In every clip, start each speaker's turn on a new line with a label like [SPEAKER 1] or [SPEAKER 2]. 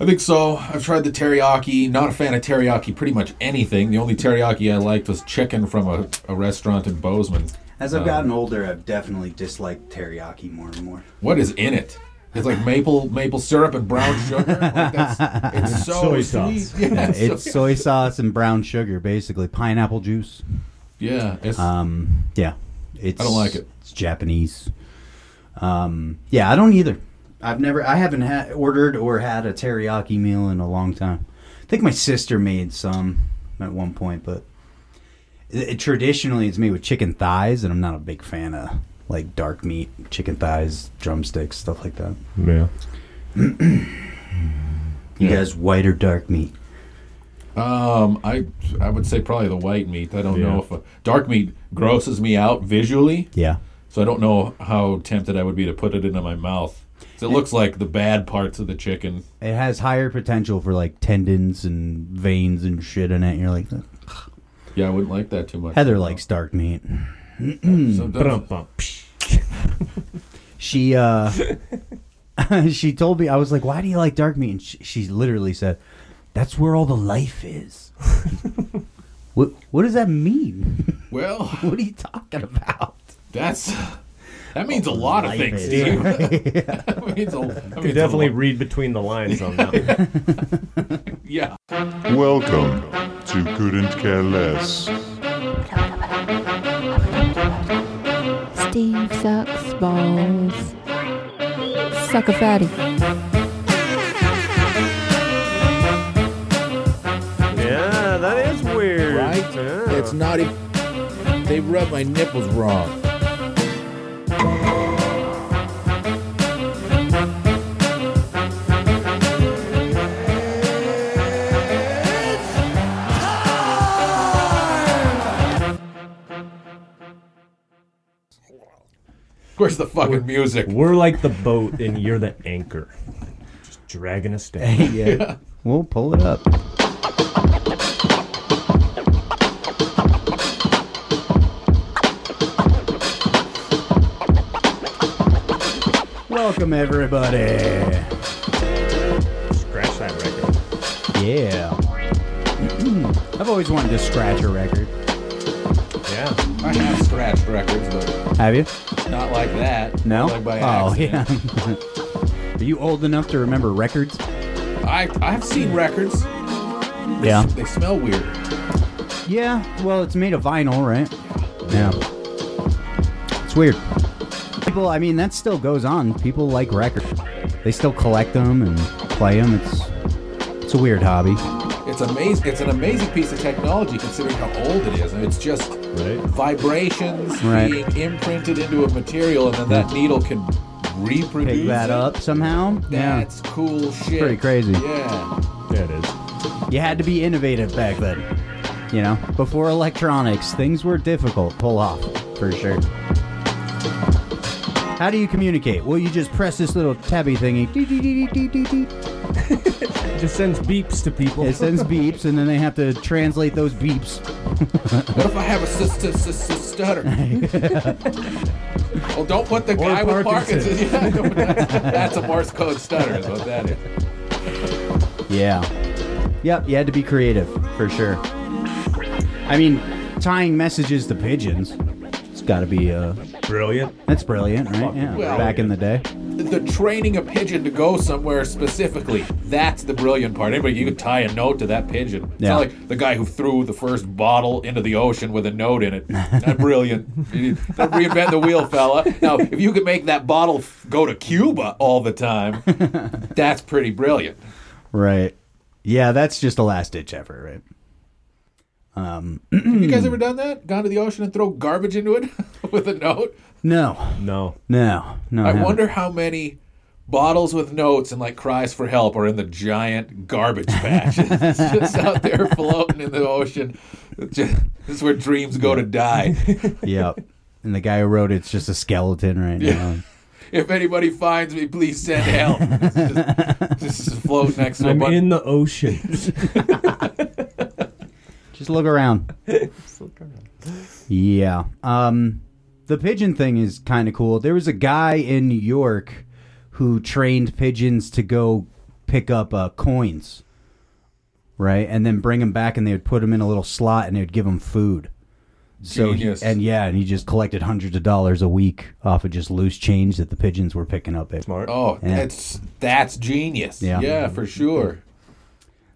[SPEAKER 1] I think so. I've tried the teriyaki. Not a fan of teriyaki. Pretty much anything. The only teriyaki I liked was chicken from a, a restaurant in Bozeman.
[SPEAKER 2] As
[SPEAKER 1] Uh,
[SPEAKER 2] I've gotten older, I've definitely disliked teriyaki more and more.
[SPEAKER 1] What is in it? It's like maple maple syrup and brown sugar. Like that's, it's so sweet.
[SPEAKER 3] Soy sauce.
[SPEAKER 1] Yeah,
[SPEAKER 2] Yeah,
[SPEAKER 1] so-
[SPEAKER 2] it's soy sauce and brown sugar, basically pineapple juice.
[SPEAKER 1] yeah, it's-
[SPEAKER 2] Um, yeah, it's
[SPEAKER 1] I don't like it.
[SPEAKER 2] It's Japanese. Um, yeah, I don't either. I've never, I haven't had ordered or had a teriyaki meal in a long time. I think my sister made some at one point, but it, it- traditionally it's made with chicken thighs, and I'm not a big fan of like dark meat, chicken thighs, drumsticks, stuff like that.
[SPEAKER 3] Yeah.
[SPEAKER 2] You
[SPEAKER 1] Yeah.
[SPEAKER 2] guys, white or dark meat?
[SPEAKER 1] Um, I I would say probably the white meat. I don't
[SPEAKER 3] Yeah.
[SPEAKER 1] know if uh, dark meat grosses me out visually,
[SPEAKER 2] Yeah.
[SPEAKER 1] so I don't know how tempted I would be to put it into my mouth. 'Cause It looks like the bad parts of the chicken.
[SPEAKER 2] It has higher potential for like tendons and veins and shit in it. You're like,
[SPEAKER 1] Yeah, I wouldn't like that too much.
[SPEAKER 2] Heather likes dark meat.
[SPEAKER 1] Sometimes-
[SPEAKER 3] Hmm.
[SPEAKER 2] She uh she told me I was like, "Why do you like dark meat?" And she, she literally said, "That's where all the life is." what what does that mean?
[SPEAKER 1] well,
[SPEAKER 2] what are you talking about?
[SPEAKER 1] that's that means a
[SPEAKER 4] Oh,
[SPEAKER 1] lot of
[SPEAKER 2] Life
[SPEAKER 1] things.
[SPEAKER 2] is-
[SPEAKER 1] to you. that means a, that means a
[SPEAKER 3] You definitely
[SPEAKER 1] lot.
[SPEAKER 3] read between the lines on that. one.
[SPEAKER 1] yeah.
[SPEAKER 5] Welcome to Couldn't Care Less.
[SPEAKER 6] Steve sucks balls. Suck a fatty.
[SPEAKER 3] yeah, that is weird.
[SPEAKER 4] Right?
[SPEAKER 3] Yeah.
[SPEAKER 4] It's not even. They rub my nipples wrong.
[SPEAKER 1] Where's the fucking music?
[SPEAKER 3] We're like the boat, and you're the anchor, just dragging us down.
[SPEAKER 2] yeah. We'll pull it up. Welcome everybody.
[SPEAKER 3] Scratch that record.
[SPEAKER 2] Yeah. I've always wanted to scratch a record.
[SPEAKER 3] Yeah.
[SPEAKER 1] I have scratched records, but
[SPEAKER 2] Have you?
[SPEAKER 1] not like that.
[SPEAKER 2] No.
[SPEAKER 1] Like by
[SPEAKER 2] oh
[SPEAKER 1] accident.
[SPEAKER 2] yeah. Are you old enough to remember records?
[SPEAKER 1] I I've seen records.
[SPEAKER 2] Yeah.
[SPEAKER 1] They smell weird.
[SPEAKER 2] Yeah. Well, it's made of vinyl, right? Yeah. It's weird. People, I mean, that still goes on. People like records. They still collect them and play them. It's it's a weird hobby.
[SPEAKER 1] It's amazing. It's an amazing piece of technology considering how old it is. And it's just
[SPEAKER 3] Right.
[SPEAKER 1] vibrations
[SPEAKER 2] Right.
[SPEAKER 1] being imprinted into a material, and then that needle can reproduce
[SPEAKER 2] Pick that
[SPEAKER 1] it.
[SPEAKER 2] up somehow. Yeah.
[SPEAKER 1] That's cool shit.
[SPEAKER 2] pretty crazy.
[SPEAKER 1] Yeah.
[SPEAKER 3] Yeah, it is.
[SPEAKER 2] You had to be innovative back then. You know, before electronics, things were difficult to pull off, for sure. How do you communicate? Well, you just press this little tabby thingy. dee, dee, dee, dee, dee, dee, dee.
[SPEAKER 3] It just sends beeps to people.
[SPEAKER 2] It sends beeps, and then they have to translate those beeps.
[SPEAKER 1] What if I have a st- st- st- st- stutter? well, don't put the guy with Parkinson's.
[SPEAKER 3] Parkinson's.
[SPEAKER 1] Yeah, don't- that's, that's a Morse code stutter, is what that is.
[SPEAKER 2] Yeah. Yep, you had to be creative, for sure. I mean, tying messages to pigeons. It's got to be, uh,
[SPEAKER 3] Brilliant.
[SPEAKER 2] that's brilliant, right? Yeah,
[SPEAKER 1] Well-
[SPEAKER 2] back in the day.
[SPEAKER 1] The training a pigeon to go somewhere specifically—that's the brilliant part. Anybody, you could tie a note to that pigeon. It's
[SPEAKER 2] Yeah.
[SPEAKER 1] not like the guy who threw the first bottle into the ocean with a note in it. That's brilliant. Don't reinvent the wheel, fella. Now, if you could make that bottle f- go to Cuba all the time, that's pretty brilliant.
[SPEAKER 2] Right. Yeah, that's just a last ditch effort, right?
[SPEAKER 1] You guys ever done that? Gone to the ocean and throw garbage into it with a note?
[SPEAKER 2] No,
[SPEAKER 3] No.
[SPEAKER 2] No, no.
[SPEAKER 1] I
[SPEAKER 2] haven't.
[SPEAKER 1] wonder how many bottles with notes and like cries for help are in the giant garbage patch It's just out there floating in the ocean. It's just- this is where dreams go to die.
[SPEAKER 2] Yep. And the guy who wrote it's just a skeleton right now.
[SPEAKER 1] If anybody finds me, please send help. It's Just, just float next to a
[SPEAKER 3] I'm
[SPEAKER 1] bunch.
[SPEAKER 3] in the ocean.
[SPEAKER 2] Just look around. Yeah. Um, the pigeon thing is kind of cool. There was a guy in New York who trained pigeons to go pick up uh, coins, right? And then bring them back, and they would put them in a little slot, and they would give him food. So he-
[SPEAKER 1] Genius.
[SPEAKER 2] and yeah, and he just collected hundreds of dollars a week off of just loose change that the pigeons were picking up. At.
[SPEAKER 3] Smart.
[SPEAKER 1] Oh,
[SPEAKER 2] Yeah.
[SPEAKER 1] that's that's genius.
[SPEAKER 2] Yeah.
[SPEAKER 1] yeah, for sure.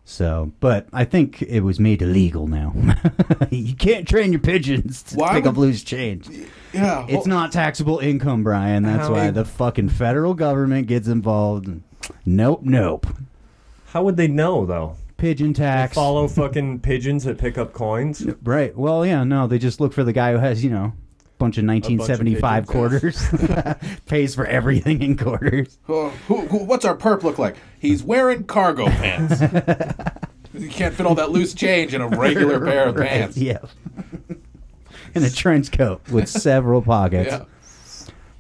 [SPEAKER 2] So, but I think it was made illegal now. you can't train your pigeons to
[SPEAKER 1] Why
[SPEAKER 2] pick up
[SPEAKER 1] would-
[SPEAKER 2] loose change.
[SPEAKER 1] Yeah,
[SPEAKER 2] It's not taxable income, Brian. That's
[SPEAKER 3] How-
[SPEAKER 2] why the fucking federal government gets involved. Nope, nope.
[SPEAKER 3] How would they know though?
[SPEAKER 2] Pigeon tax.
[SPEAKER 3] Follow fucking pigeons that pick up coins.
[SPEAKER 2] Right. Well, yeah, no, they just look for the guy who has, you know, bunch of 1975 quarters. Pays for everything in quarters.
[SPEAKER 1] Oh, who, who, what's our perp look like? He's wearing cargo pants. you can't fit all that loose change in a regular pair of pants.
[SPEAKER 2] Yeah. and a trench coat with several pockets.
[SPEAKER 1] Yeah.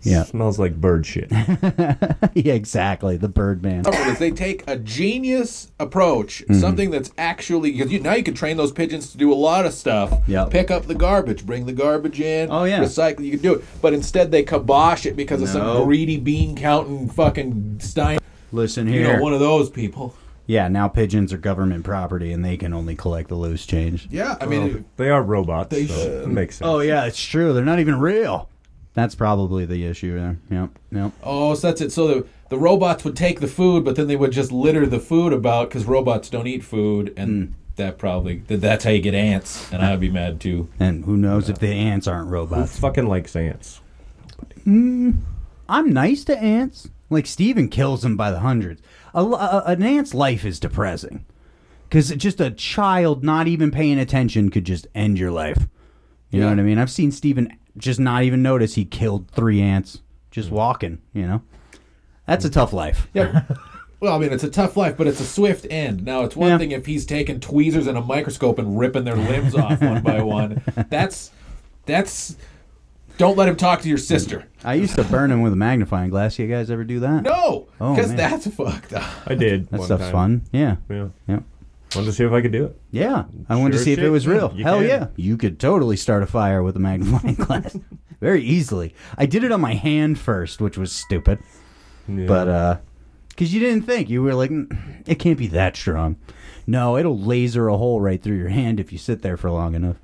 [SPEAKER 2] Yeah.
[SPEAKER 3] Smells like bird shit.
[SPEAKER 2] Yeah, exactly. The Birdman.
[SPEAKER 1] Trouble is they take a genius approach,
[SPEAKER 2] Mm-hmm.
[SPEAKER 1] something that's actually because you, now you can train those pigeons to do a lot of stuff.
[SPEAKER 2] Yeah.
[SPEAKER 1] Pick up the garbage, bring the garbage in.
[SPEAKER 2] Oh, yeah.
[SPEAKER 1] recycle. You can do it, but instead they kibosh it because of
[SPEAKER 2] No.
[SPEAKER 1] some greedy bean counting fucking Stein.
[SPEAKER 2] Listen
[SPEAKER 1] You
[SPEAKER 2] here.
[SPEAKER 1] know, one of those people.
[SPEAKER 2] yeah, now pigeons are government property and they can only collect the loose change.
[SPEAKER 1] Yeah, I mean,
[SPEAKER 3] They are robots.
[SPEAKER 1] They
[SPEAKER 3] so it makes sense.
[SPEAKER 2] Oh, yeah, it's true. They're not even real. That's probably the issue there. Yep, yep.
[SPEAKER 1] Oh, so that's it. So the, the robots would take the food, but then they would just litter the food about because robots don't eat food,
[SPEAKER 2] Hmm.
[SPEAKER 1] and that probably th- that's how you get ants. And I'd be mad too.
[SPEAKER 2] And who knows if the ants aren't
[SPEAKER 3] Who
[SPEAKER 2] robots?
[SPEAKER 3] fucking likes ants?
[SPEAKER 2] I'm nice to ants. Like Steven kills them by the hundreds. A, l- a- an ant's life is depressing because just a child not even paying attention could just end your life. You know
[SPEAKER 1] Yeah.
[SPEAKER 2] what I mean? I've seen Steven just not even notice he killed three ants just walking. You know, that's a tough life.
[SPEAKER 1] Yeah. well, I mean, it's a tough life, but it's a swift end. Now, it's one
[SPEAKER 2] Yeah.
[SPEAKER 1] thing if he's taking tweezers and a microscope and ripping their limbs off one by one. That's that's. Don't let him talk to your sister.
[SPEAKER 2] I used to burn him with a magnifying glass. You guys ever do that?
[SPEAKER 1] No,
[SPEAKER 2] Oh,
[SPEAKER 1] because
[SPEAKER 2] man.
[SPEAKER 1] that's fucked up.
[SPEAKER 3] I did.
[SPEAKER 2] That
[SPEAKER 3] one
[SPEAKER 2] stuff's
[SPEAKER 3] time.
[SPEAKER 2] fun. Yeah.
[SPEAKER 3] Yeah.
[SPEAKER 2] Yep.
[SPEAKER 3] Wanted to see if I could do it.
[SPEAKER 2] Yeah, I wanted to
[SPEAKER 3] Sure
[SPEAKER 2] see if it
[SPEAKER 3] shit,
[SPEAKER 2] was
[SPEAKER 3] yeah,
[SPEAKER 2] real.
[SPEAKER 3] you
[SPEAKER 2] Hell
[SPEAKER 3] can.
[SPEAKER 2] yeah, you could totally start a fire with a magnifying glass very easily. I did it on my hand first, which was stupid,
[SPEAKER 3] Yeah.
[SPEAKER 2] but uh, because you didn't think you were like, "Mm, it can't be that strong. No, it'll laser a hole right through your hand if you sit there for long enough.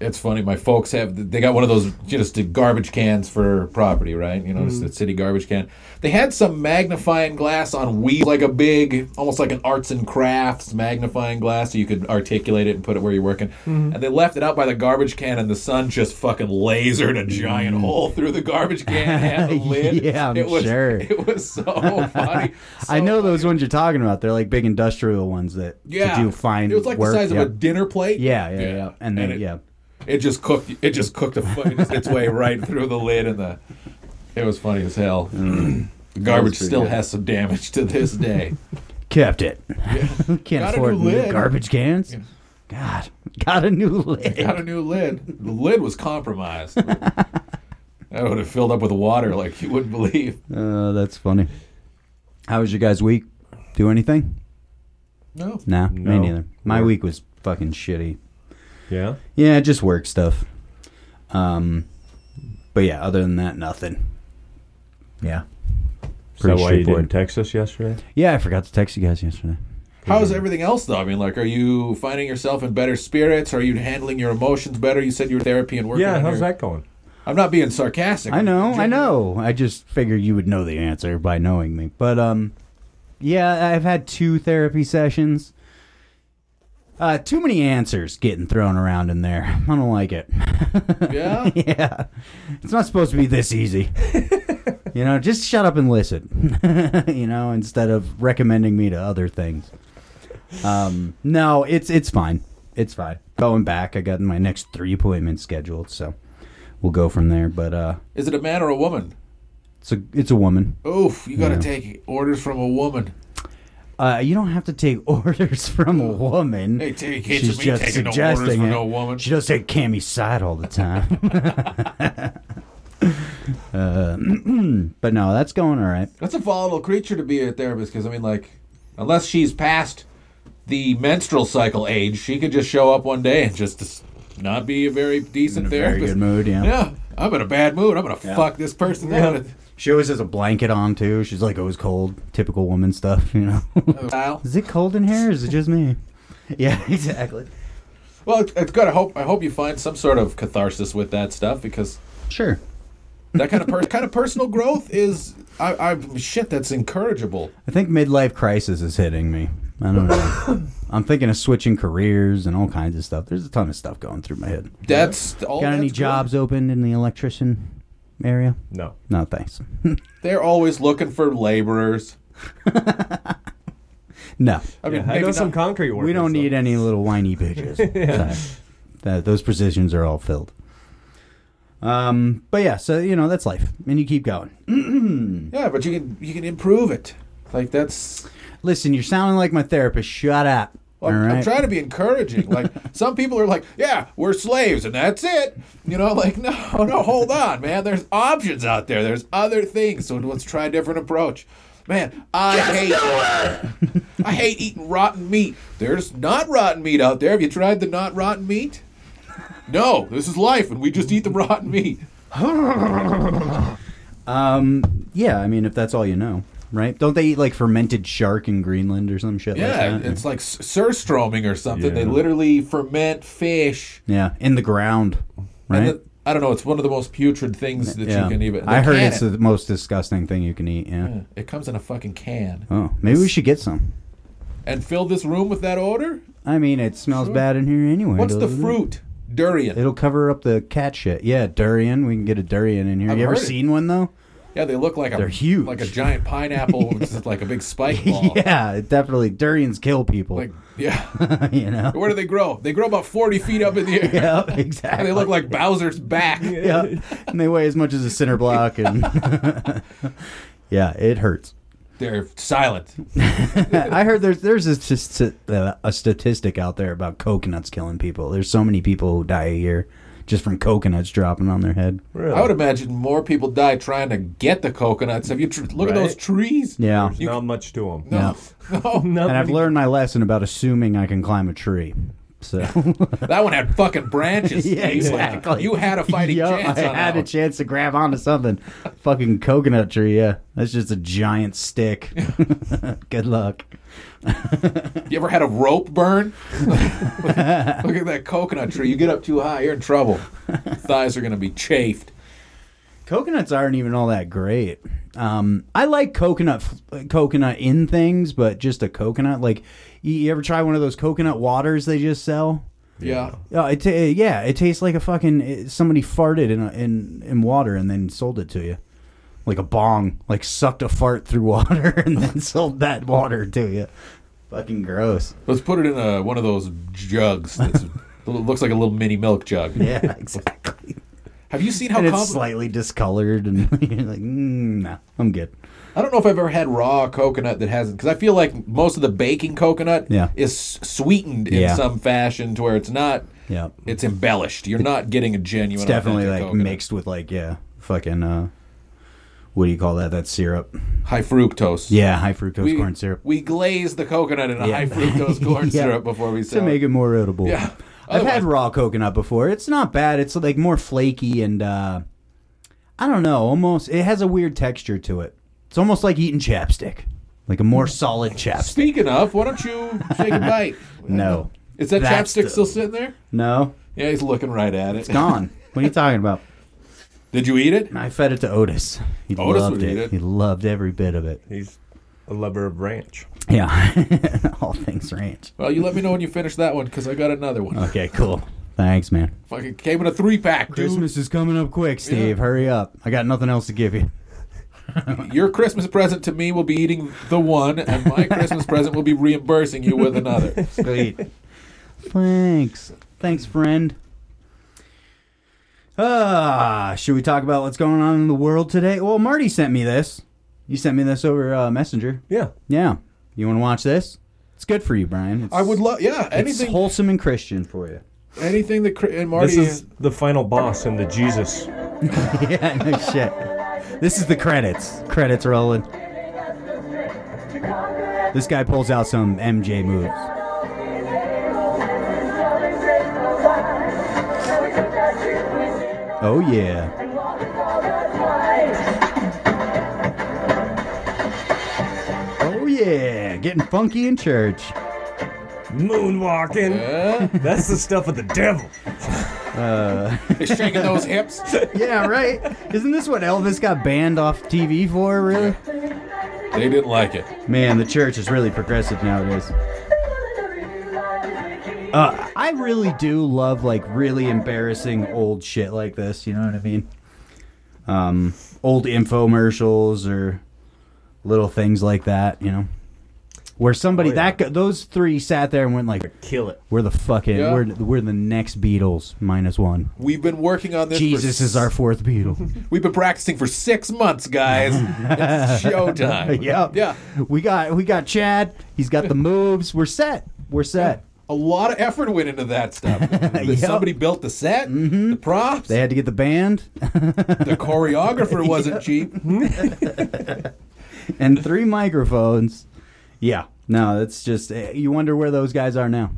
[SPEAKER 1] It's funny. My folks have they got one of those just the garbage cans for property, right? You know,
[SPEAKER 2] Mm-hmm.
[SPEAKER 1] just the city garbage can. They had some magnifying glass on wheels, like a big, almost like an arts and crafts magnifying glass, so you could articulate it and put it where you're working.
[SPEAKER 2] Mm-hmm.
[SPEAKER 1] And they left it out by the garbage can, and the sun just fucking lasered a giant hole through the garbage can and the lid.
[SPEAKER 2] Mm. Yeah, I'm
[SPEAKER 1] it was,
[SPEAKER 2] sure.
[SPEAKER 1] It was so funny.
[SPEAKER 2] I
[SPEAKER 1] So
[SPEAKER 2] know
[SPEAKER 1] funny.
[SPEAKER 2] those ones you're talking about. They're like big industrial ones that
[SPEAKER 1] Yeah,
[SPEAKER 2] to do fine
[SPEAKER 1] It was like
[SPEAKER 2] work.
[SPEAKER 1] the size
[SPEAKER 2] yeah.
[SPEAKER 1] of a dinner plate.
[SPEAKER 2] yeah, yeah, yeah, and then
[SPEAKER 1] it-
[SPEAKER 2] yeah.
[SPEAKER 1] it just cooked it just cooked a foot just its way right through the lid and the it was funny as hell
[SPEAKER 2] Mm.
[SPEAKER 1] the garbage still has some damage to this day
[SPEAKER 2] Kept it. Can't
[SPEAKER 1] Got a
[SPEAKER 2] afford
[SPEAKER 1] new lid.
[SPEAKER 2] garbage cans. God, got a new lid.
[SPEAKER 1] got a new lid the lid was compromised that would have filled up with water like you wouldn't believe
[SPEAKER 2] Uh, that's funny. How was your guys' week? Do anything?
[SPEAKER 1] no
[SPEAKER 2] Nah, me
[SPEAKER 3] No.
[SPEAKER 2] neither. My
[SPEAKER 3] Work.
[SPEAKER 2] week was fucking shitty.
[SPEAKER 3] yeah.
[SPEAKER 2] Yeah, just work stuff. Um, but yeah, other than that, nothing. Yeah.
[SPEAKER 3] Is that
[SPEAKER 2] Pretty
[SPEAKER 3] why you did in
[SPEAKER 2] straightforward.
[SPEAKER 3] Texas yesterday?
[SPEAKER 2] Yeah, I forgot to text you guys yesterday.
[SPEAKER 1] how's everything else though i mean like are you finding yourself in better spirits are you handling your emotions better you said you were therapy and working
[SPEAKER 3] Yeah.
[SPEAKER 1] on
[SPEAKER 3] How's
[SPEAKER 1] your-
[SPEAKER 3] that going?
[SPEAKER 1] i'm not being sarcastic
[SPEAKER 2] I know, I know. I just figured you would know the answer by knowing me. But um, yeah, I've had two therapy sessions. Uh, too many answers getting thrown around in there. I don't like it.
[SPEAKER 1] yeah
[SPEAKER 2] yeah. It's not supposed to be this easy. you know, just shut up and listen. you know, instead of recommending me to other things. Um, no, it's it's fine. It's fine. Going back, I got my next three appointments scheduled, so we'll go from there. But uh,
[SPEAKER 1] is it a man or a woman
[SPEAKER 2] it's a it's a woman.
[SPEAKER 1] oof you gotta
[SPEAKER 2] Yeah.
[SPEAKER 1] take orders from a woman
[SPEAKER 2] Uh, you don't have to take orders from a woman.
[SPEAKER 1] Hey, take- it's me taking no orders from no woman.
[SPEAKER 2] She does take Cammy's side all the time. Uh, but no, that's going all right.
[SPEAKER 1] That's a volatile creature to be a therapist because I mean, like, unless she's past the menstrual cycle age, she could just show up one day and just dis- not be a very decent
[SPEAKER 2] In a very
[SPEAKER 1] therapist.
[SPEAKER 2] good mood, yeah.
[SPEAKER 1] Yeah, I'm in a bad mood. I'm gonna fuck this person. up.
[SPEAKER 2] She always has a blanket on too. She's like, "Oh, it's cold." Typical woman stuff, you know.
[SPEAKER 1] Kyle?
[SPEAKER 2] is it cold in here? Or is it just me? Yeah, exactly.
[SPEAKER 1] Well, it's, it's good. I hope I hope you find some sort of catharsis with that stuff because
[SPEAKER 2] Sure.
[SPEAKER 1] that kind of per- kind of personal growth is I, I shit that's encourageable.
[SPEAKER 2] I think midlife crisis is hitting me. I don't know. I'm thinking of switching careers and all kinds of stuff. There's a ton of stuff going through my head.
[SPEAKER 1] That's all.
[SPEAKER 2] Got
[SPEAKER 1] Oh, that's
[SPEAKER 2] any
[SPEAKER 1] good.
[SPEAKER 2] jobs open in the electrician area?
[SPEAKER 3] No.
[SPEAKER 2] No, thanks.
[SPEAKER 1] They're always looking for laborers.
[SPEAKER 2] no.
[SPEAKER 1] I mean,
[SPEAKER 3] Yeah, I
[SPEAKER 1] maybe
[SPEAKER 3] know some
[SPEAKER 1] not-
[SPEAKER 3] concrete work.
[SPEAKER 2] We don't need any little whiny bitches. So, that, those positions are all filled. Um, but yeah, so you know that's life, and you keep going.
[SPEAKER 1] yeah, but you can you can improve it. Like that's
[SPEAKER 2] Listen, you're sounding like my therapist. Shut up.
[SPEAKER 1] Well,
[SPEAKER 2] all
[SPEAKER 1] I'm,
[SPEAKER 2] right.
[SPEAKER 1] I'm trying to be encouraging. Like some people are like, "Yeah, we're slaves and that's it." You know, like no, no, hold on, man. There's options out there. There's other things. So let's try a different approach. Man, I hate I hate eating rotten meat. There's not rotten meat out there. Have you tried the not rotten meat? No, this is life, and we just eat the rotten meat.
[SPEAKER 2] um, yeah, I mean, if that's all you know, right? Don't they eat like fermented shark in Greenland or some shit?
[SPEAKER 1] Yeah,
[SPEAKER 2] like that?
[SPEAKER 1] it's like s- surstroming or something. They
[SPEAKER 3] Yeah.
[SPEAKER 1] literally ferment fish.
[SPEAKER 2] yeah, in the ground, right?
[SPEAKER 1] And the- I don't know. It's one of the most putrid things that
[SPEAKER 2] yeah,
[SPEAKER 1] you can even.
[SPEAKER 2] I
[SPEAKER 1] they
[SPEAKER 2] heard
[SPEAKER 1] can
[SPEAKER 2] it's
[SPEAKER 1] it.
[SPEAKER 2] the most disgusting thing you can eat. Yeah.
[SPEAKER 1] It comes in a fucking can.
[SPEAKER 2] Oh, maybe we should get some.
[SPEAKER 1] And fill this room with that odor?
[SPEAKER 2] I mean, it smells bad in here anyway.
[SPEAKER 1] What's the
[SPEAKER 2] doesn't it?
[SPEAKER 1] fruit? Durian.
[SPEAKER 2] It'll cover up the cat shit. Yeah, durian. We can get a durian in here.
[SPEAKER 1] I've
[SPEAKER 2] you ever
[SPEAKER 1] heard it.
[SPEAKER 2] seen one though?
[SPEAKER 1] yeah, they look like a
[SPEAKER 2] They're huge.
[SPEAKER 1] like a giant pineapple with just like a big spike ball.
[SPEAKER 2] yeah, it definitely. Durians kill people.
[SPEAKER 1] Like yeah.
[SPEAKER 2] you know.
[SPEAKER 1] Where do they grow? They grow about 40 feet up in the air.
[SPEAKER 2] Yeah,
[SPEAKER 1] And
[SPEAKER 2] exactly.
[SPEAKER 1] they look like Bowser's back.
[SPEAKER 2] yeah, and they weigh as much as a center block, and yeah, it hurts.
[SPEAKER 1] They're silent.
[SPEAKER 2] I heard there's there's a, st- uh, a statistic out there about coconuts killing people. There's so many people who die a year just from coconuts dropping on their head.
[SPEAKER 3] Really?
[SPEAKER 1] I would imagine more people die trying to get the coconuts. Have you tr- look at those
[SPEAKER 3] Right.
[SPEAKER 1] trees?
[SPEAKER 2] Yeah,
[SPEAKER 3] There's not much to them.
[SPEAKER 1] No. No.
[SPEAKER 3] Oh,
[SPEAKER 2] and I've learned my lesson about assuming I can climb a tree. So
[SPEAKER 1] That one had fucking branches.
[SPEAKER 2] yeah,
[SPEAKER 1] Steve.
[SPEAKER 2] exactly.
[SPEAKER 1] You had a fighting
[SPEAKER 2] Yup,
[SPEAKER 1] chance
[SPEAKER 2] I
[SPEAKER 1] on
[SPEAKER 2] had
[SPEAKER 1] that
[SPEAKER 2] a
[SPEAKER 1] one.
[SPEAKER 2] chance to grab onto something. Fucking coconut tree. Yeah, that's just a giant stick. Good luck.
[SPEAKER 1] You ever had a rope burn? look, at that coconut tree. You get up too high, you're in trouble. Thighs are going to be chafed.
[SPEAKER 2] Coconuts aren't even all that great. Um, I like coconut f- coconut in things, but just a coconut. Like, you, you ever try one of those coconut waters they just sell?
[SPEAKER 1] Yeah.
[SPEAKER 2] Oh, it ta yeah, it tastes like a fucking it, somebody farted in, a, in in water and then sold it to you, like a bong, like sucked a fart through water and then sold that water to you. Fucking gross.
[SPEAKER 1] Let's put it in a, one of those jugs that looks like a little mini milk jug.
[SPEAKER 2] Yeah, exactly.
[SPEAKER 1] Have you seen how
[SPEAKER 2] and it's
[SPEAKER 1] compli-
[SPEAKER 2] slightly discolored, and you're like, mm, nah, I'm good.
[SPEAKER 1] I don't know if I've ever had raw coconut that hasn't because I feel like most of the baking coconut
[SPEAKER 2] Yeah.
[SPEAKER 1] is sweetened in
[SPEAKER 2] Yeah.
[SPEAKER 1] some fashion to where it's not
[SPEAKER 2] Yeah.
[SPEAKER 1] it's embellished. You're not getting a genuine
[SPEAKER 2] It's definitely
[SPEAKER 1] authentic
[SPEAKER 2] like
[SPEAKER 1] coconut.
[SPEAKER 2] mixed with like yeah, fucking uh, what do you call that? That syrup.
[SPEAKER 1] high fructose.
[SPEAKER 2] Yeah, high fructose corn syrup
[SPEAKER 1] We glaze the coconut in a
[SPEAKER 2] Yeah.
[SPEAKER 1] high fructose corn
[SPEAKER 2] Yeah.
[SPEAKER 1] syrup before we
[SPEAKER 2] to
[SPEAKER 1] sell
[SPEAKER 2] make
[SPEAKER 1] it.
[SPEAKER 2] it more edible.
[SPEAKER 1] Yeah.
[SPEAKER 2] I've had
[SPEAKER 1] Otherwise-
[SPEAKER 2] raw coconut before. It's not bad. It's like more flaky and uh, I don't know. Almost it has a weird texture to it. It's almost like eating chapstick, like a more solid chapstick.
[SPEAKER 1] Speaking of, why don't you take a bite?
[SPEAKER 2] No,
[SPEAKER 1] Is that
[SPEAKER 2] That's
[SPEAKER 1] chapstick
[SPEAKER 2] the-
[SPEAKER 1] still sitting there?
[SPEAKER 2] no,
[SPEAKER 1] Yeah, he's looking right at it.
[SPEAKER 2] it's gone. what are you talking about?
[SPEAKER 1] Did you eat it?
[SPEAKER 2] I fed it to Otis. He
[SPEAKER 1] Otis
[SPEAKER 2] loved
[SPEAKER 1] would
[SPEAKER 2] it.
[SPEAKER 1] eat it.
[SPEAKER 2] He loved every bit of it.
[SPEAKER 3] He's a lover of ranch.
[SPEAKER 2] Yeah, all things ranch.
[SPEAKER 1] Well, you let me know when you finish that one because I got another one.
[SPEAKER 2] Okay, cool. Thanks, man.
[SPEAKER 1] Fucking came in a three pack, dude.
[SPEAKER 2] Christmas is coming up quick, Steve. Hurry up. I got nothing else to give you.
[SPEAKER 1] Uh-huh. Your Christmas present to me will be eating the one, and my Christmas present will be reimbursing you with another.
[SPEAKER 2] Sweet. Thanks. Thanks, friend. Ah, should we talk about what's going on in the world today? Well, Marty sent me this. You sent me this over uh, Messenger.
[SPEAKER 3] Yeah.
[SPEAKER 2] Yeah. You want to watch this? It's good for you, Brian. It's,
[SPEAKER 1] I would love, yeah,
[SPEAKER 2] It's
[SPEAKER 1] anything,
[SPEAKER 2] wholesome and Christian for you.
[SPEAKER 1] anything that Chri- and Marty.
[SPEAKER 3] This is the final boss in the Jesus.
[SPEAKER 2] yeah, no shit. This is the credits. Credits rolling. This guy pulls out some MJ moves. Oh yeah. Oh, Yeah, getting funky in church.
[SPEAKER 3] Moonwalking.
[SPEAKER 1] Uh,
[SPEAKER 3] That's the stuff of the devil.
[SPEAKER 1] shaking those hips.
[SPEAKER 2] Yeah, right. Isn't this what Elvis got banned off TV for? Really?
[SPEAKER 1] They didn't like it.
[SPEAKER 2] Man, the church is really progressive nowadays. Uh, I really do love like really embarrassing old shit like this. You know what I mean? Um, old infomercials or little things like that. You know, where somebody
[SPEAKER 3] Oh, yeah.
[SPEAKER 2] that that those three sat there and went like,
[SPEAKER 3] Kill it.
[SPEAKER 2] "We're the fucking
[SPEAKER 1] Yeah.
[SPEAKER 2] we're we're the next Beatles minus one.
[SPEAKER 1] We've been working on this. for
[SPEAKER 2] Jesus is our fourth Beatle."
[SPEAKER 1] We've been practicing for six months, guys. it's showtime.
[SPEAKER 2] Yep.
[SPEAKER 1] Yeah.
[SPEAKER 2] We got we got Chad. He's got the moves. We're set. We're set.
[SPEAKER 1] A lot of effort went into that stuff. Somebody built the set,
[SPEAKER 2] Mm-hmm.
[SPEAKER 1] the props,
[SPEAKER 2] They had to get the band
[SPEAKER 1] the choreographer wasn't cheap.
[SPEAKER 2] and three microphones. Yeah. No, that's just eh, you wonder where those guys are now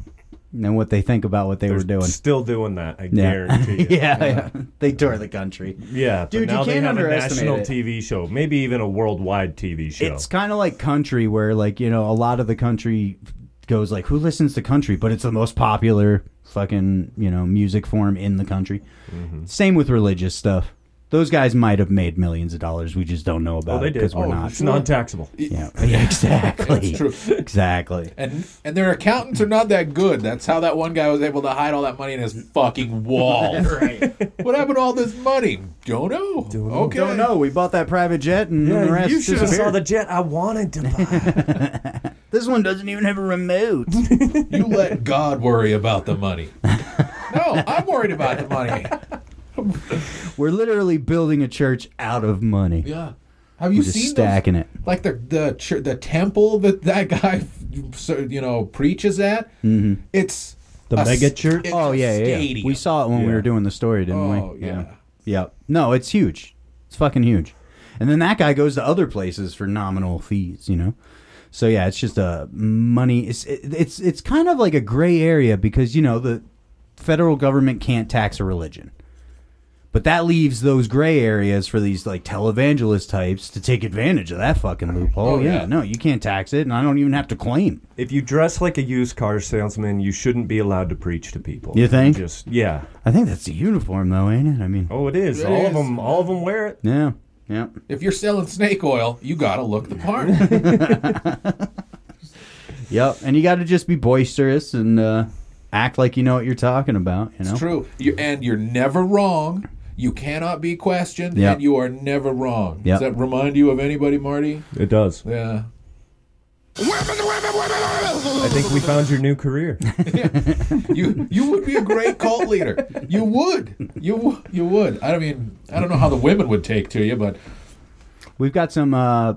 [SPEAKER 2] and what they think about what they were doing.
[SPEAKER 3] Still doing that, I
[SPEAKER 2] Yeah.
[SPEAKER 3] guarantee you.
[SPEAKER 2] yeah, yeah. They tour the country.
[SPEAKER 3] Yeah,
[SPEAKER 2] Dude, you
[SPEAKER 3] but now they
[SPEAKER 2] can't
[SPEAKER 3] have a
[SPEAKER 2] underestimate
[SPEAKER 3] national
[SPEAKER 2] it.
[SPEAKER 3] TV show, maybe even a worldwide TV show.
[SPEAKER 2] It's kind of like country where like, you know, a lot of the country goes like who listens to country, but it's the most popular fucking, you know, music form in the country.
[SPEAKER 3] Mm-hmm.
[SPEAKER 2] Same with religious stuff. Those guys might have made millions of dollars. We just don't know
[SPEAKER 3] oh,
[SPEAKER 2] about
[SPEAKER 3] they
[SPEAKER 2] it
[SPEAKER 3] did.
[SPEAKER 2] because we're
[SPEAKER 3] Oh,
[SPEAKER 2] not.
[SPEAKER 3] It's non-taxable.
[SPEAKER 2] Yeah, exactly.
[SPEAKER 1] That's true.
[SPEAKER 2] Exactly.
[SPEAKER 1] And and their accountants are not that good. That's how that one guy was able to hide all that money in his fucking wall. What happened to all this money? Don't know. Okay.
[SPEAKER 2] Don't know. We bought that private jet and the rest
[SPEAKER 3] you should have saw
[SPEAKER 2] disappeared.
[SPEAKER 3] the jet I wanted to buy.
[SPEAKER 2] This one doesn't even have a remote.
[SPEAKER 1] You let God worry about the money. No, I'm worried about the money.
[SPEAKER 2] We're literally building a church out of money.
[SPEAKER 1] Yeah. Have you
[SPEAKER 2] We're just
[SPEAKER 1] seen those
[SPEAKER 2] stacking it.
[SPEAKER 1] like the the chur- the temple that that guy so, you know preaches at. Mm-hmm. It's
[SPEAKER 3] The
[SPEAKER 1] a s-
[SPEAKER 3] mega church?
[SPEAKER 1] it's
[SPEAKER 2] Oh
[SPEAKER 1] a
[SPEAKER 2] yeah, yeah, yeah.
[SPEAKER 1] stadium.
[SPEAKER 2] We saw it when we
[SPEAKER 3] Yeah.
[SPEAKER 2] were doing the story, didn't we?
[SPEAKER 1] Oh, yeah.
[SPEAKER 2] Yeah. No, it's huge. It's fucking huge. And then that guy goes to other places for nominal fees, you know. So yeah, it's just a money. It's it, it's it's kind of like a gray area because you know the federal government can't tax a religion, but that leaves those gray areas for these like televangelist types to take advantage of that fucking loophole.
[SPEAKER 1] Oh,
[SPEAKER 2] yeah.
[SPEAKER 1] yeah.
[SPEAKER 2] no, you can't tax it, and I don't even have to claim.
[SPEAKER 3] if you dress like a used car salesman, you shouldn't be allowed to preach to people.
[SPEAKER 2] You think?
[SPEAKER 3] Just yeah.
[SPEAKER 2] I think that's the uniform though, ain't it? I mean,
[SPEAKER 3] Oh, it is.
[SPEAKER 1] It
[SPEAKER 3] all of
[SPEAKER 1] is.
[SPEAKER 3] them. All of them wear it.
[SPEAKER 2] yeah, yeah.
[SPEAKER 1] If you're selling snake oil, you gotta look the part.
[SPEAKER 2] Yep, and you got to just be boisterous and uh, act like you know what you're talking about. You know,
[SPEAKER 1] It's true. You and you're never wrong. You cannot be questioned,
[SPEAKER 2] Yeah.
[SPEAKER 1] and you are never wrong.
[SPEAKER 2] Yeah.
[SPEAKER 1] Does that remind you of anybody, Marty?
[SPEAKER 3] It does.
[SPEAKER 1] Yeah.
[SPEAKER 3] I think we found your new career.
[SPEAKER 1] You you would be a great cult leader. You would. You w- you would. I mean, I don't know how the women would take to you, but
[SPEAKER 2] we've got some uh,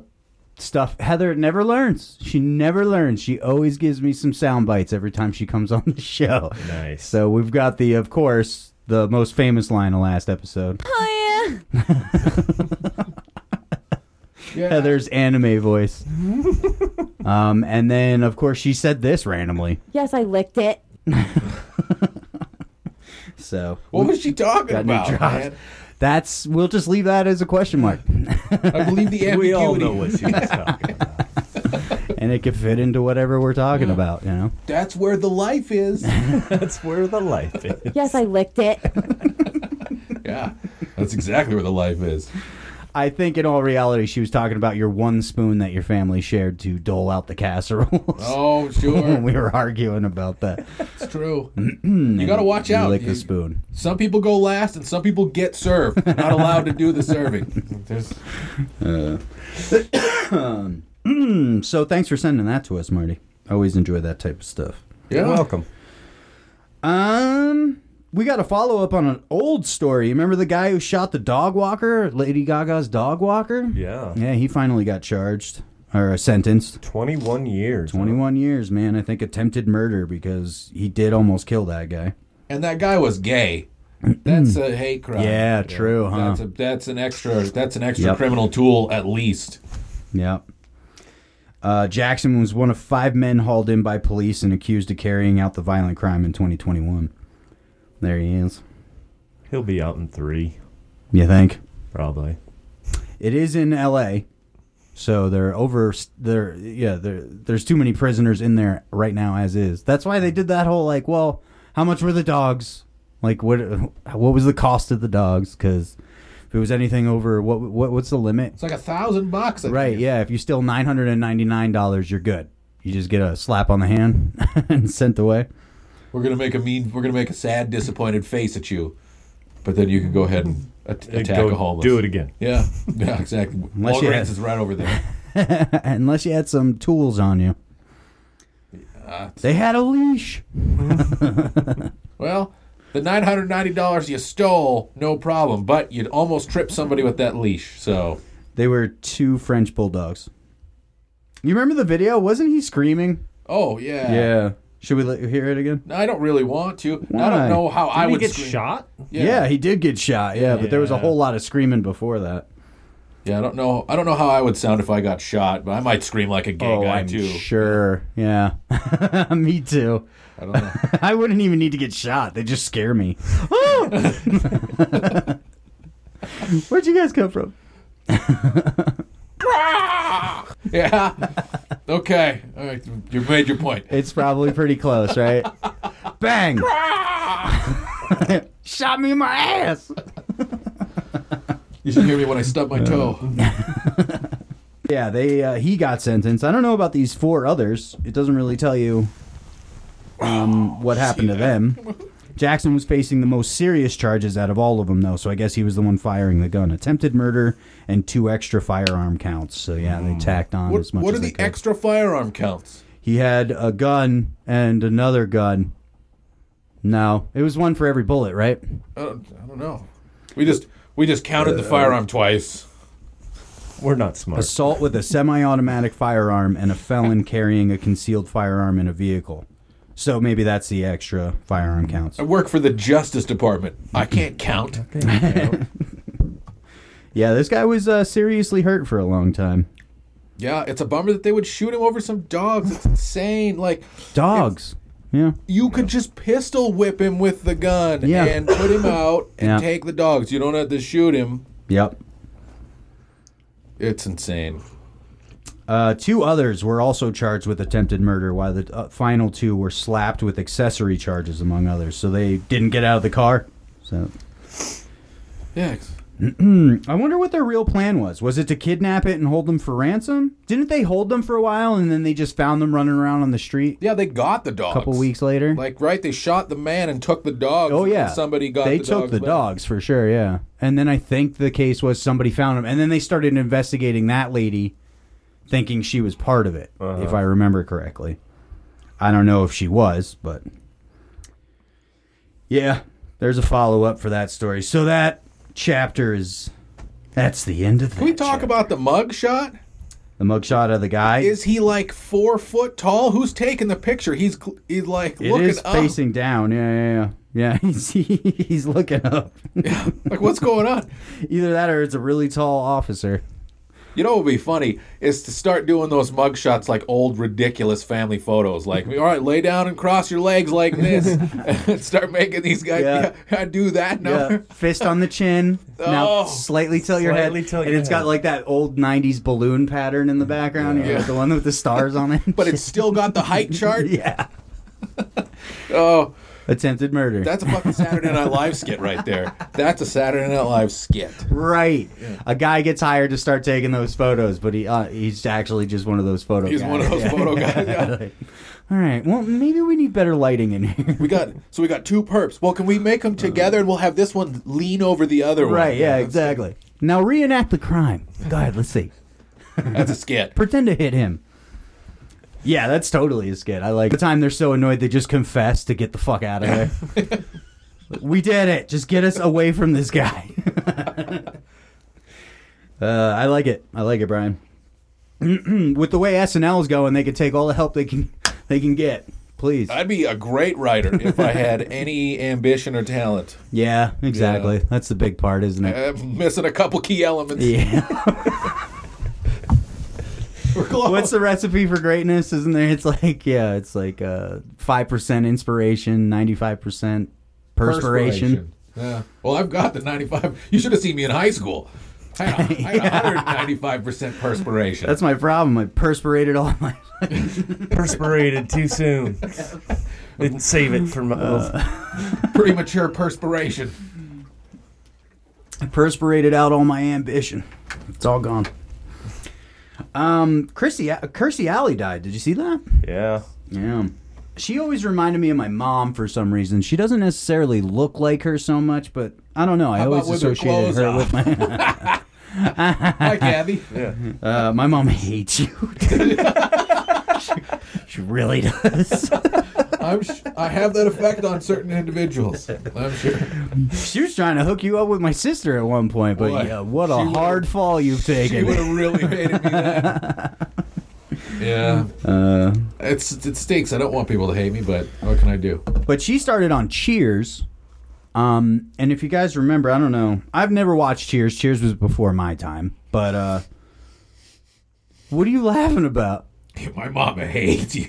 [SPEAKER 2] stuff. Heather never learns. She never learns. She always gives me some sound bites every time she comes on the show.
[SPEAKER 3] Nice.
[SPEAKER 2] So we've got the, of course, the most famous line of last episode.
[SPEAKER 6] Oh, yeah.
[SPEAKER 1] yeah.
[SPEAKER 2] Heather's anime voice. um, and then, of course, she said this randomly.
[SPEAKER 6] Yes, I licked it.
[SPEAKER 2] So
[SPEAKER 1] What was she talking
[SPEAKER 2] Got new
[SPEAKER 1] about,
[SPEAKER 2] jobs.
[SPEAKER 1] man?
[SPEAKER 2] that's we'll just leave that as a question mark,
[SPEAKER 1] I believe the ambiguity.
[SPEAKER 3] we all know what she was talking about.
[SPEAKER 2] and it could fit into whatever we're talking about. You know.
[SPEAKER 1] That's where the life is.
[SPEAKER 3] That's where the life is.
[SPEAKER 6] Yes, I licked it.
[SPEAKER 1] yeah, that's exactly where the life is.
[SPEAKER 2] I think in all reality, she was talking about your one spoon that your family shared to dole out the casseroles.
[SPEAKER 1] Oh,
[SPEAKER 2] when
[SPEAKER 1] sure,
[SPEAKER 2] we were arguing about that.
[SPEAKER 1] it's true. you got to watch
[SPEAKER 2] You
[SPEAKER 1] out.
[SPEAKER 2] lick
[SPEAKER 1] You-
[SPEAKER 2] the spoon.
[SPEAKER 1] Some people go last, and some people get served. You're not allowed to do the serving. There's-
[SPEAKER 2] Mm, So thanks for sending that to us, Marty. I always enjoy that type of stuff.
[SPEAKER 1] yeah,
[SPEAKER 3] Welcome.
[SPEAKER 2] Um, we got a follow up on an old story. Remember the guy who shot the dog walker, Lady Gaga's dog walker?
[SPEAKER 3] Yeah.
[SPEAKER 2] Yeah, he finally got charged or sentenced.
[SPEAKER 3] 21 years.
[SPEAKER 2] 21 years, man. I think attempted murder because he did almost kill that guy.
[SPEAKER 1] and that guy was gay. That's a hate crime.
[SPEAKER 2] Yeah, true, huh?
[SPEAKER 1] That's a, that's an extra. That's an extra
[SPEAKER 2] Yep.
[SPEAKER 1] criminal tool, at least.
[SPEAKER 2] Yep. Uh, Jackson was one of five men hauled in by police and accused of carrying out the violent crime in 2021. There he is.
[SPEAKER 3] He'll be out in three,
[SPEAKER 2] You think?
[SPEAKER 3] probably.
[SPEAKER 2] It is in L.A. So they're over. They're yeah. They're, there's too many prisoners in there right now as is. That's why they did that whole like, well, how much were the dogs? Like what? What was the cost of the dogs? Because if it was anything over, what what what's the limit?
[SPEAKER 1] It's like a thousand bucks. I
[SPEAKER 2] Right.
[SPEAKER 1] think.
[SPEAKER 2] Yeah. If you steal nine hundred and ninety nine dollars, you're good. You just get a slap on the hand and sent away.
[SPEAKER 1] We're gonna make a mean. We're gonna make a sad, disappointed face at you, but then you can go ahead and at-
[SPEAKER 3] And
[SPEAKER 1] attack
[SPEAKER 3] go
[SPEAKER 1] a homeless.
[SPEAKER 3] Do it again.
[SPEAKER 1] Yeah. Yeah. Exactly.
[SPEAKER 2] Unless you
[SPEAKER 1] Walgreens
[SPEAKER 2] have-
[SPEAKER 1] is right over there.
[SPEAKER 2] Unless you had some tools on you. They had a leash.
[SPEAKER 1] Well, the nine hundred ninety dollars you stole, no problem. But you'd almost trip somebody with that leash. So
[SPEAKER 2] They were two French bulldogs. You remember the video? Wasn't he screaming?
[SPEAKER 1] oh yeah.
[SPEAKER 2] Should we let you hear it again?
[SPEAKER 1] I don't really want to. I
[SPEAKER 2] Why?
[SPEAKER 1] don't know how I
[SPEAKER 3] Did he
[SPEAKER 1] would
[SPEAKER 3] get
[SPEAKER 1] scream.
[SPEAKER 3] shot?
[SPEAKER 2] Yeah. he did get shot. Yeah, but there was a
[SPEAKER 3] Yeah.
[SPEAKER 2] whole lot of screaming before that.
[SPEAKER 1] Yeah, I don't know. I don't know how I would sound if I got shot, but I might scream like a gay
[SPEAKER 3] Oh,
[SPEAKER 1] guy
[SPEAKER 2] Oh, I'm
[SPEAKER 1] too.
[SPEAKER 2] sure. Yeah. me too.
[SPEAKER 1] I don't know.
[SPEAKER 2] I wouldn't even need to get shot. They just scare me. Oh! Where'd you guys come from?
[SPEAKER 1] yeah. Okay. All right. You made your point.
[SPEAKER 2] It's probably pretty close, right? Bang! shot me in my ass.
[SPEAKER 1] You should hear me when I stub
[SPEAKER 3] Uh,
[SPEAKER 1] my toe.
[SPEAKER 2] Yeah, they uh, he got sentenced. I don't know about these four others. It doesn't really tell you um, what happened to them. Jackson was facing the most serious charges out of all of them, though. So I guess he was the one firing the gun, attempted murder, and two extra firearm counts. So yeah, they tacked on
[SPEAKER 1] Hmm. What,
[SPEAKER 2] as much.
[SPEAKER 1] what
[SPEAKER 2] as
[SPEAKER 1] are
[SPEAKER 2] they
[SPEAKER 1] the
[SPEAKER 2] could.
[SPEAKER 1] extra firearm counts?
[SPEAKER 2] He had a gun and another gun. No, it was one for every bullet, right?
[SPEAKER 1] I don't, I don't know. We just we just counted the firearm twice.
[SPEAKER 3] We're not smart.
[SPEAKER 2] Assault with a semi-automatic firearm and a felon carrying a concealed firearm in a vehicle. So maybe that's the extra firearm counts.
[SPEAKER 1] I work for the Justice Department. I can't count.
[SPEAKER 2] Yeah, this guy was uh, seriously hurt for a long time.
[SPEAKER 1] Yeah, it's a bummer that they would shoot him over some dogs. It's insane. Like
[SPEAKER 2] Dogs. Yeah.
[SPEAKER 1] you could just pistol whip him with the gun
[SPEAKER 2] Yeah.
[SPEAKER 1] and put him out and
[SPEAKER 2] Yeah.
[SPEAKER 1] take the dogs. You don't have to shoot him.
[SPEAKER 2] Yep.
[SPEAKER 1] It's insane.
[SPEAKER 2] Uh, two others were also charged with attempted murder, while the uh, final two were slapped with accessory charges, among others. So they didn't get out of the car. So
[SPEAKER 1] Yeah. it's-
[SPEAKER 2] I wonder what their real plan was. Was it to kidnap it and hold them for ransom? Didn't they hold them for a while and then they just found them running around on the street
[SPEAKER 1] Yeah, they got the dogs.
[SPEAKER 2] a couple weeks later?
[SPEAKER 1] Like right, they shot the man and took the dogs.
[SPEAKER 2] oh
[SPEAKER 1] and
[SPEAKER 2] yeah,
[SPEAKER 1] somebody got.
[SPEAKER 2] They
[SPEAKER 1] the
[SPEAKER 2] took
[SPEAKER 1] dogs
[SPEAKER 2] the
[SPEAKER 1] back.
[SPEAKER 2] dogs for sure. Yeah, and then I think the case was somebody found them, and then they started investigating that lady, thinking she was part of it,
[SPEAKER 1] Uh-huh.
[SPEAKER 2] if I remember correctly. I don't know if she was, but yeah, there's a follow up for that story. So that chapter is that's the end of that.
[SPEAKER 1] Can we talk about the mug shot?
[SPEAKER 2] the mugshot of the guy?
[SPEAKER 1] Is he like four foot tall? Who's taking the picture? He's cl- he's like
[SPEAKER 2] it
[SPEAKER 1] looking
[SPEAKER 2] is
[SPEAKER 1] up.
[SPEAKER 2] facing down. Yeah, yeah, yeah. Yeah, he's, he's looking up.
[SPEAKER 1] Like what's going on?
[SPEAKER 2] Either that or it's a really tall officer.
[SPEAKER 1] You know what would be funny is to start doing those mug shots like old ridiculous family photos. Like, all right, lay down and cross your legs like this, and start making these guys.
[SPEAKER 2] Yeah.
[SPEAKER 1] Yeah. I do that now.
[SPEAKER 2] Yeah, fist on the chin. Now
[SPEAKER 1] Oh.
[SPEAKER 2] slightly till your
[SPEAKER 3] Slightly
[SPEAKER 2] head,
[SPEAKER 3] till
[SPEAKER 2] and
[SPEAKER 3] your
[SPEAKER 2] it's got
[SPEAKER 3] head.
[SPEAKER 2] like that old '90s balloon pattern in the background. You know,
[SPEAKER 1] Yeah.
[SPEAKER 2] the one with the stars on it.
[SPEAKER 1] But it's still got the height chart.
[SPEAKER 2] yeah,
[SPEAKER 1] Oh,
[SPEAKER 2] attempted murder.
[SPEAKER 1] that's a fucking Saturday Night Live skit right there. That's a Saturday Night Live skit.
[SPEAKER 2] Oh right. A guy gets hired to start taking those photos, but he uh, he's actually just one of those photo.
[SPEAKER 1] He's
[SPEAKER 2] guys.
[SPEAKER 1] one of those
[SPEAKER 2] Yeah.
[SPEAKER 1] photo guys. yeah.
[SPEAKER 2] Like, All right. Well, maybe we need better lighting in here.
[SPEAKER 1] We got so we got two perps. Well, can we make them together and we'll have this one lean over the other one?
[SPEAKER 2] right. Yeah.
[SPEAKER 1] that's-
[SPEAKER 2] Exactly. Now reenact the crime. Go ahead. Let's see.
[SPEAKER 1] That's a skit.
[SPEAKER 2] pretend to hit him. Yeah, that's totally a skit. I like the time they're so annoyed they just confess to get the fuck out of there. we did it. Just get us away from this guy. uh, I like it. I like it, Brian. With the way SNL's going, they could take all the help they can they can get. Please.
[SPEAKER 1] I'd be a great writer if I had any ambition or talent.
[SPEAKER 2] Yeah, exactly. That's the big part, isn't it?
[SPEAKER 1] Uh, missing a couple key elements.
[SPEAKER 2] Yeah.
[SPEAKER 1] We're close.
[SPEAKER 2] What's the recipe for greatness? Isn't there? It's like yeah, it's like uh five percent inspiration, ninety five percent perspiration.
[SPEAKER 1] Yeah. Well, I've got the 95. You should have seen me in high school. I had a- I had 195% perspiration.
[SPEAKER 2] That's my problem. I perspirated all my.
[SPEAKER 3] Perspirated too soon. Didn't save it for my.
[SPEAKER 2] Uh.
[SPEAKER 1] premature perspiration.
[SPEAKER 2] I perspirated out all my ambition. It's all gone. Um, Chrissy, Kirstie Alley died. Did you see that?
[SPEAKER 3] yeah.
[SPEAKER 2] Yeah. She always reminded me of my mom for some reason. She doesn't necessarily look like her so much, but I don't know. I
[SPEAKER 1] How about with
[SPEAKER 2] always
[SPEAKER 1] her
[SPEAKER 2] associated
[SPEAKER 1] clothes
[SPEAKER 2] her
[SPEAKER 1] off?
[SPEAKER 2] with my.
[SPEAKER 1] Hi, Gabby.
[SPEAKER 2] Uh, my mom hates you. she, she really does.
[SPEAKER 1] I'm sh- I have that effect on certain individuals. I'm sure.
[SPEAKER 2] she was trying to hook you up with my sister at one point, but
[SPEAKER 1] Boy,
[SPEAKER 2] yeah, what
[SPEAKER 1] she
[SPEAKER 2] a
[SPEAKER 1] would've-
[SPEAKER 2] hard fall you've
[SPEAKER 1] She would
[SPEAKER 2] taken.
[SPEAKER 1] have really hated me then. Yeah,
[SPEAKER 2] Uh,
[SPEAKER 1] it's it stinks. I don't want people to hate me, but what can I do?
[SPEAKER 2] but she started on Cheers. Um, and if you guys remember, I don't know. I've never watched Cheers. Cheers was before my time. But uh, what are you laughing about?
[SPEAKER 1] My mama hates you.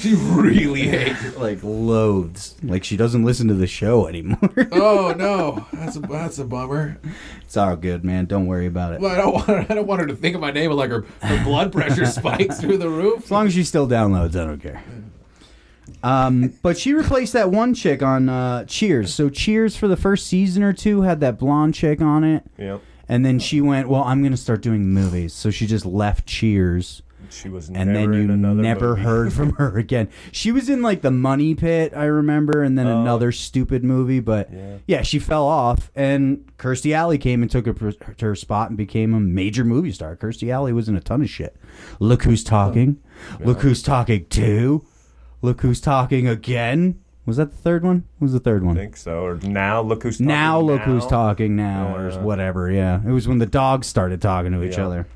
[SPEAKER 1] she really hates you.
[SPEAKER 2] Like loathes. Like she doesn't listen to the show anymore.
[SPEAKER 1] Oh no, that's a that's a bummer.
[SPEAKER 2] it's all good, man. Don't worry about it.
[SPEAKER 1] Well, I don't want her, I don't want her to think of my name and like her, her blood pressure spikes through the roof.
[SPEAKER 2] As long as she still downloads, I don't care. Um, but she replaced that one chick on uh, Cheers. So Cheers for the first season or two had that blonde chick on it,
[SPEAKER 3] Yep.
[SPEAKER 2] and then she went, "Well, I'm going to start doing movies." So she just left Cheers,
[SPEAKER 3] She was
[SPEAKER 2] and
[SPEAKER 3] never
[SPEAKER 2] then you
[SPEAKER 3] in another
[SPEAKER 2] never
[SPEAKER 3] movie.
[SPEAKER 2] heard from her again. She was in like the Money Pit, I remember, and then
[SPEAKER 3] Oh.
[SPEAKER 2] another stupid movie. But yeah.
[SPEAKER 3] Yeah.
[SPEAKER 2] she fell off, and Kirstie Alley came and took her, her spot and became a major movie star. Kirstie Alley was in a ton of shit. Look who's talking. Look who's talking to. Look who's talking again. Was that the third one? What was the third one?
[SPEAKER 3] I think so. Or now look who's talking.
[SPEAKER 2] now look who's talking now
[SPEAKER 3] Yeah.
[SPEAKER 2] or whatever. Yeah, it was when the dogs started talking to each
[SPEAKER 3] Yeah.
[SPEAKER 2] other.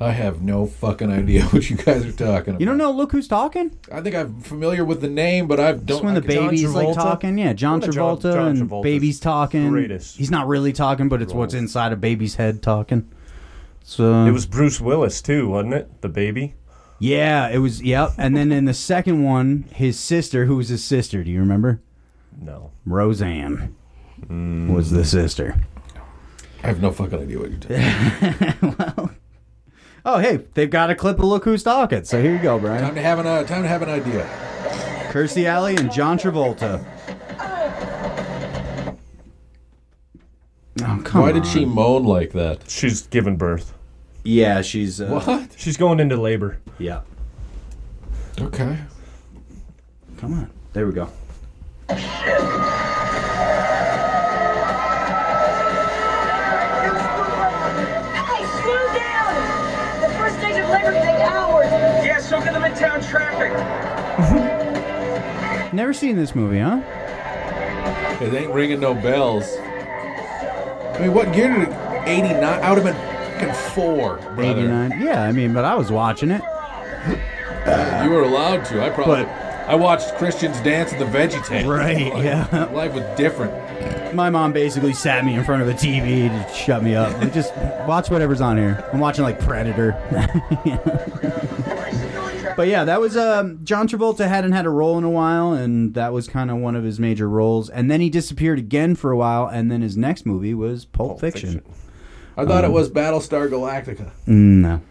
[SPEAKER 1] I have no fucking idea what you guys are talking about.
[SPEAKER 2] You don't know? Look who's talking.
[SPEAKER 1] I think I'm familiar with the name, but I don't.
[SPEAKER 2] Just when the
[SPEAKER 1] I can-
[SPEAKER 3] John
[SPEAKER 2] baby's like
[SPEAKER 3] Travolta?
[SPEAKER 2] talking, yeah, John
[SPEAKER 3] One of John-
[SPEAKER 2] Travolta
[SPEAKER 3] John
[SPEAKER 2] and
[SPEAKER 3] Travolta's
[SPEAKER 2] baby's talking.
[SPEAKER 3] greatest
[SPEAKER 2] He's not really talking, but it's what's
[SPEAKER 3] roles.
[SPEAKER 2] inside a baby's head talking. So
[SPEAKER 3] It was Bruce Willis too, wasn't it? The baby.
[SPEAKER 2] yeah, it was yep. And then in the second one, his sister, who was his sister? Do you remember?
[SPEAKER 3] No.
[SPEAKER 2] Roseanne
[SPEAKER 3] Hmm.
[SPEAKER 2] was the sister.
[SPEAKER 1] I have no fucking idea what you're talking. about.
[SPEAKER 2] Oh hey, they've got a clip of Look Who's Talking. So here you go,
[SPEAKER 1] Time
[SPEAKER 2] Brian.
[SPEAKER 1] to have an uh, time to have an idea.
[SPEAKER 2] Kirstie Alley and John Travolta. Oh come
[SPEAKER 1] Why
[SPEAKER 2] on!
[SPEAKER 1] did she moan like that?
[SPEAKER 3] She's giving birth.
[SPEAKER 2] Yeah, she's uh,
[SPEAKER 1] What?
[SPEAKER 3] She's going into labor.
[SPEAKER 2] yeah.
[SPEAKER 1] Okay.
[SPEAKER 2] Come on, there we go.
[SPEAKER 7] Hey, slow down! The first stage of labor can take hours.
[SPEAKER 8] Yeah, so can the midtown traffic.
[SPEAKER 2] Never seen this movie, huh?
[SPEAKER 1] It ain't ringing no bells. I mean, what year did it? 89? I would have been fucking four, brother.
[SPEAKER 2] 89. Yeah, I mean, but I was watching it.
[SPEAKER 1] You were allowed to. I probably.
[SPEAKER 2] But-
[SPEAKER 1] I watched Christians dance at the Veggie Tales.
[SPEAKER 2] Right,
[SPEAKER 1] Like,
[SPEAKER 2] yeah.
[SPEAKER 1] Life was different.
[SPEAKER 2] My mom basically sat me in front of a TV to shut me up. Like, Just watch whatever's on here. I'm watching like Predator. but yeah, that was um, John Travolta hadn't had a role in a while, and that was kind of one of his major roles. And then he disappeared again for a while, and then his next movie was Pulp, Fiction.
[SPEAKER 1] I thought it was Battlestar Galactica.
[SPEAKER 2] Mm, no,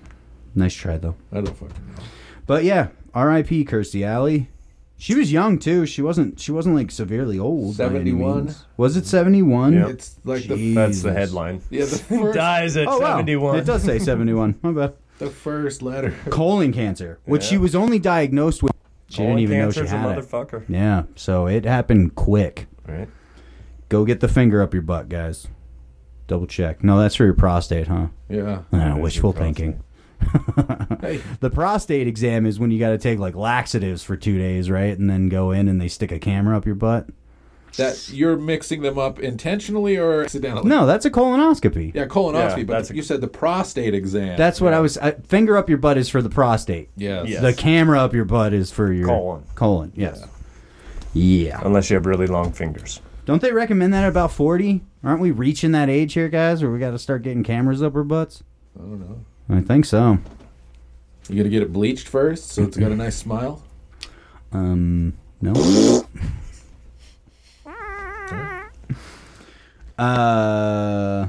[SPEAKER 2] nice try though.
[SPEAKER 1] I don't fucking know.
[SPEAKER 2] But yeah, R.I.P. Kirstie Alley. She was young too. She wasn't. She wasn't like severely old. by any
[SPEAKER 1] 71?
[SPEAKER 2] means. Was it seventy one?
[SPEAKER 3] Yep.
[SPEAKER 1] It's like
[SPEAKER 2] Jeez.
[SPEAKER 1] the,
[SPEAKER 3] That's the
[SPEAKER 2] Jesus.
[SPEAKER 3] headline.
[SPEAKER 1] yeah, the, first,
[SPEAKER 3] Dies at
[SPEAKER 2] Oh wow!
[SPEAKER 3] 71.
[SPEAKER 2] It does say seventy one. My bad.
[SPEAKER 1] the first letter.
[SPEAKER 2] Colon cancer, which she was only diagnosed with. She
[SPEAKER 3] Colon
[SPEAKER 2] didn't even know she
[SPEAKER 3] cancer's
[SPEAKER 2] had
[SPEAKER 3] a
[SPEAKER 2] it.
[SPEAKER 3] motherfucker.
[SPEAKER 2] Yeah, so it happened quick.
[SPEAKER 3] Right.
[SPEAKER 2] Go get the finger up your butt, guys. Double check. No, that's for your prostate, huh?
[SPEAKER 1] Yeah.
[SPEAKER 2] Ah, wishful
[SPEAKER 3] prostate.
[SPEAKER 2] thinking.
[SPEAKER 1] Hey,
[SPEAKER 2] The prostate exam is when you got to take like laxatives for two days, right? And then go in and they stick a camera up your butt.
[SPEAKER 1] that you're mixing them up intentionally or accidentally?
[SPEAKER 2] No, that's a colonoscopy.
[SPEAKER 1] Yeah, colonoscopy,
[SPEAKER 3] Yeah,
[SPEAKER 1] but
[SPEAKER 3] that's a-
[SPEAKER 1] you said the prostate exam.
[SPEAKER 2] That's what I was. I, finger up your butt is for the prostate.
[SPEAKER 1] yes.
[SPEAKER 3] Yeah.
[SPEAKER 2] The camera up your butt is for your
[SPEAKER 3] Colon.
[SPEAKER 2] Colon, yes. Yeah.
[SPEAKER 3] Unless you have really long fingers.
[SPEAKER 2] Don't they recommend that at about 40? Aren't we reaching that age here, guys, where we got to start getting cameras up our butts?
[SPEAKER 1] I don't know.
[SPEAKER 2] I think so.
[SPEAKER 1] You gotta get it bleached first, so it's got a nice smile.
[SPEAKER 2] Um, no. Uh,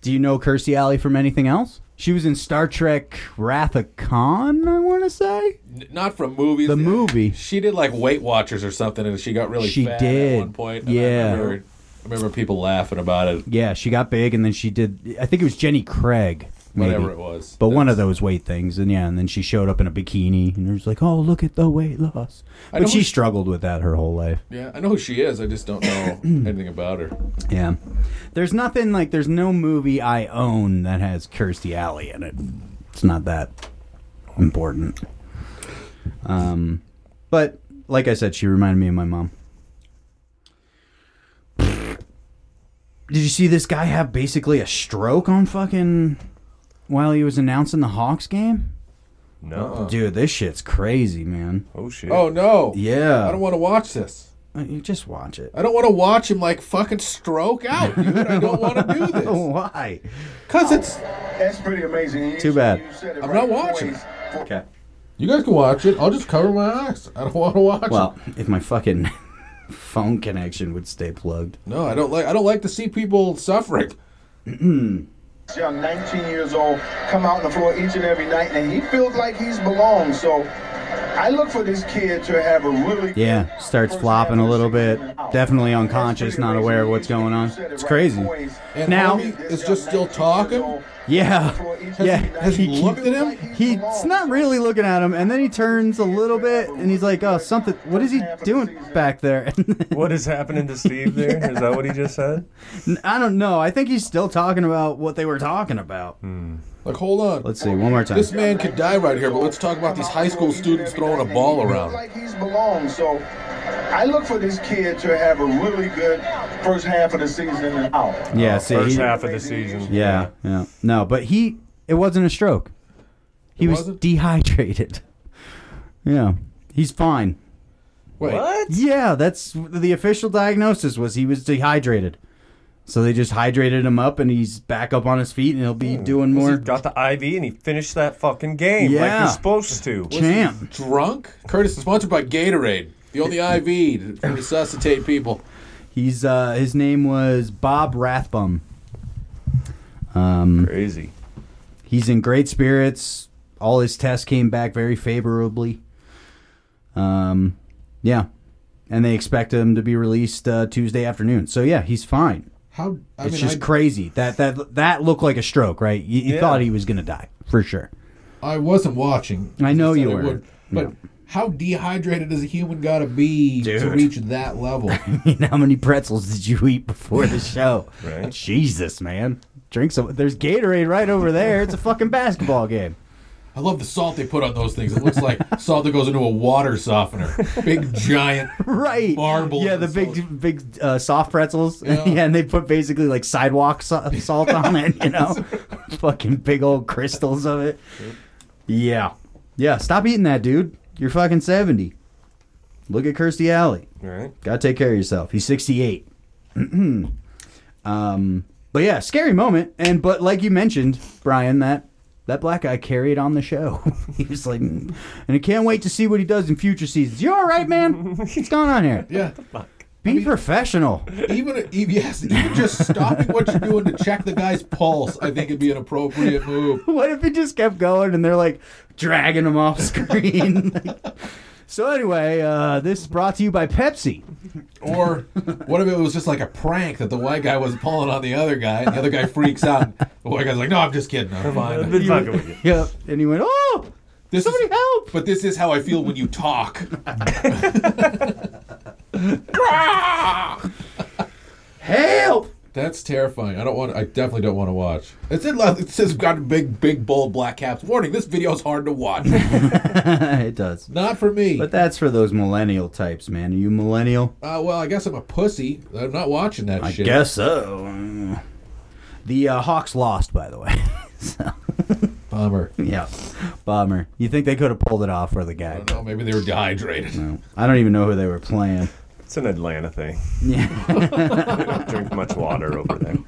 [SPEAKER 2] do you know Kirstie Alley from anything else? She was in Star Trek Wrath of Khan, I want to say.
[SPEAKER 1] N- not from movies.
[SPEAKER 2] The movie.
[SPEAKER 1] She did like Weight Watchers or something, and she got really
[SPEAKER 2] She
[SPEAKER 1] fat
[SPEAKER 2] did.
[SPEAKER 1] at one point. and
[SPEAKER 2] Yeah.
[SPEAKER 1] I remember, I remember people laughing about it.
[SPEAKER 2] Yeah, she got big and then she did. I think it was Jenny Craig. maybe.
[SPEAKER 1] Whatever it was.
[SPEAKER 2] But one
[SPEAKER 1] That's-
[SPEAKER 2] of those weight things, and yeah, and then she showed up in a bikini, and it was like, "Oh, look at the weight loss."
[SPEAKER 1] I
[SPEAKER 2] But
[SPEAKER 1] know
[SPEAKER 2] she
[SPEAKER 1] who-
[SPEAKER 2] struggled with that her whole life.
[SPEAKER 1] Yeah, I know who she is. I just don't know anything about her.
[SPEAKER 2] Yeah, there's nothing like there's no movie I own that has Kirstie Alley in it. It's not that important. Um, but like I said, she reminded me of my mom. Did you see this guy have basically a stroke on fucking while he was announcing the Hawks game?
[SPEAKER 3] No.
[SPEAKER 2] Dude, this shit's crazy, man.
[SPEAKER 3] Oh shit.
[SPEAKER 1] Uh-uh. Oh no! I don't
[SPEAKER 2] Yeah.
[SPEAKER 1] want to watch this.
[SPEAKER 2] Uh, You just watch it.
[SPEAKER 1] I don't want to watch him like fucking stroke out. Dude. I don't want to do this
[SPEAKER 2] Why?
[SPEAKER 1] because it's.
[SPEAKER 9] That's pretty amazing.
[SPEAKER 2] Too bad.
[SPEAKER 1] I'm not watching it.
[SPEAKER 2] Okay.
[SPEAKER 1] You guys can watch it. I'll just cover my eyes. I don't want to watch it.
[SPEAKER 2] Well, if my fucking phone connection would stay plugged.
[SPEAKER 1] No, I don't like. I don't like to see people suffering.
[SPEAKER 9] Young, 19 years old, come out on the floor each and every night, and he feels like he's belongs. So I look for this kid to have a really
[SPEAKER 2] Yeah, starts flopping a little bit. Definitely unconscious, not aware of what's going on. It's crazy.
[SPEAKER 1] And
[SPEAKER 2] Now-
[SPEAKER 1] homie is just still talking.
[SPEAKER 2] Yeah. Yeah.
[SPEAKER 1] Has he looked at him?
[SPEAKER 2] He's not really looking at him, and then he turns a little bit, and he's like, "Oh, something. What is he doing back there?"
[SPEAKER 3] What is happening to Steve there? Is that what he just said?
[SPEAKER 2] I don't know. I think he's still talking about what they were talking about.
[SPEAKER 1] Like, hold on.
[SPEAKER 2] Let's see one more time.
[SPEAKER 1] Hmm. This man could die right here, but let's talk about these high school students throwing a ball around.
[SPEAKER 9] Like he's belongs. So I look for this kid to have a really good first half of the season and out.
[SPEAKER 2] Yeah. See.
[SPEAKER 3] First
[SPEAKER 2] he-
[SPEAKER 3] half of the season.
[SPEAKER 2] Yeah, yeah. No, but he it wasn't a stroke. He was
[SPEAKER 1] wasn't?
[SPEAKER 2] dehydrated. Yeah. He's fine.
[SPEAKER 1] Wait,
[SPEAKER 3] What?
[SPEAKER 2] Yeah, that's the official diagnosis was he was dehydrated. So they just hydrated him up and he's back up on his feet and he'll be doing more
[SPEAKER 3] Got the IV and he finished that fucking game like
[SPEAKER 2] Yeah.
[SPEAKER 3] he's supposed to.
[SPEAKER 2] champ.
[SPEAKER 1] drunk? Curtis is sponsored by Gatorade, the only IV to resuscitate people.
[SPEAKER 2] He's uh his name was Bob Rathbum. Um
[SPEAKER 3] Crazy.
[SPEAKER 2] he's in great spirits. All his tests came back very favorably. Um, yeah, and they expect him to be released uh, Tuesday afternoon. So yeah, he's fine.
[SPEAKER 1] How? I
[SPEAKER 2] It's
[SPEAKER 1] mean,
[SPEAKER 2] just crazy that that that looked like a stroke, right? You, you
[SPEAKER 3] Yeah.
[SPEAKER 2] thought he was gonna die for sure.
[SPEAKER 1] I, I wasn't watching.
[SPEAKER 2] I know
[SPEAKER 1] said
[SPEAKER 2] you
[SPEAKER 1] I
[SPEAKER 2] were.
[SPEAKER 1] but how dehydrated does a human gotta be to
[SPEAKER 2] Dude.
[SPEAKER 1] reach that level?
[SPEAKER 2] How many pretzels did you eat before the show?
[SPEAKER 3] Right.
[SPEAKER 2] Jesus, man, drink some. There's Gatorade right over there. It's a fucking basketball game.
[SPEAKER 1] I love the salt they put on those things. It looks like salt that goes into a water softener. Big giant.
[SPEAKER 2] right
[SPEAKER 1] Marble
[SPEAKER 2] yeah the
[SPEAKER 1] and
[SPEAKER 2] big
[SPEAKER 1] salt.
[SPEAKER 2] big uh, soft pretzels yeah.
[SPEAKER 1] Yeah.
[SPEAKER 2] and they put basically like sidewalk so- salt on it you know fucking big old crystals of it yeah yeah stop eating that dude you're fucking 70 look at kirstie alley
[SPEAKER 3] Right?
[SPEAKER 2] gotta take care of yourself he's 68 um but yeah scary moment and but like you mentioned brian that that black guy carried on the show. he was like, "Mm." and I can't wait to see what he does in future seasons. You all right, man? What's going on here?
[SPEAKER 1] Yeah.
[SPEAKER 2] Be professional.
[SPEAKER 1] Even even- yes, even just stopping what you're doing to check the guy's pulse, I think it'd be an appropriate move.
[SPEAKER 2] what if it just kept going and they're like dragging him off screen? Like- so anyway, uh, this is brought to you by Pepsi.
[SPEAKER 1] Or what if it was just like a prank that the white guy was pulling on the other guy, and the other guy freaks out. And the white guy's like, "No, I'm just kidding. I'm
[SPEAKER 3] I've
[SPEAKER 1] fine."
[SPEAKER 3] been fucking with you.
[SPEAKER 2] Yep. And he went, oh,
[SPEAKER 1] This is-
[SPEAKER 2] somebody help.
[SPEAKER 1] but this is how I feel when you talk.
[SPEAKER 2] Help.
[SPEAKER 1] That's terrifying. I don't want. I definitely don't want to watch. It said it says got big, big, bold black caps. Warning: This video's hard to watch.
[SPEAKER 2] it does.
[SPEAKER 1] Not for me.
[SPEAKER 2] But that's for those millennial types, man. Are you millennial?
[SPEAKER 1] Uh, well, I guess I'm a pussy. I'm not watching that
[SPEAKER 2] I
[SPEAKER 1] shit.
[SPEAKER 2] guess so. The uh, Hawks lost, by the way. so,
[SPEAKER 1] Bummer. I
[SPEAKER 2] yeah. Bummer. You think they could have pulled it off for the guy?
[SPEAKER 1] don't know. Maybe they were dehydrated.
[SPEAKER 2] I don't even know who they were playing.
[SPEAKER 3] It's an Atlanta thing.
[SPEAKER 2] Yeah.
[SPEAKER 3] They don't drink much water over there.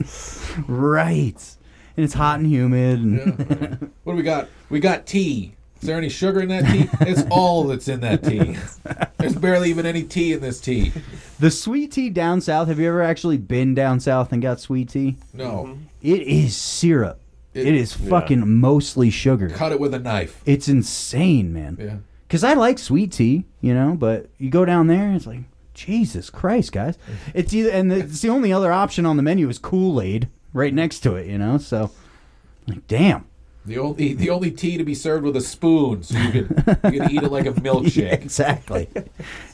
[SPEAKER 2] right. And it's hot and humid. And
[SPEAKER 1] Yeah. what do we got? We got tea. Is there any sugar in that tea? It's all that's in that tea. There's barely even any tea in this tea.
[SPEAKER 2] The sweet tea down south. Have you ever actually been down south and got sweet tea?
[SPEAKER 1] No.
[SPEAKER 2] It is syrup. it is fucking mostly sugar.
[SPEAKER 1] Cut it with a knife.
[SPEAKER 2] It's insane, man.
[SPEAKER 1] Yeah.
[SPEAKER 2] Cause I like sweet tea, you know, but you go down there, it's like Jesus Christ, guys. It's either and it's the only other option on the menu is Kool Aid right next to it, you know. So, like, damn,
[SPEAKER 1] The only the only tea to be served with a spoon, so you can you can eat it like a milkshake.
[SPEAKER 2] exactly. and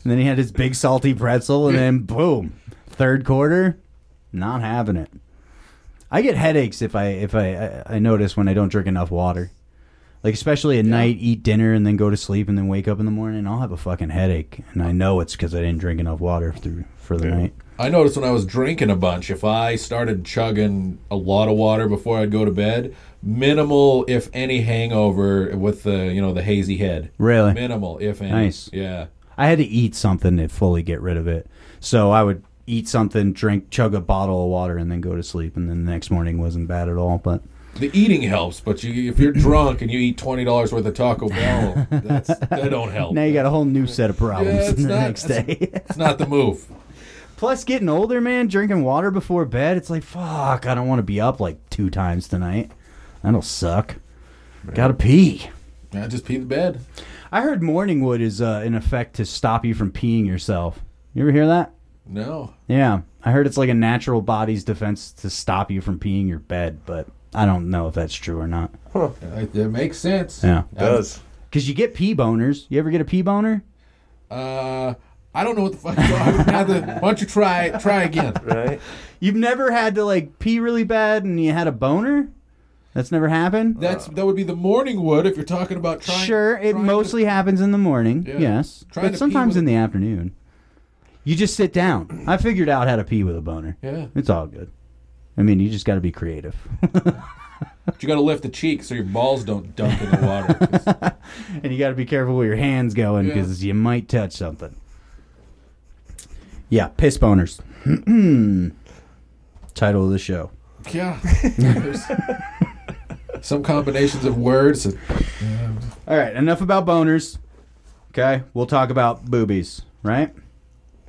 [SPEAKER 2] then he had his big salty pretzel, and then boom, third quarter, not having it. I get headaches if I if I I, I notice when I don't drink enough water. Like especially at night, eat dinner and then go to sleep and then wake up in the morning, and I'll have a fucking headache, and I know it's because I didn't drink enough water through for the night.
[SPEAKER 1] I noticed when I was drinking a bunch, if I started chugging a lot of water before I'd go to bed, minimal if any hangover with the you know the hazy head.
[SPEAKER 2] Really?
[SPEAKER 1] Minimal if any.
[SPEAKER 2] Nice.
[SPEAKER 1] Yeah.
[SPEAKER 2] I had to eat something to fully get rid of it. So I would eat something, drink, chug a bottle of water, and then go to sleep. And then the next morning wasn't bad at all. But
[SPEAKER 1] The eating helps, but you if you're drunk and you eat twenty dollars worth of Taco Bell, that's that don't help.
[SPEAKER 2] now you got a whole new set of problems
[SPEAKER 1] Yeah, it's
[SPEAKER 2] the
[SPEAKER 1] not-
[SPEAKER 2] next day.
[SPEAKER 1] It's not the move.
[SPEAKER 2] Plus, getting older, man, drinking water before bed, it's like, fuck, I don't want to be up like two times tonight. That'll suck. Gotta pee.
[SPEAKER 1] I just pee the bed.
[SPEAKER 2] I heard morning wood is uh, in effect to stop you from peeing yourself. You ever hear that?
[SPEAKER 1] No.
[SPEAKER 2] Yeah, I heard it's like a natural body's defense to stop you from peeing your bed, but I don't know if that's true or not.
[SPEAKER 1] It, it makes sense.
[SPEAKER 2] Yeah,
[SPEAKER 10] does.
[SPEAKER 2] because you get pee boners. You ever get a pee boner?
[SPEAKER 1] Uh, I don't know what the fuck. you are. Now the- why don't you try try again?
[SPEAKER 10] Right?
[SPEAKER 2] You've never had to like pee really bad and you had a boner? That's never happened.
[SPEAKER 1] That's that would be the morning wood if you're talking about trying.
[SPEAKER 2] sure, it
[SPEAKER 1] trying to-
[SPEAKER 2] mostly happens in the morning.
[SPEAKER 1] Yeah.
[SPEAKER 2] Yes,
[SPEAKER 1] Trying to
[SPEAKER 2] but
[SPEAKER 1] pee
[SPEAKER 2] sometimes
[SPEAKER 1] with
[SPEAKER 2] in
[SPEAKER 1] a-
[SPEAKER 2] the afternoon. You just sit down. I figured out how to pee with a boner.
[SPEAKER 1] yeah,
[SPEAKER 2] It's all good. I mean, you just got to be creative.
[SPEAKER 1] but you got to lift the cheek so your balls don't dunk in the water.
[SPEAKER 2] and you got to be careful where your hands going
[SPEAKER 1] Yeah.
[SPEAKER 2] because you might touch something. Yeah, piss boners. Title of the show.
[SPEAKER 1] yeah, There's some combinations of words. that-
[SPEAKER 2] All right, enough about boners. Okay, we'll talk about boobies, right?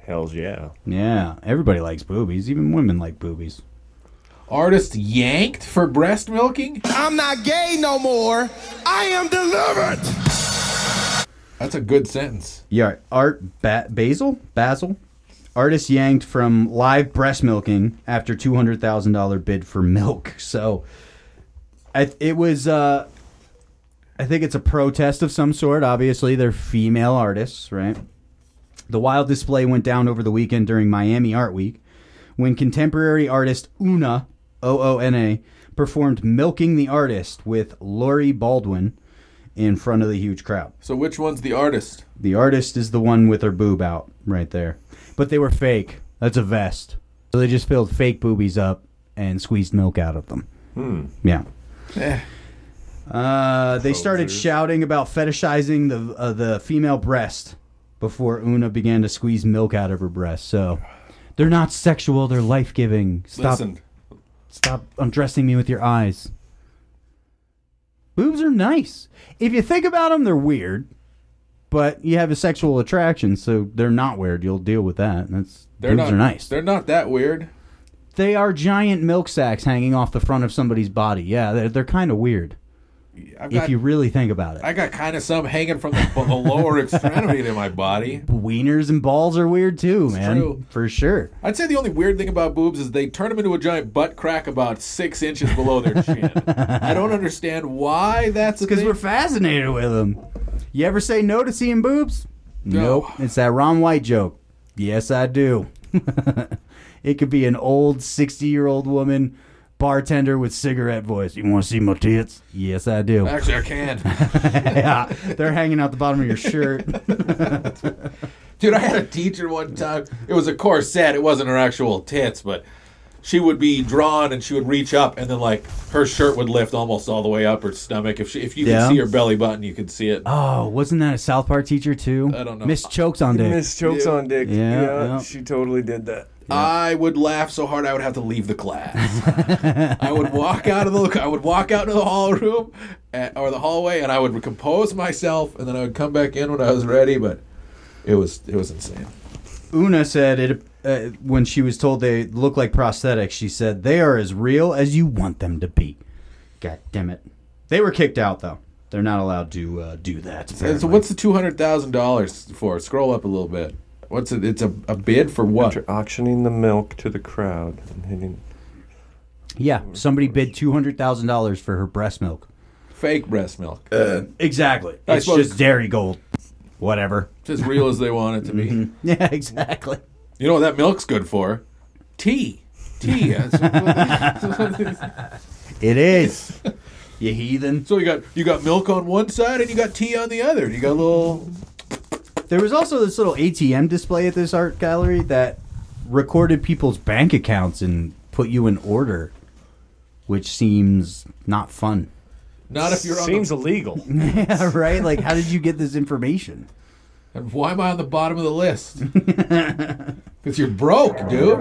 [SPEAKER 10] Hell's yeah.
[SPEAKER 2] Yeah, everybody likes boobies. Even women like boobies.
[SPEAKER 1] artist yanked for breast milking.
[SPEAKER 4] I'm not gay no more. I am delivered.
[SPEAKER 1] That's a good sentence.
[SPEAKER 2] Yeah, Art ba- Basil? Basil? Artist yanked from live breast milking after $200,000 bid for milk. So I, it was, uh, I think it's a protest of some sort. Obviously, they're female artists, right? The wild display went down over the weekend during Miami Art Week when contemporary artist Una, O O N A, performed Milking the Artist with Lori Baldwin in front of the huge crowd.
[SPEAKER 1] So which one's the artist?
[SPEAKER 2] The artist is the one with her boob out right there. But they were fake. That's a vest. So they just filled fake boobies up and squeezed milk out of them. Hmm. Yeah. Uh, they started shouting about fetishizing the uh, the female breast before Una began to squeeze milk out of her breast. So they're not sexual. They're life giving. Stop.
[SPEAKER 1] Listen,
[SPEAKER 2] Stop undressing me with your eyes. Boobs are nice. If you think about them, they're weird. But you have a sexual attraction, so they're not weird. You'll deal with that. That's
[SPEAKER 1] they're
[SPEAKER 2] boobs
[SPEAKER 1] not
[SPEAKER 2] are nice. They're,
[SPEAKER 1] They're not that weird.
[SPEAKER 2] giant milk sacks hanging off the front of somebody's body. Yeah, they're, they're kind of weird
[SPEAKER 1] I've
[SPEAKER 2] if
[SPEAKER 1] got,
[SPEAKER 2] you really think about it.
[SPEAKER 1] I got kind of some hanging from the, the lower extremity to my body.
[SPEAKER 2] Wieners and balls are weird too, man.
[SPEAKER 1] true.
[SPEAKER 2] For sure.
[SPEAKER 1] I'd say the only weird thing about boobs is they turn them into a giant butt crack about six inches below their chin. I don't understand why that's a
[SPEAKER 2] Because
[SPEAKER 1] thing.
[SPEAKER 2] we're fascinated with them. You ever say no to seeing boobs?
[SPEAKER 1] No.
[SPEAKER 2] Nope. It's that Ron White joke. Yes, I do. it could be an old 60 year old woman bartender with cigarette voice. You want to see my tits? Yes, I do.
[SPEAKER 1] Actually, I can.
[SPEAKER 2] yeah. They're hanging out the bottom of your shirt.
[SPEAKER 1] Dude, I had a teacher one time. It was a corset. It wasn't her actual tits, but she would be drawn and she would reach up, and then like her shirt would lift almost all the way up her stomach. If she, if you
[SPEAKER 2] Yeah.
[SPEAKER 1] could see her belly button, you could see it.
[SPEAKER 2] oh, wasn't that a South Park teacher too?
[SPEAKER 1] I don't know.
[SPEAKER 2] Miss Chokes on Dick.
[SPEAKER 10] Miss Chokes on Dick.
[SPEAKER 2] Yeah, yeah.
[SPEAKER 10] She totally did that.
[SPEAKER 1] I would laugh so hard I would have to leave the class. I would walk out of the I would walk out into the hall room at, or the hallway, and I would compose myself, and then I would come back in when I was ready. But it was it was insane.
[SPEAKER 2] Una said it uh, when she was told they look like prosthetics. She said they are as real as you want them to be. God damn it! They were kicked out though. They're not allowed to uh, do
[SPEAKER 1] And
[SPEAKER 2] that.
[SPEAKER 1] so
[SPEAKER 2] apparently.
[SPEAKER 1] what's the two hundred thousand dollars for? Scroll up a little bit. What's it? It's a, a bid for what?
[SPEAKER 10] After auctioning the milk to the crowd and hitting
[SPEAKER 2] Yeah, somebody bid two hundred thousand dollars for her breast milk.
[SPEAKER 1] Fake breast milk.
[SPEAKER 2] Exactly.
[SPEAKER 1] I
[SPEAKER 2] It's
[SPEAKER 1] suppose-
[SPEAKER 2] just dairy gold. Whatever.
[SPEAKER 1] It's as real as they want it to be.
[SPEAKER 2] Yeah, exactly.
[SPEAKER 1] You know what that milk's good for? Tea. Tea.
[SPEAKER 2] It is. you heathen.
[SPEAKER 1] so you got you got milk on one side and you got tea on the other. You got a little
[SPEAKER 2] There was also this little ATM display at this art gallery that recorded people's bank accounts and put you in order, which seems not fun.
[SPEAKER 1] not if you're on
[SPEAKER 3] Seems
[SPEAKER 1] the,
[SPEAKER 3] illegal.
[SPEAKER 2] Yeah, right? Like, how did you get this information?
[SPEAKER 1] and why am I on the bottom of the list? Because you're broke, dude.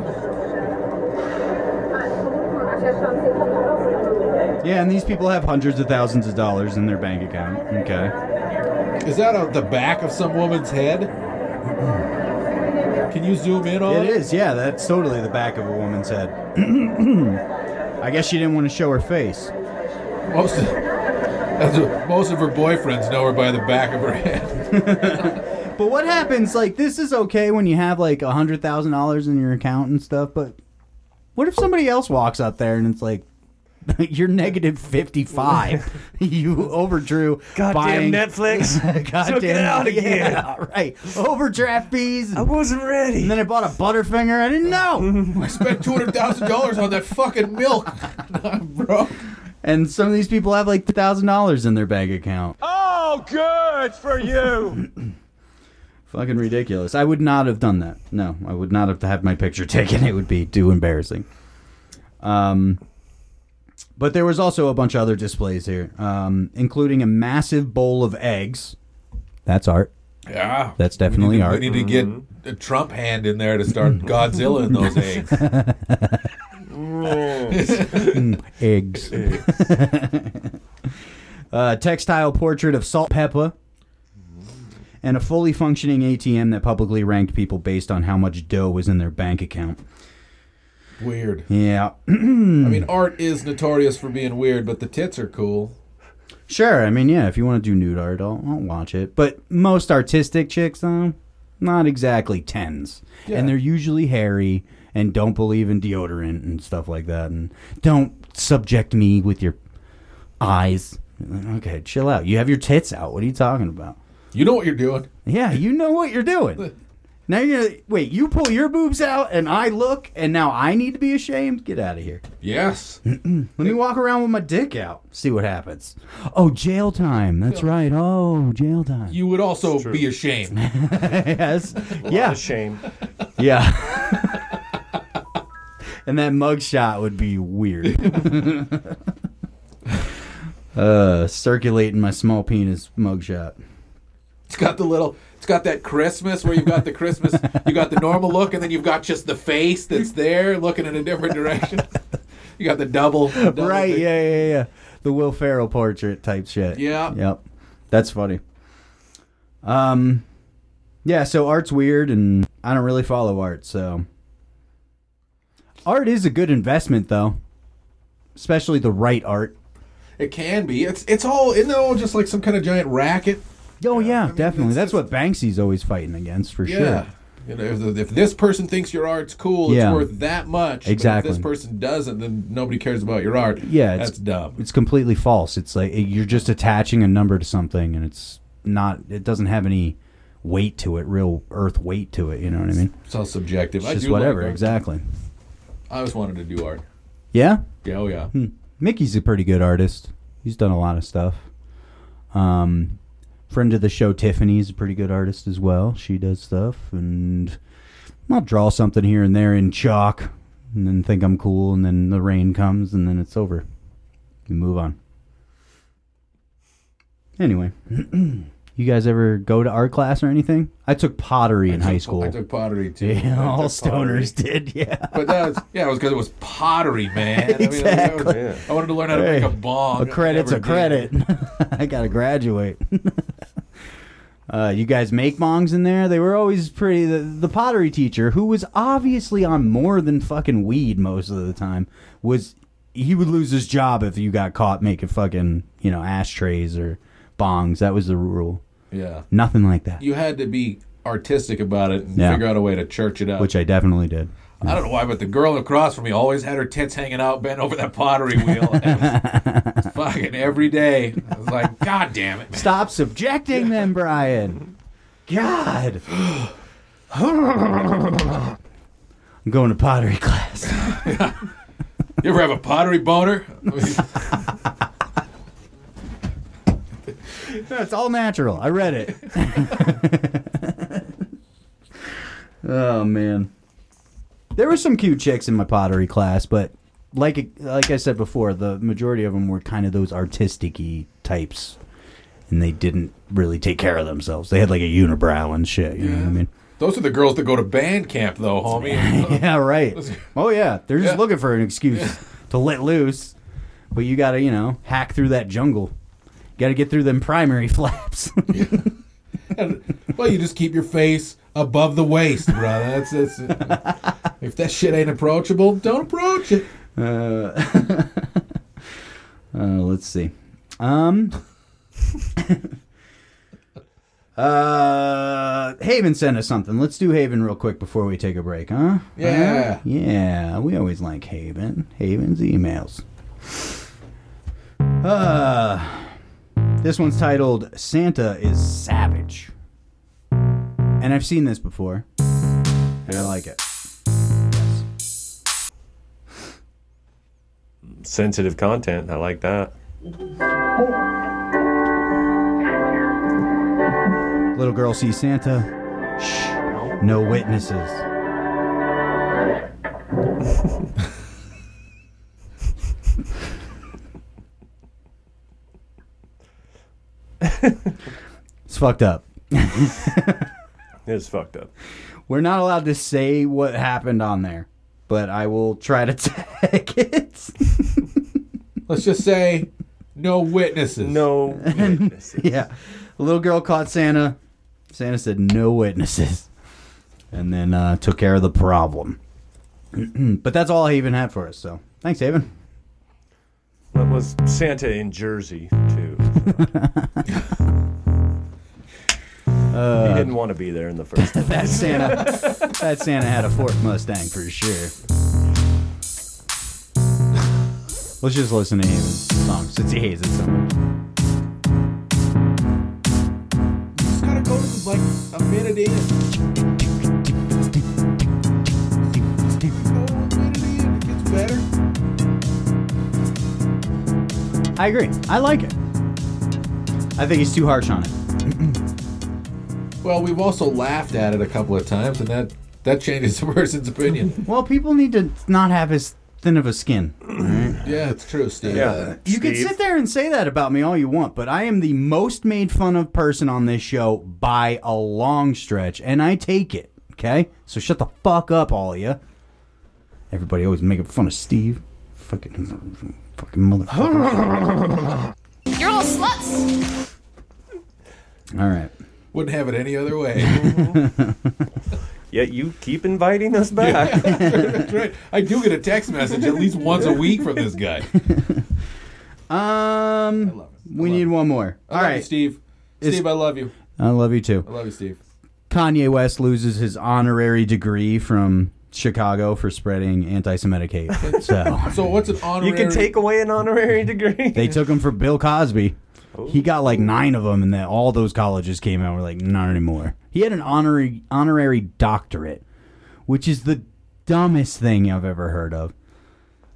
[SPEAKER 2] Yeah, and these people have hundreds of thousands of dollars in their bank account. Okay.
[SPEAKER 1] Is that on the back of some woman's head? Can you zoom in on
[SPEAKER 2] It
[SPEAKER 1] it?
[SPEAKER 2] is, yeah, that's totally the back of a woman's head. I guess she didn't want to show her face.
[SPEAKER 1] Most of, that's what- most of her boyfriends know her by the back of her head.
[SPEAKER 2] But what happens? Like, this is okay when you have like a hundred thousand dollars in your account and stuff. But what if somebody else walks up there and it's like, you're negative fifty five. you overdrew.
[SPEAKER 3] Goddamn
[SPEAKER 2] buying-
[SPEAKER 3] Netflix.
[SPEAKER 2] Goddamn.
[SPEAKER 3] Took it out Oh. again.
[SPEAKER 2] Yeah, right. Overdraft fees.
[SPEAKER 3] I
[SPEAKER 2] And,
[SPEAKER 3] wasn't ready.
[SPEAKER 2] and then I bought a Butterfinger. I didn't know.
[SPEAKER 1] I spent two hundred thousand dollars on that fucking milk. I'm broke.
[SPEAKER 2] and some of these people have like thousand dollars in their bank account.
[SPEAKER 3] Oh, good for you.
[SPEAKER 2] Fucking ridiculous. I would not have done that. No, I would not have had my picture taken. It would be too embarrassing. Um, but there was also a bunch of other displays here, um, including a massive bowl of eggs. That's art.
[SPEAKER 1] Yeah,
[SPEAKER 2] That's definitely
[SPEAKER 1] We
[SPEAKER 2] art.
[SPEAKER 1] need to get
[SPEAKER 2] Mm-hmm.
[SPEAKER 1] a Trump hand in there to start Godzilla in those eggs.
[SPEAKER 2] Eggs. a Uh, textile portrait of Salt Peppa. And a fully functioning ATM that publicly ranked people based on how much dough was in their bank account.
[SPEAKER 1] Weird.
[SPEAKER 2] Yeah. Hmm.
[SPEAKER 1] I mean, art is notorious for being weird, but the tits are cool.
[SPEAKER 2] Sure, I mean, yeah, if you want to do nude art, I'll, I'll watch it. But most artistic chicks, though, not exactly tens,
[SPEAKER 1] Yeah.
[SPEAKER 2] and they're usually hairy and don't believe in deodorant and stuff like that, and don't subject me with your eyes. Okay, chill out. You have your tits out. What are you talking about?
[SPEAKER 1] You know what you're doing.
[SPEAKER 2] Yeah, you know what you're doing. Now you're gonna wait. You pull your boobs out, and I look, and now I need to be ashamed. Get out of here.
[SPEAKER 1] Yes.
[SPEAKER 2] Hmm. Let me walk around with my dick out. See what happens. Oh, jail time. That's right. Oh, jail time.
[SPEAKER 1] You would also be ashamed.
[SPEAKER 2] yes. Yeah.
[SPEAKER 10] shame.
[SPEAKER 2] Yeah. and that mugshot would be weird. uh, circulating my small penis mugshot.
[SPEAKER 1] It's got the little. It's got that Christmas where you've got the Christmas. You got the normal look, and then you've got just the face that's there looking in a different direction. You got the double. the double
[SPEAKER 2] Right.
[SPEAKER 1] thing.
[SPEAKER 2] Yeah. Yeah. Yeah. The Will Ferrell portrait type shit.
[SPEAKER 1] Yeah.
[SPEAKER 2] Yep. That's funny. Um, yeah. So art's weird, and I don't really follow art. So art is a good investment, though, especially the right art.
[SPEAKER 1] It can be. It's it's all isn't it all just like some kind of giant racket?
[SPEAKER 2] Oh yeah, definitely.
[SPEAKER 1] it's
[SPEAKER 2] That's what Banksy's always fighting against for sure.
[SPEAKER 1] You know, if, the- if this person thinks your art's cool,
[SPEAKER 2] Yeah.
[SPEAKER 1] it's worth that much. But
[SPEAKER 2] Exactly.
[SPEAKER 1] if this person doesn't, then nobody cares about your art.
[SPEAKER 2] Yeah, it's-
[SPEAKER 1] that's dumb.
[SPEAKER 2] It's completely false. It's like you're just attaching a number to something, and it's not. It doesn't have any weight to it, real earth weight to it. You know what I mean?
[SPEAKER 1] It's all subjective.
[SPEAKER 2] It's
[SPEAKER 1] I
[SPEAKER 2] just
[SPEAKER 1] do like
[SPEAKER 2] whatever.
[SPEAKER 1] art.
[SPEAKER 2] Exactly.
[SPEAKER 1] I always wanted to do art.
[SPEAKER 2] Yeah.
[SPEAKER 1] Yeah, oh
[SPEAKER 2] Hmm,
[SPEAKER 1] yeah.
[SPEAKER 2] Mickey's a pretty good artist. He's done a lot of stuff. Um, friend of the show, Tiffany's a pretty good artist as well. She does stuff, and I'll draw something here and there in chalk, and then think I'm cool, and then the rain comes, and then it's over. We move on. Anyway, You guys ever go to art class or anything? I took pottery in
[SPEAKER 1] I
[SPEAKER 2] high
[SPEAKER 1] took-
[SPEAKER 2] school.
[SPEAKER 1] I took pottery too.
[SPEAKER 2] yeah,
[SPEAKER 1] I
[SPEAKER 2] all
[SPEAKER 1] took pottery.
[SPEAKER 2] stoners did. Yeah.
[SPEAKER 1] But that's yeah, it was because it was pottery, man. I, mean, that was-
[SPEAKER 10] Exactly.
[SPEAKER 1] I wanted to learn how to
[SPEAKER 2] Hey,
[SPEAKER 1] make a bomb.
[SPEAKER 2] A credit's
[SPEAKER 1] I
[SPEAKER 2] a
[SPEAKER 1] never
[SPEAKER 2] credit.
[SPEAKER 1] did.
[SPEAKER 2] I gotta graduate. uh, you guys make bongs in there? They were always pretty. The, the pottery teacher, who was obviously on more than fucking weed most of the time, was he would lose his job if you got caught making fucking you know ashtrays or bongs. That was the rule.
[SPEAKER 1] Yeah,
[SPEAKER 2] Nothing like that,
[SPEAKER 1] you had to be artistic about it and
[SPEAKER 2] Yeah.
[SPEAKER 1] figure out a way to church it up.
[SPEAKER 2] which I definitely did.
[SPEAKER 1] I don't know why, but the girl across from me always had her tits hanging out, bent over that pottery wheel. It was- fucking every day. I was like, God damn it. man."
[SPEAKER 2] Stop subjecting them, Brian. God. I'm going to pottery class.
[SPEAKER 1] You ever have a pottery boner? I mean,
[SPEAKER 2] It's all natural. I read it. oh man, there were some cute chicks in my pottery class, but like like I said before, the majority of them were kind of those artistic-y types, and they didn't really take care of themselves. They had like a unibrow and shit. You know what I mean?
[SPEAKER 1] Those are the girls that go to band camp, though, homie.
[SPEAKER 2] Yeah, right. Oh yeah, they're just
[SPEAKER 1] Yeah.
[SPEAKER 2] looking for an excuse to let loose. But you gotta, you know, hack through that jungle. Got to get through them primary flaps.
[SPEAKER 1] well, you just keep your face above the waist, brother. That's, that's, if that shit ain't approachable, don't approach it.
[SPEAKER 2] Uh, let's see. Um. uh, Haven sent us something. Let's do Haven real quick before we take a break, huh?
[SPEAKER 1] Yeah.
[SPEAKER 2] Yeah, we always like Haven. Haven's emails. Uh, this one's titled Santa is Savage. And I've seen this before. And I like it.
[SPEAKER 10] Sensitive content. I like that.
[SPEAKER 2] Little girl sees Santa. Shh. No witnesses. it's fucked up.
[SPEAKER 10] It's fucked up.
[SPEAKER 2] We're not allowed to say what happened on there, but I will try to tag it.
[SPEAKER 1] Let's just say no witnesses.
[SPEAKER 10] No witnesses.
[SPEAKER 2] yeah. A little girl caught Santa. Santa said no witnesses. And then uh, took care of the problem. but that's all Haven had for us, so thanks, Haven.
[SPEAKER 10] That was Santa in Jersey too.
[SPEAKER 2] Uh,
[SPEAKER 10] he didn't want to be there in the first place.
[SPEAKER 2] That Santa that Santa had a Ford Mustang for sure. Let's just listen to Haven's song since he hates it so much.
[SPEAKER 1] It's gotta go to like a minute in. Go a minute in, it gets better.
[SPEAKER 2] I agree. I like it. I think he's too harsh on it.
[SPEAKER 1] Well, we've also laughed at it a couple of times, and that that changes the person's opinion.
[SPEAKER 2] Well, people need to not have as thin of a skin.
[SPEAKER 1] yeah, it's true, Steve.
[SPEAKER 10] Yeah.
[SPEAKER 2] You can
[SPEAKER 10] Steve.
[SPEAKER 2] sit there and say that about me all you want, but I am the most made fun of person on this show by a long stretch, and I take it. Okay, so shut the fuck up, all of you. Everybody always making fun of Steve. Fucking, fucking motherfucker.
[SPEAKER 6] You're all sluts.
[SPEAKER 2] all right.
[SPEAKER 1] Wouldn't have it any other way.
[SPEAKER 10] Yet you keep inviting us back.
[SPEAKER 1] That's right. I do get a text message at least once a week from this guy. love it.
[SPEAKER 2] Um,
[SPEAKER 1] I
[SPEAKER 2] we
[SPEAKER 1] love
[SPEAKER 2] need
[SPEAKER 1] it.
[SPEAKER 2] one more.
[SPEAKER 1] I
[SPEAKER 2] all
[SPEAKER 1] love
[SPEAKER 2] right,
[SPEAKER 1] you, Steve. Steve, I love you.
[SPEAKER 2] I love you too.
[SPEAKER 1] I love you, Steve.
[SPEAKER 2] Kanye West loses his honorary degree from Chicago for spreading anti-Semitic hate. So
[SPEAKER 1] So, what's an honorary?
[SPEAKER 10] You can take away an honorary degree.
[SPEAKER 2] They took him for Bill Cosby.
[SPEAKER 10] Oh.
[SPEAKER 2] He got like nine of them, and then all those colleges came out and were like, not anymore. He had an honorary honorary doctorate, which is the dumbest thing I've ever heard of.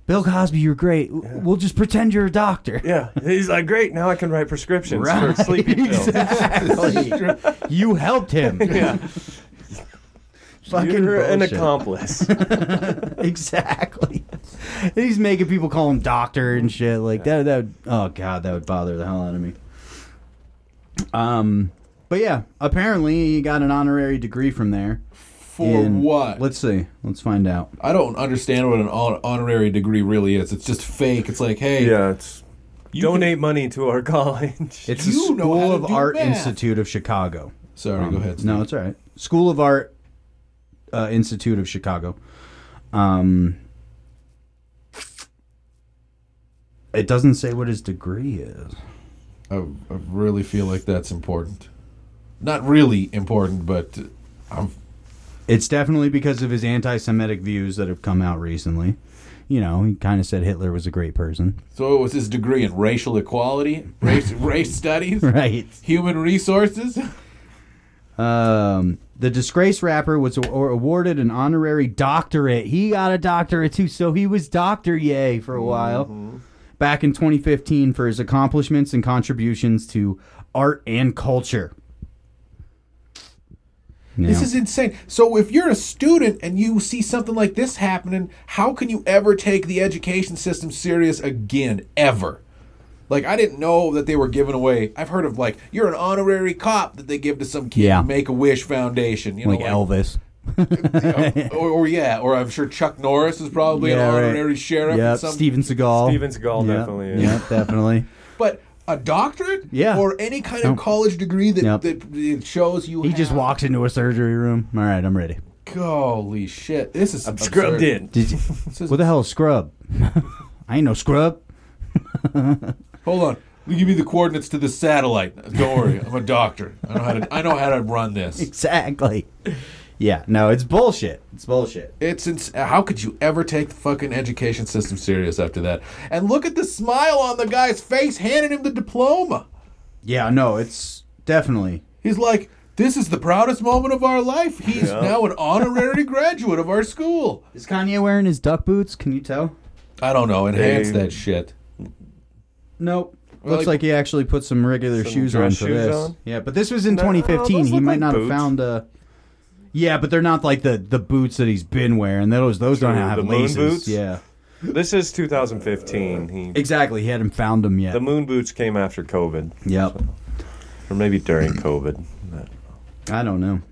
[SPEAKER 2] Bill Cosby, you're great. W- We'll just pretend you're a doctor.
[SPEAKER 10] yeah. He's like, great. Now I can write prescriptions
[SPEAKER 2] Right.
[SPEAKER 10] for sleeping pills.
[SPEAKER 2] Exactly. you helped him.
[SPEAKER 10] Yeah.
[SPEAKER 2] Fucking
[SPEAKER 10] You're an
[SPEAKER 2] bullshit.
[SPEAKER 10] accomplice.
[SPEAKER 2] exactly. And he's making people call him doctor and shit like that. That would, oh god, that would bother the hell out of me. Um, But yeah, apparently he got an honorary degree from there.
[SPEAKER 1] For
[SPEAKER 2] in-
[SPEAKER 1] what?
[SPEAKER 2] Let's see. Let's find out.
[SPEAKER 1] I don't understand what an hon- honorary degree really is. It's just fake. It's like, hey,
[SPEAKER 10] Yeah, it's
[SPEAKER 1] you can-
[SPEAKER 10] donate money to our college.
[SPEAKER 2] It's the
[SPEAKER 1] You know how
[SPEAKER 2] School
[SPEAKER 1] to
[SPEAKER 2] of
[SPEAKER 1] do
[SPEAKER 2] Art
[SPEAKER 1] math.
[SPEAKER 2] Institute of Chicago.
[SPEAKER 1] Sorry, go ahead.
[SPEAKER 2] No, it's all right. School of Art uh, Institute of Chicago. Um, it doesn't say what his degree is.
[SPEAKER 1] I, I really feel like that's important. Not really important, but I'm,
[SPEAKER 2] It's definitely because of his anti-Semitic views that have come out recently. You know, he kind of said Hitler was a great person,
[SPEAKER 1] so it was his degree in racial equality, race, race studies,
[SPEAKER 2] right?
[SPEAKER 1] human resources.
[SPEAKER 2] Um, the disgraced rapper was a- or awarded an honorary doctorate. He got a doctorate too, so he was Doctor Yay for a while.
[SPEAKER 1] Mm-hmm.
[SPEAKER 2] Back in 2015 for his accomplishments and contributions to art and culture.
[SPEAKER 1] This
[SPEAKER 2] Now,
[SPEAKER 1] is insane. So if you're a student and you see something like this happening, how can you ever take the education system serious again ever? Like I didn't know that they were giving away. I've heard of like you're an honorary cop that they give to some kid
[SPEAKER 2] Yeah.
[SPEAKER 1] Make a Wish Foundation, you know,
[SPEAKER 2] like Elvis.
[SPEAKER 1] or, or yeah, or I'm sure Chuck Norris is probably an
[SPEAKER 2] Yeah, right.
[SPEAKER 1] honorary sheriff.
[SPEAKER 2] Yep,
[SPEAKER 1] in some,
[SPEAKER 2] Steven Seagal.
[SPEAKER 10] Steven Seagal
[SPEAKER 2] Yep,
[SPEAKER 10] definitely is.
[SPEAKER 2] Yep, definitely.
[SPEAKER 1] But a doctorate,
[SPEAKER 2] Yeah.
[SPEAKER 1] or any kind of college degree that
[SPEAKER 2] Yep.
[SPEAKER 1] that it shows you.
[SPEAKER 2] He just
[SPEAKER 1] have-
[SPEAKER 2] walks into a surgery room. All right, I'm ready.
[SPEAKER 1] Holy shit! This is absurd.
[SPEAKER 10] Scrubbed in.
[SPEAKER 2] Did you, what the hell is scrub? I ain't no scrub.
[SPEAKER 1] Hold on. We give you the coordinates to the satellite. Don't worry, I'm a doctor. I know how to. I know how to run this.
[SPEAKER 2] Exactly. Yeah, no, it's bullshit. It's bullshit.
[SPEAKER 1] It's ins- how could you ever take the fucking education system serious after that? And look at the smile on the guy's face handing him the diploma.
[SPEAKER 2] Yeah, no, it's definitely.
[SPEAKER 1] He's like, "This is the proudest moment of our life. He's now an honorary graduate of our school."
[SPEAKER 2] Is Kanye wearing his duck boots? Can you tell?
[SPEAKER 1] I don't know. Enhance
[SPEAKER 10] Hey.
[SPEAKER 1] that shit.
[SPEAKER 2] Nope.
[SPEAKER 1] Well,
[SPEAKER 2] Looks
[SPEAKER 1] like-
[SPEAKER 2] like he actually put some regular
[SPEAKER 10] Some
[SPEAKER 2] shoes
[SPEAKER 10] dress
[SPEAKER 2] on for
[SPEAKER 10] shoes
[SPEAKER 2] this.
[SPEAKER 10] on?
[SPEAKER 2] Yeah, but this was in
[SPEAKER 10] No,
[SPEAKER 2] 2015.
[SPEAKER 10] those
[SPEAKER 2] He
[SPEAKER 10] look
[SPEAKER 2] might
[SPEAKER 10] like
[SPEAKER 2] not have
[SPEAKER 10] boots.
[SPEAKER 2] found a. Yeah, but they're not like the, the boots that he's been wearing. Those those don't
[SPEAKER 10] True,
[SPEAKER 2] have
[SPEAKER 10] the moon
[SPEAKER 2] laces.
[SPEAKER 10] boots?
[SPEAKER 2] Yeah,
[SPEAKER 10] This is 2015. He,
[SPEAKER 2] exactly. He hadn't found them yet.
[SPEAKER 10] the moon boots came after COVID,
[SPEAKER 2] yep.
[SPEAKER 10] or maybe during COVID.
[SPEAKER 2] I don't know.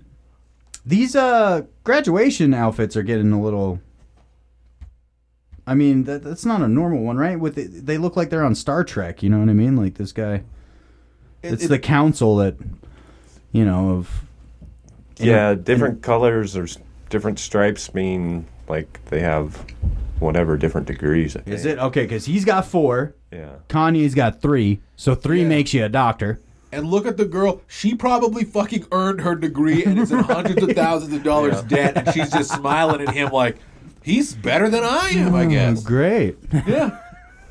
[SPEAKER 2] These uh graduation outfits are getting a little. I mean, that, that's not a normal one, right? With it, they look like they're on Star Trek. You know what I mean? Like this guy.
[SPEAKER 1] It-
[SPEAKER 2] it's
[SPEAKER 1] it-
[SPEAKER 2] the council that, you know, of.
[SPEAKER 10] Yeah, different colors or s- different stripes mean like they have whatever different degrees. I
[SPEAKER 2] Is
[SPEAKER 10] think.
[SPEAKER 2] it okay? Because he's got four.
[SPEAKER 10] Yeah.
[SPEAKER 2] Kanye's got three. So three
[SPEAKER 1] Yeah.
[SPEAKER 2] makes you a doctor.
[SPEAKER 1] And look at the girl. She probably fucking earned her degree and is in hundreds of thousands of dollars debt, and she's just smiling at him like, he's better than I am, I guess.
[SPEAKER 2] Great.
[SPEAKER 1] Yeah.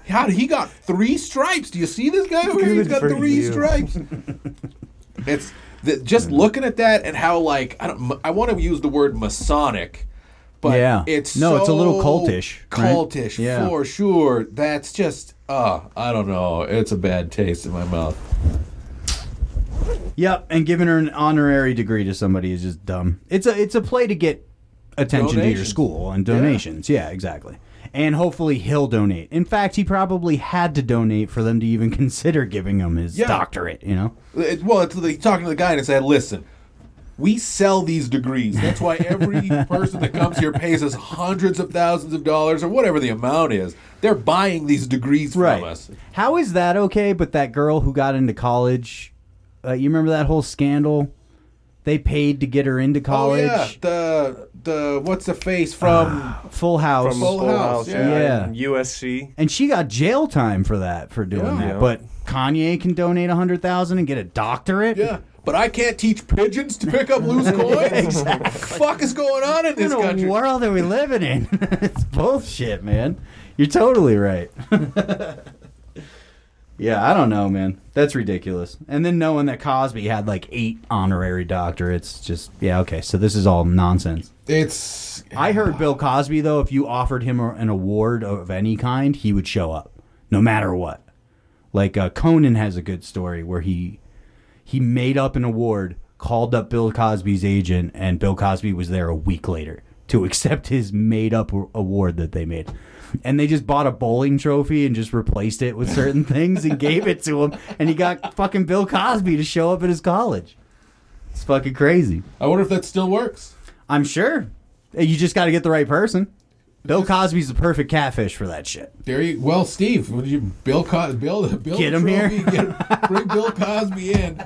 [SPEAKER 1] How did he got three stripes? Do you see this guy over here? He's
[SPEAKER 10] Good
[SPEAKER 1] got
[SPEAKER 10] for
[SPEAKER 1] three
[SPEAKER 10] you.
[SPEAKER 1] stripes. It's the, just looking at that and how like I don't. I want to use the word Masonic, but
[SPEAKER 2] Yeah.
[SPEAKER 1] it's
[SPEAKER 2] No, it's a little
[SPEAKER 1] so
[SPEAKER 2] cultish, right?
[SPEAKER 1] cultish
[SPEAKER 2] Yeah.
[SPEAKER 1] for sure. That's just uh, I don't know. It's a bad taste in my mouth.
[SPEAKER 2] Yep, and giving her an honorary degree to somebody is just dumb. It's a it's a play to get attention to your
[SPEAKER 1] Donations.
[SPEAKER 2] school and donations. Yeah. exactly. And hopefully he'll donate. In fact, he probably had to donate for them to even consider giving him his
[SPEAKER 1] Yeah.
[SPEAKER 2] doctorate. You know,
[SPEAKER 1] It, well, it's like talking to the guy and said, "Listen, we sell these degrees. That's why every person that comes here pays us hundreds of thousands of dollars or whatever the amount is. They're buying these degrees from us."
[SPEAKER 2] How is that okay? But that girl who got into college, uh, you remember that whole scandal? They paid to get her
[SPEAKER 1] Oh,
[SPEAKER 2] into college.
[SPEAKER 1] the the what's the face from?
[SPEAKER 2] Full House.
[SPEAKER 10] From
[SPEAKER 1] Full House,
[SPEAKER 2] yeah.
[SPEAKER 10] and USC.
[SPEAKER 2] and she got jail time for that for doing
[SPEAKER 1] Yeah.
[SPEAKER 2] that.
[SPEAKER 10] Yeah.
[SPEAKER 2] But Kanye can donate a hundred thousand and get a doctorate.
[SPEAKER 1] yeah, but I can't teach pigeons to pick up loose coins. exactly. Fuck is going on in this
[SPEAKER 2] What kind
[SPEAKER 1] country?
[SPEAKER 2] of world are we living in? it's bullshit, man. You're totally right. yeah, I don't know, man. That's ridiculous. And then knowing that Cosby had like eight honorary doctorates, just yeah, okay. So this is all nonsense.
[SPEAKER 1] It's
[SPEAKER 2] I heard Bill Cosby though, if you offered him a- an award of any kind, he would show up, no matter what. Like uh, Conan has a good story where he he made up an award, called up Bill Cosby's agent, and Bill Cosby was there a week later to accept his made up a- award that they made. And they just bought a bowling trophy and just replaced it with certain things and gave it to him, and he got fucking Bill Cosby to show up at his college. It's fucking crazy.
[SPEAKER 1] I wonder if that still works.
[SPEAKER 2] I'm sure. You just got to get the right person. Bill Cosby's the perfect catfish for that shit.
[SPEAKER 1] There you well, Steve. Would you Bill Cos Bill Bill
[SPEAKER 2] Get him
[SPEAKER 1] Trophy,
[SPEAKER 2] here.
[SPEAKER 1] Get, bring Bill Cosby in.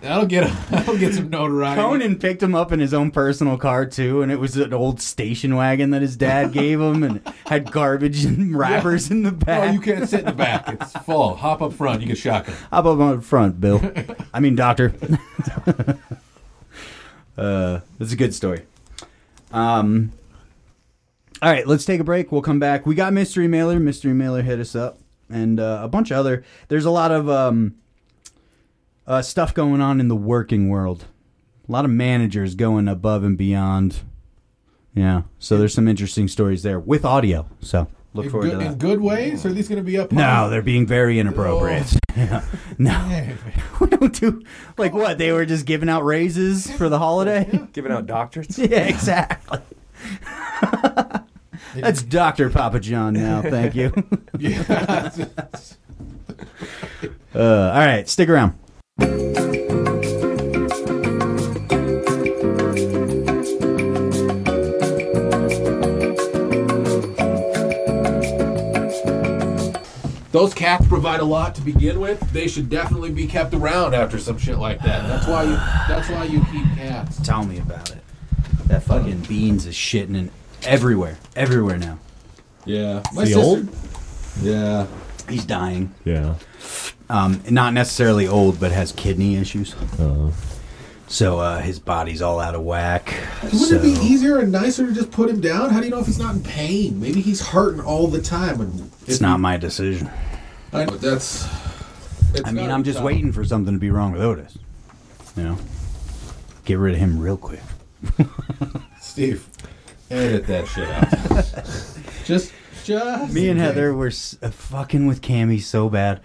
[SPEAKER 1] That'll get that'll get some notoriety.
[SPEAKER 2] Conan picked him up in his own personal car too, and it was an old station wagon that his dad gave him, and had garbage and wrappers in the
[SPEAKER 1] No,
[SPEAKER 2] back.
[SPEAKER 1] Oh, you can't sit in the back. It's full. Hop up front. You get shotgun.
[SPEAKER 2] How about on front, Bill? I mean, doctor. uh, that's a good story. Um, all right, let's take a break. We'll come back. We got mystery mailer. Mystery mailer hit us up, and uh, a bunch of other. There's a lot of um, uh, stuff going on in the working world. A lot of managers going above and beyond. Yeah, so there's some interesting stories there with audio. So look
[SPEAKER 1] In
[SPEAKER 2] forward
[SPEAKER 1] good,
[SPEAKER 2] to that.
[SPEAKER 1] in good ways. Are these going to be up?
[SPEAKER 2] No,
[SPEAKER 1] high?
[SPEAKER 2] they're being very inappropriate. Yeah. No, we don't do like what they were just giving out raises for the holiday.
[SPEAKER 10] Giving out doctorates.
[SPEAKER 2] Yeah, exactly. That's Doctor Papa John now. Thank you.
[SPEAKER 1] Yeah.
[SPEAKER 2] Uh, all right, stick around.
[SPEAKER 1] Those cats provide a lot to begin with. They should definitely be kept around after some shit like that. That's why you. That's why you keep cats.
[SPEAKER 2] Tell me about it. That fucking beans is shitting in everywhere, everywhere now.
[SPEAKER 1] Yeah. My
[SPEAKER 3] The old?
[SPEAKER 1] Yeah.
[SPEAKER 2] He's dying.
[SPEAKER 3] Yeah.
[SPEAKER 2] Um, not necessarily old, but has kidney issues.
[SPEAKER 3] Uh,
[SPEAKER 2] So uh, his body's all out of whack.
[SPEAKER 1] Wouldn't
[SPEAKER 2] so,
[SPEAKER 1] it be easier and nicer to just put him down? How do you know if he's not in pain? Maybe he's hurting all the time. And
[SPEAKER 2] It's not my decision.
[SPEAKER 1] I know, that's. it's
[SPEAKER 2] I mean,
[SPEAKER 1] gotta
[SPEAKER 2] I'm
[SPEAKER 1] be
[SPEAKER 2] just
[SPEAKER 1] tough.
[SPEAKER 2] waiting for something to be wrong with Otis. You know, get rid of him real quick.
[SPEAKER 1] Steve, edit that shit out. just, just.
[SPEAKER 2] Me
[SPEAKER 1] in
[SPEAKER 2] and
[SPEAKER 1] case.
[SPEAKER 2] Heather were s- uh, fucking with Cammy so bad.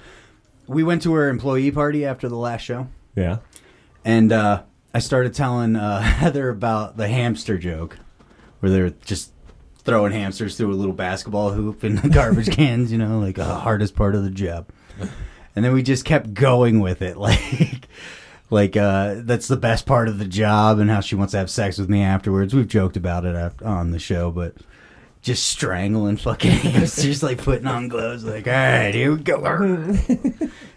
[SPEAKER 2] We went to her employee party after the last show,
[SPEAKER 3] yeah.
[SPEAKER 2] and uh, I started telling uh, Heather about the hamster joke, where they're just throwing hamsters through a little basketball hoop in the garbage cans. You know, like the hardest part of the job. And then we just kept going with it, like. Like uh, that's the best part of the job, and how she wants to have sex with me afterwards. We've joked about it af- on the show, but just strangling fucking hamsters, like putting on gloves, like, all right, here we go.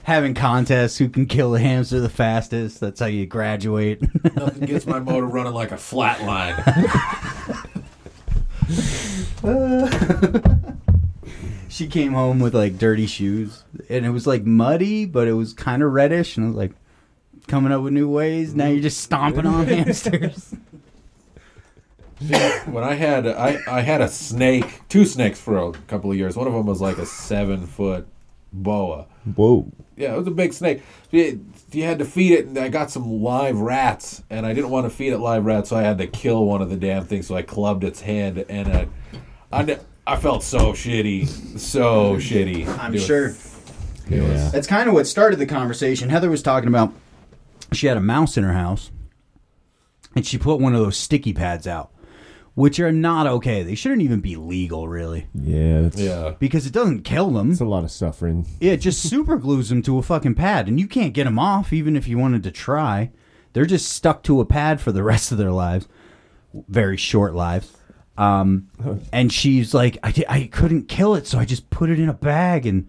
[SPEAKER 2] Having contests, who can kill a hamster the fastest. That's how you graduate.
[SPEAKER 1] Nothing gets my motor running like a flat line.
[SPEAKER 2] she came home with like dirty shoes, and it was like muddy, but it was kind of reddish. And I was like, coming up with new ways.
[SPEAKER 1] Mm-hmm.
[SPEAKER 2] Now you're just stomping on hamsters.
[SPEAKER 1] when I had I, I had a snake, two snakes for a couple of years. One of them was like a seven foot boa.
[SPEAKER 3] Whoa.
[SPEAKER 1] Yeah, it was a big snake. You, you had to feed it, and I got some live rats, and I didn't want to feed it live rats, so I had to kill one of the damn things. So I clubbed its head, and I, I, ne- I felt so shitty, so shitty. It was- it was-
[SPEAKER 3] Yeah.
[SPEAKER 2] That's kind of what started the conversation. Heather was talking about she had a mouse in her house and she put one of those sticky pads out, which are not okay. They shouldn't even be legal, really,
[SPEAKER 3] Yeah. That's,
[SPEAKER 1] yeah.
[SPEAKER 2] because it doesn't kill them.
[SPEAKER 3] It's a lot of suffering.
[SPEAKER 2] It just super glues them to a fucking pad and you can't get them off even if you wanted to try. They're just stuck to a pad for the rest of their lives, very short lives. Um, and she's like, I, di- I couldn't kill it, so I just put it in a bag and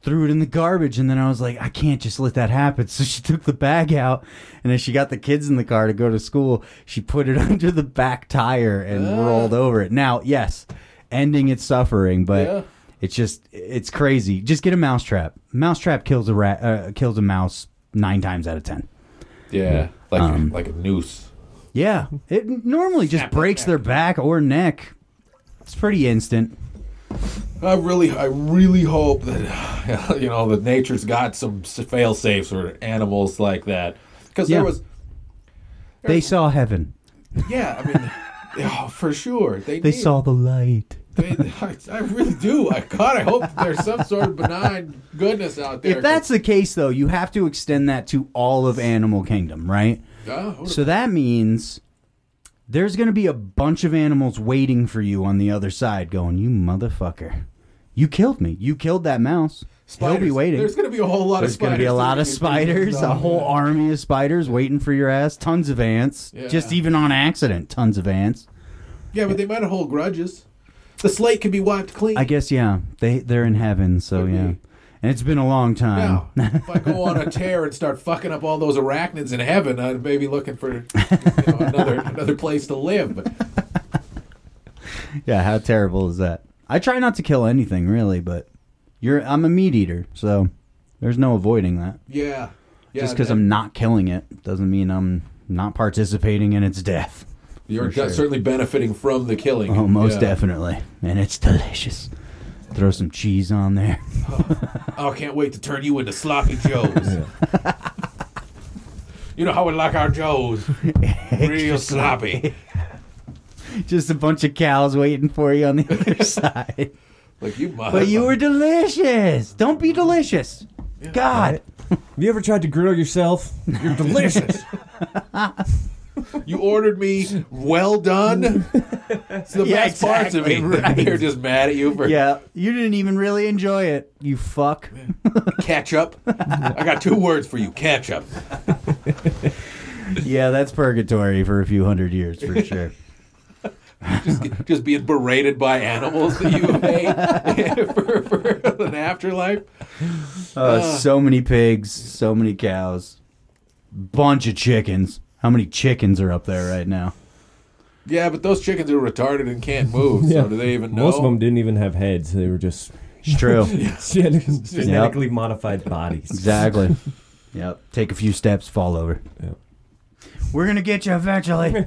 [SPEAKER 2] threw it in the garbage. And then I was like, I can't just let that happen. So she took the bag out, and as she got the kids in the car to go to school, she put it under the back tire and rolled over it. Now, yes, ending its suffering, but
[SPEAKER 1] Yeah.
[SPEAKER 2] it's just it's crazy. Just get a mousetrap. Mousetrap kills a rat, uh, kills a mouse nine times out of ten.
[SPEAKER 1] Yeah, like
[SPEAKER 2] Um,
[SPEAKER 1] like a noose.
[SPEAKER 2] Yeah, it normally just breaks their back or neck. It's pretty instant.
[SPEAKER 1] I really, I really hope that you know that nature's got some fail safes for animals like that, because
[SPEAKER 2] Yeah.
[SPEAKER 1] there was,
[SPEAKER 2] They saw heaven.
[SPEAKER 1] yeah, I mean, yeah, for sure they
[SPEAKER 2] They
[SPEAKER 1] did.
[SPEAKER 2] saw the light.
[SPEAKER 1] They- I, I really do. I God, I hope there's some sort of benign goodness out there.
[SPEAKER 2] If that's the case, though, you have to extend that to all of Animal Kingdom, right?
[SPEAKER 1] Yeah, uh, what
[SPEAKER 2] So that means there's going to be a bunch of animals waiting for you on the other side, going, "You motherfucker, You killed me. You killed that mouse. He'll be waiting.
[SPEAKER 1] There's going to be a whole lot
[SPEAKER 2] There's
[SPEAKER 1] of spiders.
[SPEAKER 2] gonna be a lot of
[SPEAKER 1] that we can think
[SPEAKER 2] spiders, a
[SPEAKER 1] of.
[SPEAKER 2] whole army of spiders waiting for your ass. Tons of ants.
[SPEAKER 1] Yeah.
[SPEAKER 2] Just even on accident, tons of ants.
[SPEAKER 1] Yeah, but they might hold grudges. The slate can be wiped clean.
[SPEAKER 2] I guess yeah. They they're in heaven, so
[SPEAKER 1] Could be.
[SPEAKER 2] yeah. And it's been a long time.
[SPEAKER 1] Now, if I go on a tear and start fucking up all those arachnids in heaven, I'd maybe looking for you know, another another place to live. But
[SPEAKER 2] yeah, how terrible is that? I try not to kill anything really, but you're I'm a meat eater, so there's no avoiding that.
[SPEAKER 1] yeah, yeah
[SPEAKER 2] Just because
[SPEAKER 1] that-
[SPEAKER 2] I'm not killing it doesn't mean I'm not participating in its death.
[SPEAKER 1] you're
[SPEAKER 2] for sure.
[SPEAKER 1] certainly benefiting from the killing.
[SPEAKER 2] Oh, most
[SPEAKER 1] Yeah.
[SPEAKER 2] definitely, and it's delicious. Throw some cheese on there.
[SPEAKER 1] Oh, I can't wait to turn you into sloppy joes. you know how we like our joes, real sloppy.
[SPEAKER 2] Just a bunch of cows waiting for you on the other side.
[SPEAKER 1] Like you,
[SPEAKER 2] But you were delicious. Don't be delicious. God.
[SPEAKER 3] Have you ever tried to grill yourself? You're delicious.
[SPEAKER 1] You ordered me well done. It's the
[SPEAKER 2] Yeah,
[SPEAKER 1] best parts of me.
[SPEAKER 2] exactly, right.
[SPEAKER 1] They're just mad at you for
[SPEAKER 2] Yeah, you didn't even really enjoy it. You fuck.
[SPEAKER 1] catch up. I got two words for you: catch up.
[SPEAKER 2] yeah, that's purgatory for a few hundred years for sure.
[SPEAKER 1] Just, just being berated by animals that you hate for, for an afterlife.
[SPEAKER 2] Uh, so many pigs, so many cows, bunch of chickens. How many chickens are up there right now?
[SPEAKER 1] Yeah, but those chickens are retarded and can't move. So do they even know?
[SPEAKER 3] Most of them didn't even have heads. They were just
[SPEAKER 2] It's true.
[SPEAKER 3] genetically modified bodies.
[SPEAKER 2] Exactly. yep. Take a few steps, fall over.
[SPEAKER 3] Yep.
[SPEAKER 2] We're gonna get you eventually.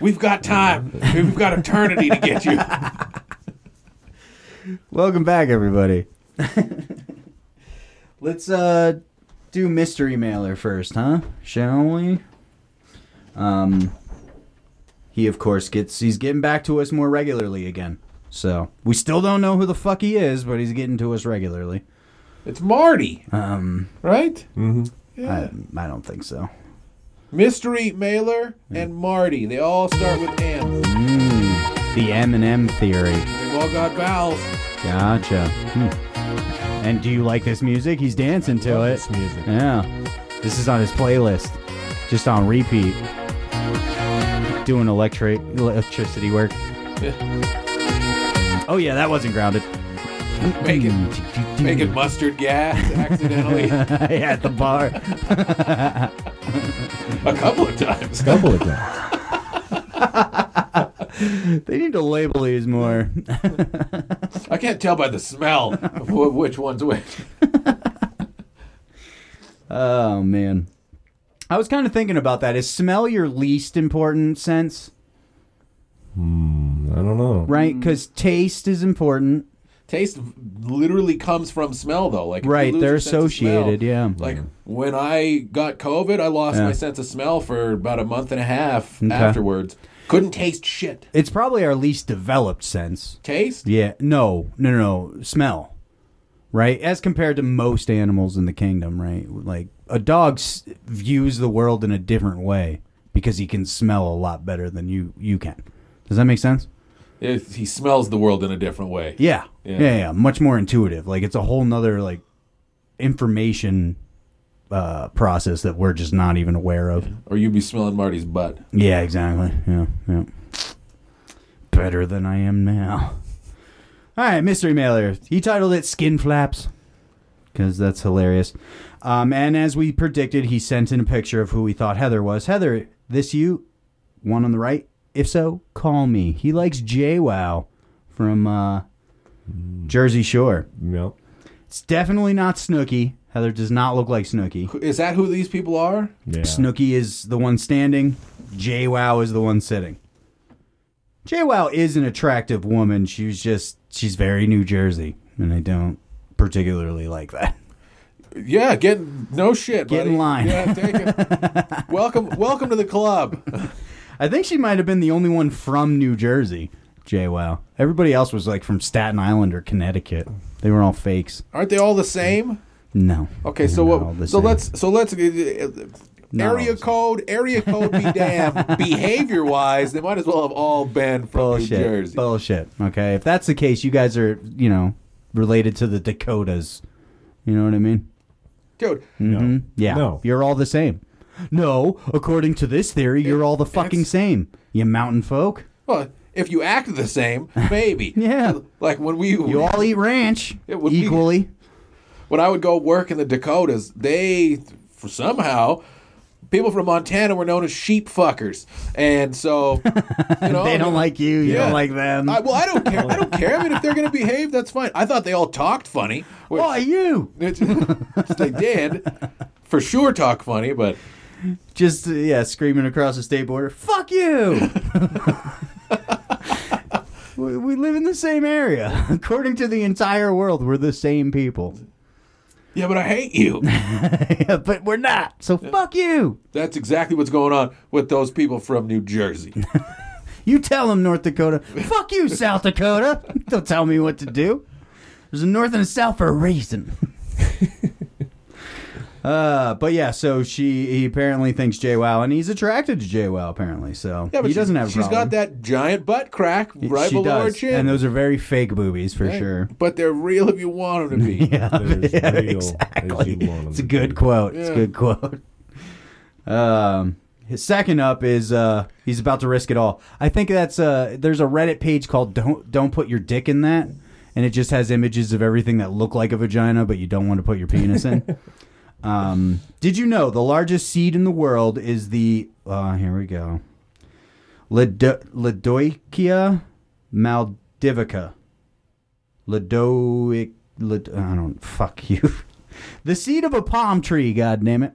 [SPEAKER 1] We've got time. We've got eternity to get you.
[SPEAKER 2] Welcome back, everybody. Let's uh do mystery mailer first, huh? Shall we? Um, he of course gets he's getting back to us more regularly again. So we still don't know who the fuck he is, but he's getting to us regularly.
[SPEAKER 1] It's Marty,
[SPEAKER 2] Um,
[SPEAKER 1] right?
[SPEAKER 3] hmm.
[SPEAKER 2] I, I don't think so.
[SPEAKER 1] Mystery Mailer and Marty. They all start with M.
[SPEAKER 2] The M and M theory.
[SPEAKER 1] They've all got vowels.
[SPEAKER 2] Gotcha. Hmm. And do you like this music? He's dancing to it.
[SPEAKER 3] This music.
[SPEAKER 2] Yeah. This is on his playlist, just on repeat. Doing electric electricity work. Oh yeah, that wasn't grounded.
[SPEAKER 1] Making making mustard gas accidentally a
[SPEAKER 2] yeah, at the bar.
[SPEAKER 1] couple of times.
[SPEAKER 3] Couple of times.
[SPEAKER 2] they need to label these more.
[SPEAKER 1] I can't tell by the smell of wh- which one's which.
[SPEAKER 2] Oh man. I was kind of thinking about that. Is smell your least important sense,
[SPEAKER 3] I don't know.
[SPEAKER 2] right? Because taste is important.
[SPEAKER 1] Taste literally comes from smell, though. Like if you
[SPEAKER 2] Right,
[SPEAKER 1] lose
[SPEAKER 2] they're
[SPEAKER 1] your sense of smell-
[SPEAKER 2] associated, yeah.
[SPEAKER 1] Like when I got COVID, I lost
[SPEAKER 2] Yeah.
[SPEAKER 1] my sense of smell for about a month and a half
[SPEAKER 2] Okay.
[SPEAKER 1] afterwards. Couldn't taste shit.
[SPEAKER 2] It's probably our least developed sense.
[SPEAKER 1] Taste?
[SPEAKER 2] Yeah. No, no, no, no. Smell. Right? As compared to most animals in the kingdom, right? Like a dog s- views the world in a different way because he can smell a lot better than you you can. Does that make sense?
[SPEAKER 1] It- he smells the world in a different way.
[SPEAKER 2] Yeah.
[SPEAKER 1] Yeah.
[SPEAKER 2] Yeah, yeah. Much more intuitive. Like it's a whole nother like information uh process that we're just not even aware of.
[SPEAKER 1] Or you'd be smelling Marty's butt.
[SPEAKER 2] Yeah, exactly. Yeah, yeah. Better than I am now. All right, mystery mailer. He titled it "Skin Flaps" because that's hilarious. Um, and as we predicted, he sent in a picture of who he thought Heather was. Heather, this you? One on the right. If so, call me. He likes JWoww from uh, Jersey Shore.
[SPEAKER 3] Yep.
[SPEAKER 2] It's definitely not Snooky. Heather does not look like Snooky.
[SPEAKER 1] Is that who these people are?
[SPEAKER 3] Yeah.
[SPEAKER 2] Snooky is the one standing. JWoww is the one sitting. JWoww is an attractive woman. She's just she's very New Jersey, and I don't particularly like that.
[SPEAKER 1] Yeah, get no shit.
[SPEAKER 2] Get in
[SPEAKER 1] buddy.
[SPEAKER 2] line.
[SPEAKER 1] Yeah, take it. welcome, welcome to the club.
[SPEAKER 2] I think she might have been the only one from New Jersey. JWoww. Everybody else was like from Staten Island or Connecticut. They were all fakes.
[SPEAKER 1] Aren't they all the same?
[SPEAKER 2] No.
[SPEAKER 1] Okay, so
[SPEAKER 2] They're not all the
[SPEAKER 1] what? So
[SPEAKER 2] same.
[SPEAKER 1] let's so let's
[SPEAKER 2] No,
[SPEAKER 1] area
[SPEAKER 2] it's-
[SPEAKER 1] code, area code be damned. Behavior wise, they might as well have all been from New
[SPEAKER 2] Bullshit.
[SPEAKER 1] Jersey.
[SPEAKER 2] Bullshit. Okay. If that's the case, you guys are, you know, related to the Dakotas. You know what I mean?
[SPEAKER 1] Dude,
[SPEAKER 2] Mm-hmm.
[SPEAKER 3] No.
[SPEAKER 2] Yeah.
[SPEAKER 3] No.
[SPEAKER 2] You're all the same. No, according to this theory, you're all the fucking same. You mountain folk.
[SPEAKER 1] well, if you act the same, maybe.
[SPEAKER 2] Yeah.
[SPEAKER 1] Like when we
[SPEAKER 2] You all eat ranch
[SPEAKER 1] It would be-
[SPEAKER 2] equally.
[SPEAKER 1] when I would go work in the Dakotas, they for somehow people from Montana were known as sheep fuckers, and so you know,
[SPEAKER 2] They don't like you. You
[SPEAKER 1] Yeah.
[SPEAKER 2] don't like them.
[SPEAKER 1] I, well, I don't care. I don't care. I mean, if they're going to behave, that's fine. I thought they all talked funny. which-
[SPEAKER 2] Why you?
[SPEAKER 1] which they did for sure talk funny, but
[SPEAKER 2] Just uh, yeah, screaming across the state border. Fuck you. we, we live in the same area. According to the entire world, we're the same people.
[SPEAKER 1] yeah, but I hate you.
[SPEAKER 2] Yeah, but we're not. So fuck you.
[SPEAKER 1] That's exactly what's going on with those people from New Jersey.
[SPEAKER 2] You tell them North Dakota. fuck you, South Dakota. Don't tell me what to do. There's a north and a south for a reason. Uh, but yeah, so she he apparently thinks Jay Wow, and he's attracted to Jay Wow apparently. So
[SPEAKER 1] Yeah, but
[SPEAKER 2] he
[SPEAKER 1] she-
[SPEAKER 2] doesn't have. a
[SPEAKER 1] She's
[SPEAKER 2] problem.
[SPEAKER 1] got that giant butt crack right
[SPEAKER 2] she
[SPEAKER 1] below her
[SPEAKER 2] does,
[SPEAKER 1] chin,
[SPEAKER 2] and those are very fake boobies for
[SPEAKER 1] Right?
[SPEAKER 2] sure.
[SPEAKER 1] But they're real if you want them to be.
[SPEAKER 3] There's
[SPEAKER 2] Yeah,
[SPEAKER 3] real as you
[SPEAKER 2] exactly.
[SPEAKER 3] want 'em
[SPEAKER 2] It's a
[SPEAKER 3] to
[SPEAKER 2] good
[SPEAKER 3] be.
[SPEAKER 2] quote. It's a
[SPEAKER 1] Yeah.
[SPEAKER 2] good quote. Um, his second up is uh, he's about to risk it all. I think that's uh, there's a Reddit page called "Don't Don't Put Your Dick in That," and it just has images of everything that look like a vagina, but you don't want to put your penis in. um, did you know the largest seed in the world is the? Uh, here we go. Lido- Lidoikia maldivica. Lidoic. Lid- I don't. Fuck you. the seed of a palm tree, God damn it,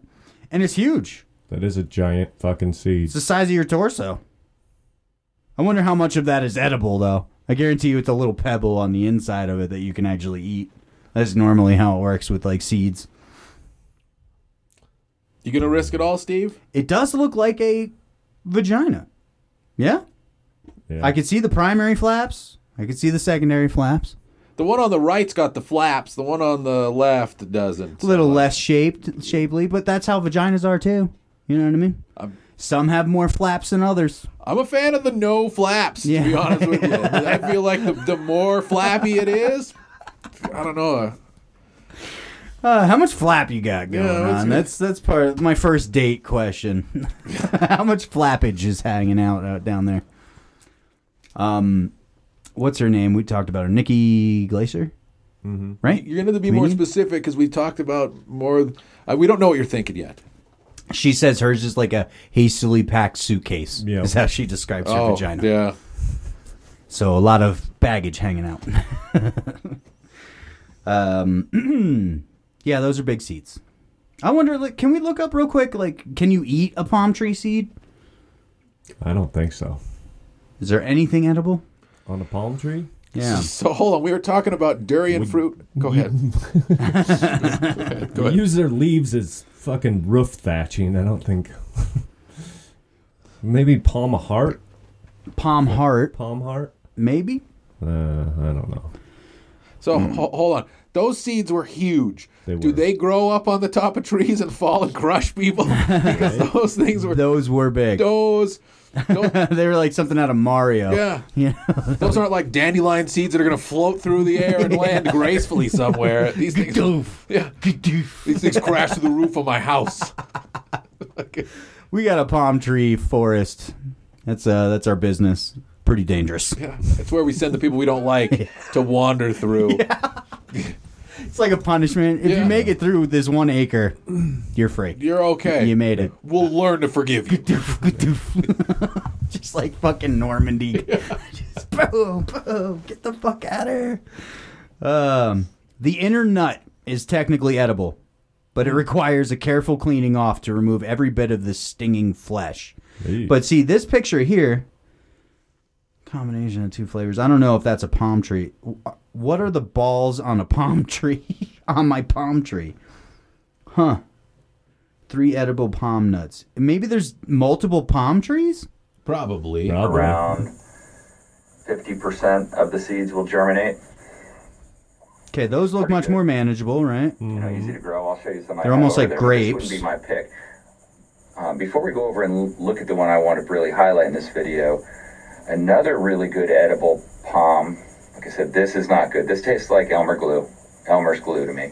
[SPEAKER 2] and it's huge.
[SPEAKER 3] That is a giant fucking seed.
[SPEAKER 2] It's the size of your torso. I wonder how much of that is edible, though. I guarantee you, it's a little pebble on the inside of it that you can actually eat. That's normally how it works with like seeds.
[SPEAKER 1] You gonna risk it all, Steve?
[SPEAKER 2] It does look like a vagina. Yeah,
[SPEAKER 3] Yeah.
[SPEAKER 2] I could see the primary flaps. I could see the secondary flaps.
[SPEAKER 1] The one on the right's got the flaps. The one on the left doesn't.
[SPEAKER 2] a little less shaped, shapely, but that's how vaginas are too. You know what I mean? Some have more flaps than others.
[SPEAKER 1] I'm a fan of the no flaps. To be
[SPEAKER 2] Yeah.
[SPEAKER 1] honest with you, I feel like the, the more flappy it is, I don't know.
[SPEAKER 2] Uh, how much flap you got going
[SPEAKER 1] Yeah, that's
[SPEAKER 2] on?
[SPEAKER 1] good.
[SPEAKER 2] That's that's part of my first date question. how much flappage is hanging out, out down there? Um, what's her name? We talked about her, Nikki Glacier, mm-hmm. right?
[SPEAKER 1] You're gonna have to be more
[SPEAKER 2] Meaning?
[SPEAKER 1] specific because we talked about more. Uh, we don't know what you're thinking yet.
[SPEAKER 2] She says hers is like a hastily packed suitcase.
[SPEAKER 3] Yeah.
[SPEAKER 2] is how she describes her vagina.
[SPEAKER 1] Oh, yeah.
[SPEAKER 2] So a lot of baggage hanging out. um, yeah, those are big seeds. I wonder, like, can we look up real quick? Like, can you eat a palm tree seed?
[SPEAKER 3] I don't think so.
[SPEAKER 2] Is there anything edible?
[SPEAKER 3] On a palm tree?
[SPEAKER 2] Yeah.
[SPEAKER 1] So hold on. We were talking about durian fruit. Go ahead. Go
[SPEAKER 3] They
[SPEAKER 1] ahead.
[SPEAKER 3] use their leaves as fucking roof thatching. I don't think. Maybe palm a heart?
[SPEAKER 2] Palm heart,
[SPEAKER 3] Palm heart?
[SPEAKER 2] maybe.
[SPEAKER 3] Uh, I don't know.
[SPEAKER 1] So ho- hold on. Those seeds were huge.
[SPEAKER 3] They
[SPEAKER 1] Do
[SPEAKER 3] were.
[SPEAKER 1] they grow up on the top of trees and fall and crush people? because those things were
[SPEAKER 2] Those were big.
[SPEAKER 1] those. those
[SPEAKER 2] they were like something out of Mario.
[SPEAKER 1] yeah.
[SPEAKER 2] You know?
[SPEAKER 1] Those aren't like dandelion seeds that are going to float through the air and land gracefully somewhere. These things, yeah, these things crash through the roof of my house.
[SPEAKER 2] we got a palm tree forest. That's uh, that's our business. Pretty dangerous.
[SPEAKER 1] Yeah, it's where we send the people we don't like to wander through.
[SPEAKER 2] It's like a punishment. If
[SPEAKER 1] Yeah.
[SPEAKER 2] you make it through this one acre, you're free.
[SPEAKER 1] You're okay.
[SPEAKER 2] You made it.
[SPEAKER 1] We'll learn to forgive you.
[SPEAKER 2] just like fucking Normandy. just boom, boom, get the fuck out of here. Um, the inner nut is technically edible, but it requires a careful cleaning off to remove every bit of the stinging flesh.
[SPEAKER 3] Hey.
[SPEAKER 2] But see this picture here, combination of two flavors. I don't know if that's a palm tree. uh, What are the balls on a palm tree? on my palm tree, huh? Three edible palm nuts. Maybe there's multiple palm trees.
[SPEAKER 1] Probably.
[SPEAKER 3] Probably.
[SPEAKER 11] Around 50% of the seeds will germinate.
[SPEAKER 2] Okay, those look much more manageable, right?
[SPEAKER 1] Mm.
[SPEAKER 11] You know, easy to grow. I'll show you some. I
[SPEAKER 2] They're
[SPEAKER 11] have
[SPEAKER 2] almost
[SPEAKER 11] over
[SPEAKER 2] like
[SPEAKER 11] there, but This
[SPEAKER 2] grapes.
[SPEAKER 11] wouldn't be my pick. Um, before we go over and l- look at the one I want to really highlight in this video, another really good edible palm. Like I said, this is not good. This tastes like Elmer glue, Elmer's glue to me.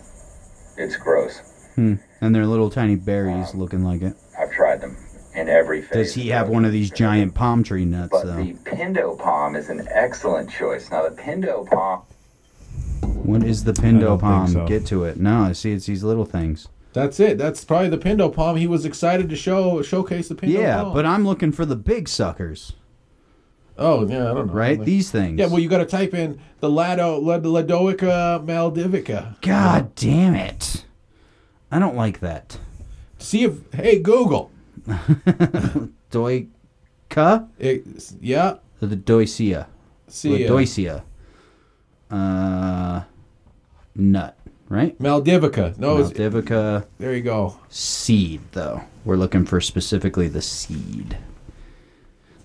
[SPEAKER 11] It's gross.
[SPEAKER 2] Hmm. And they're little tiny berries looking like it.
[SPEAKER 11] I've tried them in every
[SPEAKER 2] Does
[SPEAKER 11] phase.
[SPEAKER 2] he have one of uh, these giant palm tree nuts,
[SPEAKER 11] But
[SPEAKER 2] though?
[SPEAKER 11] the pindo palm is an excellent choice. Now the pindo palm.
[SPEAKER 2] What is the
[SPEAKER 11] I don't
[SPEAKER 2] pindo
[SPEAKER 11] think
[SPEAKER 2] palm?
[SPEAKER 11] so.
[SPEAKER 2] Get to it. No, I see it's these little things.
[SPEAKER 1] That's it. That's probably the Pindo Palm. He was excited to show showcase the Pindo
[SPEAKER 2] yeah,
[SPEAKER 1] Palm.
[SPEAKER 2] but I'm looking for the big suckers.
[SPEAKER 1] Oh yeah, I don't know.
[SPEAKER 2] Right?
[SPEAKER 1] Like-
[SPEAKER 2] These things.
[SPEAKER 1] Yeah, well, you got to type in the Lado Lad- Ladoica maldivica.
[SPEAKER 2] God damn it. I don't like that.
[SPEAKER 1] See if hey Google.
[SPEAKER 2] Doika?
[SPEAKER 1] It, yeah.
[SPEAKER 2] The doicea.
[SPEAKER 1] See, uh,
[SPEAKER 2] Doicea. Uh, nut, right?
[SPEAKER 1] Maldivica. No, it's-
[SPEAKER 2] Maldivica.
[SPEAKER 1] There you go.
[SPEAKER 2] Seed, though. We're looking for specifically the seed.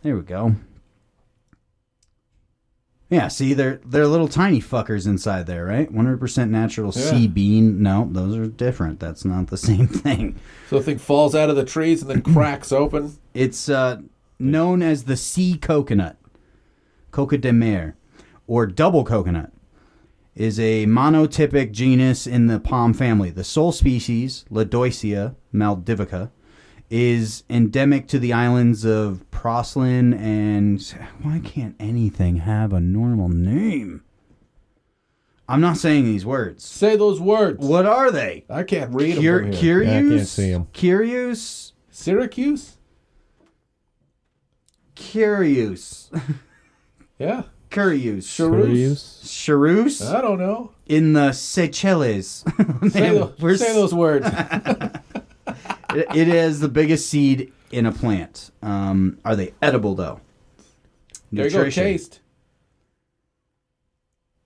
[SPEAKER 2] There we go. Yeah, see, they're they're little tiny fuckers inside there, right? One hundred percent natural
[SPEAKER 1] Yeah.
[SPEAKER 2] sea bean. No, those are different. That's not the same thing.
[SPEAKER 1] So the thing falls out of the trees and then cracks open.
[SPEAKER 2] It's uh, known as the sea coconut, coca de mer, or double coconut, is a monotypic genus in the palm family. The sole species, Ladoicea maldivica, is endemic to the islands of Proslin and why can't anything have a normal name? I'm not saying these words.
[SPEAKER 1] Say those words.
[SPEAKER 2] What are they?
[SPEAKER 1] I can't read 'em
[SPEAKER 2] Cur-
[SPEAKER 1] from here.
[SPEAKER 2] Curious?
[SPEAKER 1] Yeah, I can't see 'em.
[SPEAKER 2] Curious?
[SPEAKER 1] Syracuse?
[SPEAKER 2] Curious.
[SPEAKER 1] Yeah.
[SPEAKER 2] Curious.
[SPEAKER 1] Curious?
[SPEAKER 2] Charus?
[SPEAKER 1] I don't know.
[SPEAKER 2] In the Seychelles.
[SPEAKER 1] Say,
[SPEAKER 2] Man,
[SPEAKER 1] tho-
[SPEAKER 2] we're
[SPEAKER 1] say
[SPEAKER 2] s-
[SPEAKER 1] those words.
[SPEAKER 2] it, it is the biggest seed in a plant. Um, are they edible, though?
[SPEAKER 1] there you go. Taste.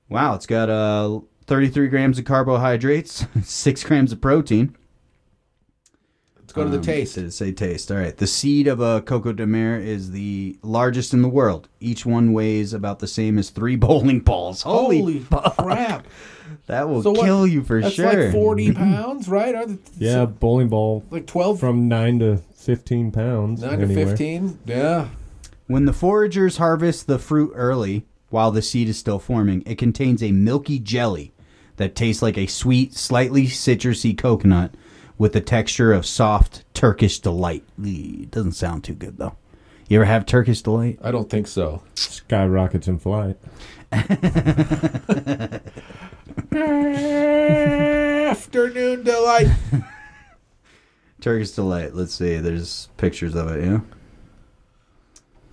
[SPEAKER 2] Wow, it's got uh, 33 grams of carbohydrates, 6 grams of protein.
[SPEAKER 1] Let's go to the
[SPEAKER 2] Um,
[SPEAKER 1] taste.
[SPEAKER 2] did it say taste? All right. The seed of a Coco de Mer is the largest in the world. Each one weighs about the same as three bowling balls. Holy,
[SPEAKER 1] Holy
[SPEAKER 2] fuck.
[SPEAKER 1] crap.
[SPEAKER 2] That will
[SPEAKER 1] So what-
[SPEAKER 2] kill you for
[SPEAKER 1] that's
[SPEAKER 2] sure.
[SPEAKER 1] like 40 pounds, right? Are the,
[SPEAKER 3] Yeah, bowling ball.
[SPEAKER 1] Like 12?
[SPEAKER 3] From 9 to 15 pounds.
[SPEAKER 1] 9 to
[SPEAKER 3] anywhere.
[SPEAKER 1] 15? Yeah.
[SPEAKER 2] When the foragers harvest the fruit early, while the seed is still forming, it contains a milky jelly that tastes like a sweet, slightly citrusy coconut with the texture of soft Turkish delight. Eee, doesn't sound too good though. You ever have Turkish delight?
[SPEAKER 1] I don't think so.
[SPEAKER 3] Skyrockets in flight.
[SPEAKER 1] Afternoon delight.
[SPEAKER 2] Turkish delight. Let's see. There's pictures of it. Yeah.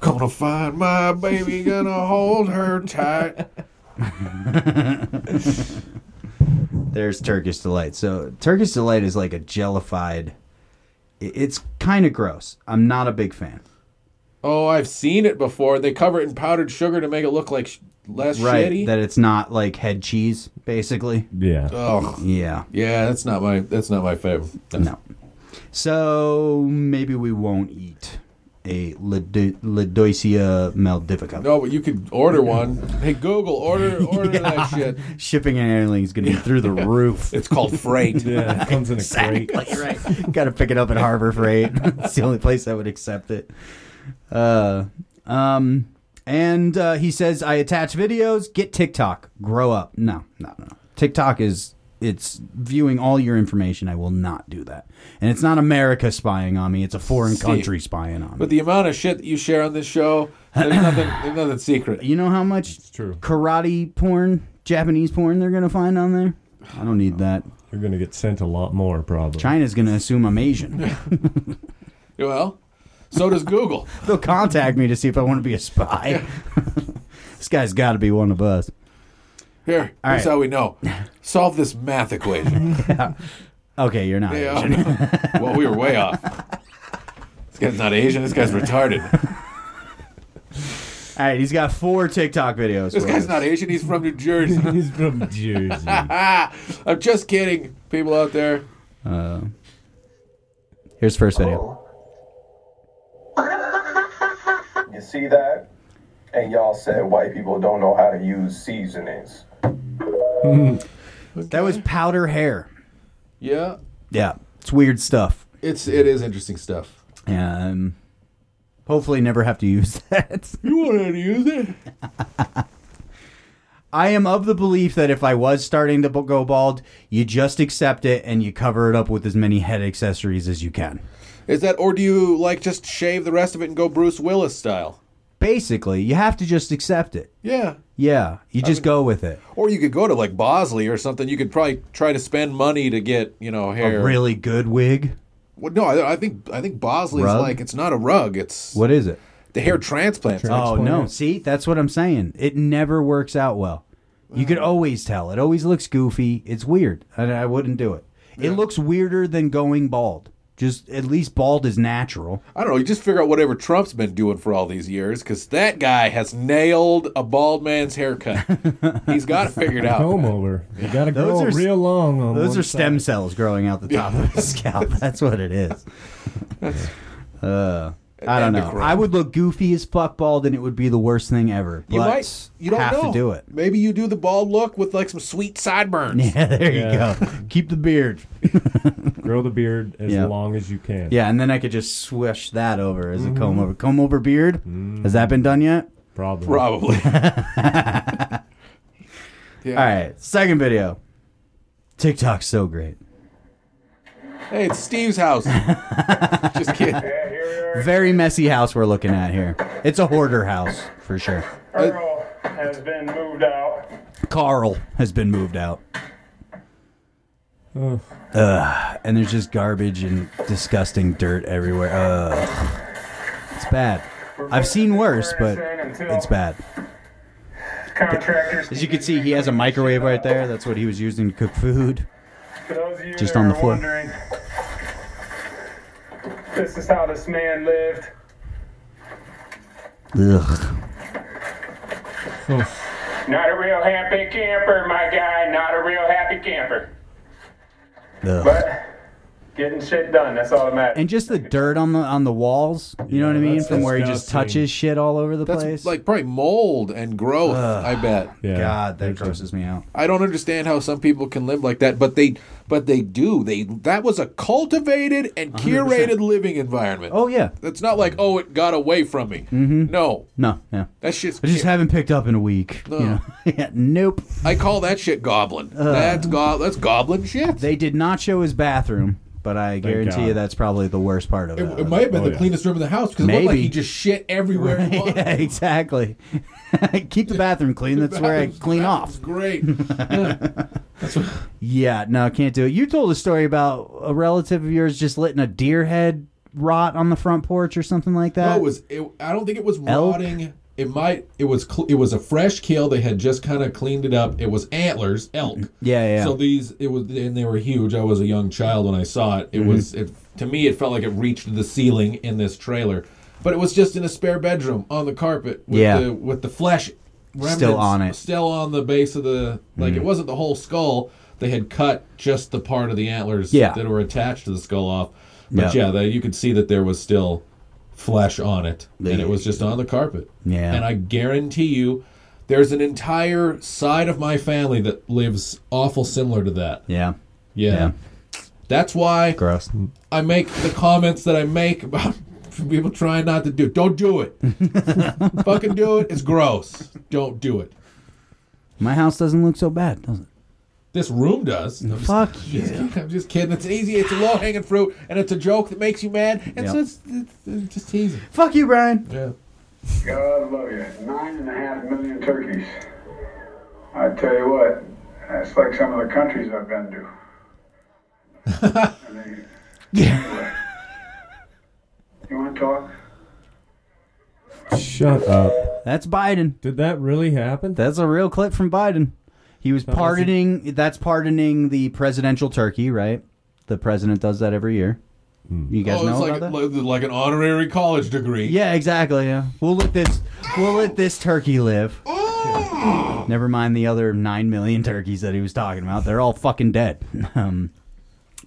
[SPEAKER 1] Gonna find my baby, gonna hold her tight.
[SPEAKER 2] There's Turkish delight. So Turkish delight is like a jellified. i- It's kind of gross. I'm not a big fan.
[SPEAKER 1] Oh, I've seen it before. They cover it in powdered sugar to make it look like sh- less
[SPEAKER 2] Right?
[SPEAKER 1] shitty.
[SPEAKER 2] That it's not like head cheese, basically.
[SPEAKER 3] Yeah.
[SPEAKER 2] Uh,
[SPEAKER 1] Ugh.
[SPEAKER 2] Yeah.
[SPEAKER 1] Yeah, that's not my that's not my favorite.
[SPEAKER 2] No. So maybe we won't eat a Lado- Ladoicea maldivica.
[SPEAKER 1] No, but you could order one. Hey Google, order order that shit.
[SPEAKER 2] Shipping and handling is going to be through the roof.
[SPEAKER 1] It's called freight.
[SPEAKER 3] Yeah, it comes in a crate.
[SPEAKER 2] Exactly right. Got to pick it up at Harbor Freight. it's the only place that would accept it. Uh, um, and uh, he says, "I attach videos. Get TikTok. Grow up. No, no, no. TikTok is it's viewing all your information. I will not do that. And it's not America spying on me. It's a foreign
[SPEAKER 1] See.
[SPEAKER 2] country spying on me.
[SPEAKER 1] But the amount of shit that you share on this show, there's nothing there's nothing secret.
[SPEAKER 2] You know how much
[SPEAKER 3] true.
[SPEAKER 2] karate porn, Japanese porn they're gonna find on there? I don't need that.
[SPEAKER 3] You're going to get sent a lot more, probably.
[SPEAKER 2] China's gonna assume I'm Asian.
[SPEAKER 1] Well, so does Google.
[SPEAKER 2] They'll contact me to see if I want to be a spy. this guy's got to be one of us.
[SPEAKER 1] Here,
[SPEAKER 2] All
[SPEAKER 1] here's
[SPEAKER 2] right.
[SPEAKER 1] how we know. Solve this math equation.
[SPEAKER 2] Okay, you're not. Asian.
[SPEAKER 1] Yeah. well, we were way off. This guy's not Asian. This guy's retarded.
[SPEAKER 2] All right, he's got four TikTok videos.
[SPEAKER 1] This
[SPEAKER 2] for
[SPEAKER 1] guy's
[SPEAKER 2] us.
[SPEAKER 1] not Asian. He's from New Jersey.
[SPEAKER 3] He's from Jersey.
[SPEAKER 1] Ah, I'm just kidding, people out there.
[SPEAKER 2] Uh, here's first video.
[SPEAKER 9] You see that? And y'all said white people don't know how to use seasonings.
[SPEAKER 1] Oh,
[SPEAKER 2] That was powder hair.
[SPEAKER 1] Yeah,
[SPEAKER 2] Yeah, it's weird stuff.
[SPEAKER 1] it's it is interesting stuff.
[SPEAKER 2] Um, hopefully, never have to use that.
[SPEAKER 1] You wanted to use it?
[SPEAKER 2] I am of the belief that if I was starting to b- go bald, you just accept it and you cover it up with as many head accessories as you can.
[SPEAKER 1] Is that, or do you like just shave the rest of it and go Bruce Willis style?
[SPEAKER 2] Basically, you have to just accept it.
[SPEAKER 1] Yeah.
[SPEAKER 2] Yeah, you just go with it.
[SPEAKER 1] Or you could go to like Bosley or something. You could probably try to spend money to get you know hair.
[SPEAKER 2] A really good wig.
[SPEAKER 1] Well, no, I, I think I think Bosley's
[SPEAKER 2] Rug?
[SPEAKER 1] like it's not a rug. It's
[SPEAKER 2] What is it?
[SPEAKER 1] the hair transplant.
[SPEAKER 2] Oh no! See, that's what I'm saying. It never works out well. You could always tell. It always looks goofy. It's weird, and I wouldn't do it. It looks weirder than going bald. Just at least bald is natural.
[SPEAKER 1] I don't know. You just figure out whatever Trump's been doing for all these years, because that guy has nailed a bald man's haircut. He's got it figured out.
[SPEAKER 3] Comb over. You gotta
[SPEAKER 2] Those
[SPEAKER 3] go
[SPEAKER 2] are s-
[SPEAKER 3] real long on
[SPEAKER 2] Those
[SPEAKER 3] one
[SPEAKER 2] are
[SPEAKER 3] side.
[SPEAKER 2] stem cells growing out the top of the scalp. That's what it is. Uh, I don't know.
[SPEAKER 1] Endocrine.
[SPEAKER 2] I would look goofy as fuck bald, and it would be the worst thing ever. But
[SPEAKER 1] You might. You don't
[SPEAKER 2] have
[SPEAKER 1] know.
[SPEAKER 2] to do it.
[SPEAKER 1] Maybe you do the bald look with like some sweet sideburns.
[SPEAKER 2] Yeah, there
[SPEAKER 3] Yeah.
[SPEAKER 2] you go. Keep the beard.
[SPEAKER 3] Grow the beard as
[SPEAKER 2] Yeah.
[SPEAKER 3] long as you can.
[SPEAKER 2] Yeah, and then I could just swish that over as a comb over. Comb over beard. Has that been done yet?
[SPEAKER 3] Probably.
[SPEAKER 1] Probably.
[SPEAKER 2] All right, second video. TikTok's so great.
[SPEAKER 1] Hey, it's Steve's house. just kidding.
[SPEAKER 2] Very messy house we're looking at here. It's a hoarder house for sure.
[SPEAKER 12] Earl has been moved out.
[SPEAKER 2] Carl has been moved out. Ugh. And there's just garbage and disgusting dirt everywhere. Ugh. It's bad. I've seen worse, but it's bad.
[SPEAKER 12] Contractors.
[SPEAKER 2] As you can see, he has a microwave right there. That's what he was using to cook food.
[SPEAKER 12] For those of you
[SPEAKER 2] Just
[SPEAKER 12] that
[SPEAKER 2] on the
[SPEAKER 12] are
[SPEAKER 2] floor.
[SPEAKER 12] wondering, this is how this man lived.
[SPEAKER 2] Ugh.
[SPEAKER 3] Oh,
[SPEAKER 12] Not a real happy camper, my guy. Not a real happy camper.
[SPEAKER 2] Ugh.
[SPEAKER 12] But getting shit done. That's all that matters.
[SPEAKER 2] And just the dirt on the on the walls, you know what I mean?
[SPEAKER 3] that's
[SPEAKER 2] From where he just
[SPEAKER 3] disgusting.
[SPEAKER 2] touches shit all over the
[SPEAKER 1] That's
[SPEAKER 2] place.
[SPEAKER 1] like probably mold and growth. I bet.
[SPEAKER 3] Yeah.
[SPEAKER 2] God, that grosses me out.
[SPEAKER 1] I don't understand how some people can live like that, but they but they do. They that was a cultivated and curated living environment.
[SPEAKER 2] Oh yeah,
[SPEAKER 1] That's not like oh it got away from me. No,
[SPEAKER 2] no, yeah.
[SPEAKER 1] that shit's.
[SPEAKER 2] I just haven't picked up in a week. you know? yeah, nope.
[SPEAKER 1] I call that shit goblin. that's go- that's goblin shit.
[SPEAKER 2] They did not show his bathroom, but I guarantee
[SPEAKER 3] God.
[SPEAKER 2] you that's probably the worst part of it.
[SPEAKER 1] it might have been
[SPEAKER 3] Oh,
[SPEAKER 1] the
[SPEAKER 3] yeah.
[SPEAKER 1] cleanest room in the house because it looked like
[SPEAKER 2] Maybe.
[SPEAKER 1] he just shit everywhere. he walked.
[SPEAKER 2] yeah, exactly. Keep the bathroom clean. That's where I
[SPEAKER 1] That was-
[SPEAKER 2] clean
[SPEAKER 1] that
[SPEAKER 2] off.
[SPEAKER 1] was Great.
[SPEAKER 2] Yeah, no, can't do it. You told a story about a relative of yours just letting a deer head rot on the front porch or something like that.
[SPEAKER 1] No, it was. It, I don't think it was
[SPEAKER 2] Elk?
[SPEAKER 1] rotting. It might. It was. Cl- it was a fresh kill. They had just kind of cleaned it up. It was antlers, elk.
[SPEAKER 2] Yeah, yeah.
[SPEAKER 1] So these, it was, and they were huge. I was a young child when I saw it. It
[SPEAKER 2] Mm-hmm.
[SPEAKER 1] was. It to me, it felt like it reached the ceiling in this trailer, but it was just in a spare bedroom on the carpet. With
[SPEAKER 2] Yeah.
[SPEAKER 1] The, with the flesh. Remnants,
[SPEAKER 2] Still on it. Mm-hmm.
[SPEAKER 1] Still on the base of the. Like it wasn't the whole skull. They had cut just the part of the antlers
[SPEAKER 2] Yeah.
[SPEAKER 1] that were attached to the skull off. But
[SPEAKER 2] Yeah.
[SPEAKER 1] yeah, they, you could see that there was still flesh on it, and it was just on the carpet.
[SPEAKER 2] Yeah.
[SPEAKER 1] And I guarantee you, there's an entire side of my family that lives awful similar to that.
[SPEAKER 2] yeah,
[SPEAKER 1] Yeah.
[SPEAKER 2] Yeah.
[SPEAKER 1] That's why
[SPEAKER 2] gross.
[SPEAKER 1] I make the comments that I make about people trying not to do. Don't do it. Fucking do it. It's gross. Don't do it.
[SPEAKER 2] My house doesn't look so bad, does it?
[SPEAKER 1] This room does. I'm just-
[SPEAKER 2] Fuck
[SPEAKER 1] just, I'm just kidding. It's easy. It's a low hanging fruit, and it's a joke that makes you mad. And so
[SPEAKER 2] Yep.
[SPEAKER 1] it's, it's, it's just teasing.
[SPEAKER 2] Fuck you, Brian.
[SPEAKER 1] Yeah.
[SPEAKER 12] God love you. Nine and a half million turkeys. I tell you what, that's like some of the countries I've been to. I mean, anyway. You want to talk?
[SPEAKER 3] Shut up.
[SPEAKER 2] That's Biden.
[SPEAKER 3] Did that really happen?
[SPEAKER 2] That's a real clip from Biden. He was
[SPEAKER 3] was-
[SPEAKER 2] pardoning. That's pardoning the presidential turkey, right? The president does that every year. You guys
[SPEAKER 1] oh,
[SPEAKER 2] know
[SPEAKER 1] it's
[SPEAKER 2] about
[SPEAKER 1] like,
[SPEAKER 2] that?
[SPEAKER 1] like like an honorary college degree.
[SPEAKER 2] yeah, exactly. Yeah, we'll let this. We'll let this turkey live. Never mind the other nine million turkeys that he was talking about. They're all fucking dead. Um,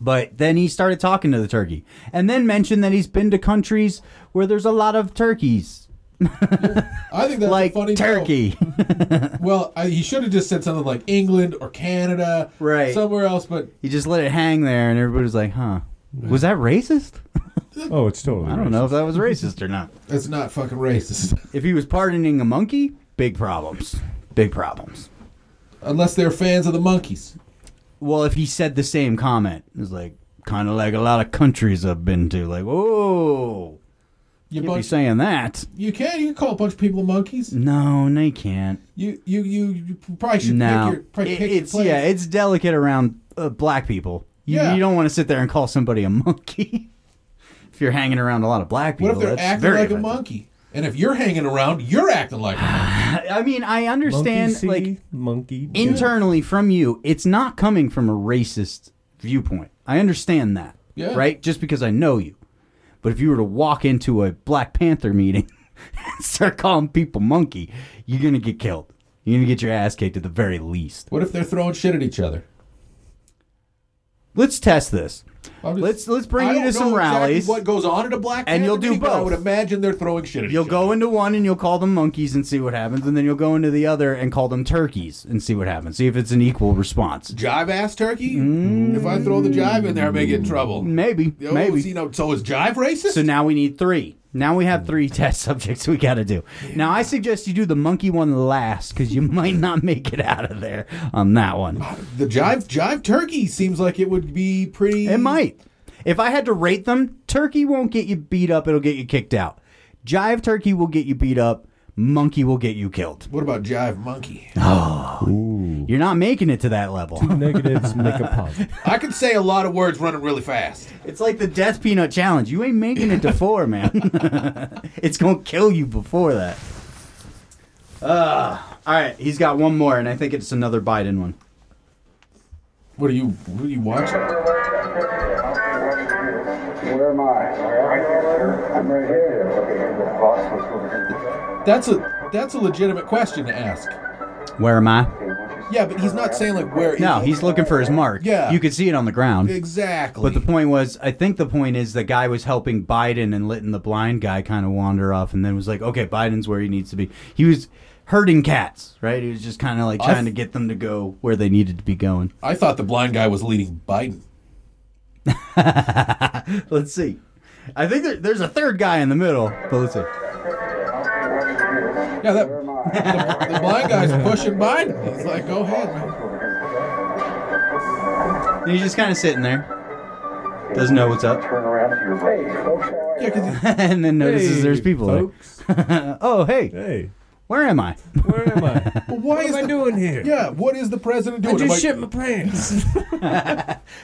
[SPEAKER 2] but then he started talking to the turkey, and then mentioned that he's been to countries where there's a lot of turkeys,
[SPEAKER 1] I think that's
[SPEAKER 2] like
[SPEAKER 1] a funny joke.
[SPEAKER 2] Turkey.
[SPEAKER 1] Well, I, he should have just said something like England or Canada,
[SPEAKER 2] Right.
[SPEAKER 1] Somewhere else, but
[SPEAKER 2] he just let it hang there, and everybody was like, "Huh? Was that racist?"
[SPEAKER 3] Oh, it's totally.
[SPEAKER 2] I don't know if that was racist or not.
[SPEAKER 1] It's not fucking racist.
[SPEAKER 2] If he was pardoning a monkey, big problems. Big problems.
[SPEAKER 1] Unless they're fans of the monkeys.
[SPEAKER 2] Well, if he said the same comment, it's like kind of like a lot of countries I've been to. Like, whoa, you can't be
[SPEAKER 1] bunch-
[SPEAKER 2] saying Mm. that.
[SPEAKER 1] You can. You can call a bunch of people monkeys.
[SPEAKER 2] No, they can't.
[SPEAKER 1] You you you, you probably should
[SPEAKER 2] No,
[SPEAKER 1] pick your probably
[SPEAKER 2] It-
[SPEAKER 1] pick
[SPEAKER 2] it's
[SPEAKER 1] your place.
[SPEAKER 2] yeah, it's delicate around uh, black people. You,
[SPEAKER 1] Yeah.
[SPEAKER 2] you don't want to sit there and call somebody a monkey if you're hanging around a lot of black people.
[SPEAKER 1] What if they're
[SPEAKER 2] that's
[SPEAKER 1] acting
[SPEAKER 2] very
[SPEAKER 1] like a
[SPEAKER 2] offensive.
[SPEAKER 1] monkey? And if you're hanging around, you're acting like a monkey.
[SPEAKER 2] I mean, I understand
[SPEAKER 3] Monkey see,
[SPEAKER 2] like
[SPEAKER 3] monkey. do.
[SPEAKER 2] internally from you, it's not coming from a racist viewpoint. I understand that.
[SPEAKER 1] Yeah.
[SPEAKER 2] Right? Just because I know you. But if you were to walk into a Black Panther meeting and start calling people monkey, you're going to get killed. You're going to get your ass kicked at the very least.
[SPEAKER 1] What if they're throwing shit at each other?
[SPEAKER 2] Let's test this.
[SPEAKER 1] I'm just-
[SPEAKER 2] Let's let's bring
[SPEAKER 1] I
[SPEAKER 2] you
[SPEAKER 1] don't
[SPEAKER 2] to some
[SPEAKER 1] know exactly
[SPEAKER 2] rallies.
[SPEAKER 1] What goes on at a black
[SPEAKER 2] And
[SPEAKER 1] Panther
[SPEAKER 2] you'll do
[SPEAKER 1] meeting, but I
[SPEAKER 2] both.
[SPEAKER 1] would imagine they're throwing shit at
[SPEAKER 2] You'll
[SPEAKER 1] each
[SPEAKER 2] go into one and you'll call them monkeys and see what happens, and then you'll go into the other and call them turkeys and see what happens. See if it's an equal response.
[SPEAKER 1] jive ass turkey. If I throw the jive in there, I may get in trouble.
[SPEAKER 2] Maybe,
[SPEAKER 1] Yo,
[SPEAKER 2] Mm. maybe.
[SPEAKER 1] You know, so is jive racist?
[SPEAKER 2] So now we need three. Now we have three test subjects we got to do. Now I suggest you do the monkey one last because you might not make it out of there on that one.
[SPEAKER 1] the jive jive turkey seems like it would be pretty.
[SPEAKER 2] It might. If I had to rate them, turkey won't get you beat up. It'll get you kicked out. Jive turkey will get you beat up. Monkey will get you killed.
[SPEAKER 1] What about jive monkey?
[SPEAKER 2] You're not making it to that level.
[SPEAKER 3] Negatives make a positive.
[SPEAKER 1] I could say a lot of words running really fast.
[SPEAKER 2] It's like the death peanut challenge. You ain't making it to four, man. it's gonna kill you before that. Uh, all right, he's got one more, and I think it's another Biden one.
[SPEAKER 1] What are you? What are you watching?
[SPEAKER 11] Where am I? I'm right here.
[SPEAKER 1] That's a that's a legitimate question to ask.
[SPEAKER 2] Where am I?
[SPEAKER 1] Yeah, but he's not saying like where.
[SPEAKER 2] No, he's looking for his mark.
[SPEAKER 1] Yeah.
[SPEAKER 2] you could see it on the ground.
[SPEAKER 1] exactly.
[SPEAKER 2] But the point was, I think the point is the guy was helping Biden and letting the blind guy kind of wander off, and then was like, okay, Biden's where he needs to be. He was herding cats, right? He was just kind of like trying to get them to go where they needed to be going.
[SPEAKER 1] I thought the blind guy was leading Biden.
[SPEAKER 2] Let's see. I think there, there's a third guy in the middle, but let's see.
[SPEAKER 1] Yeah, that the, the blind guy's pushing Biden. He's like, go ahead, man.
[SPEAKER 2] And he's just kind of sitting there. Doesn't know what's up.
[SPEAKER 13] Turn around to your right.
[SPEAKER 1] Yeah, 'cause he-
[SPEAKER 2] and then notices
[SPEAKER 3] Hey,
[SPEAKER 2] there's people there.
[SPEAKER 3] folks.
[SPEAKER 2] oh, hey,
[SPEAKER 3] Hey,
[SPEAKER 2] where am I?
[SPEAKER 3] where am I?
[SPEAKER 1] but why
[SPEAKER 3] What
[SPEAKER 1] is
[SPEAKER 3] am I
[SPEAKER 1] the,
[SPEAKER 3] doing here?
[SPEAKER 1] Yeah, what is the president
[SPEAKER 3] I
[SPEAKER 1] doing?
[SPEAKER 3] just
[SPEAKER 1] Am
[SPEAKER 3] shit my pants.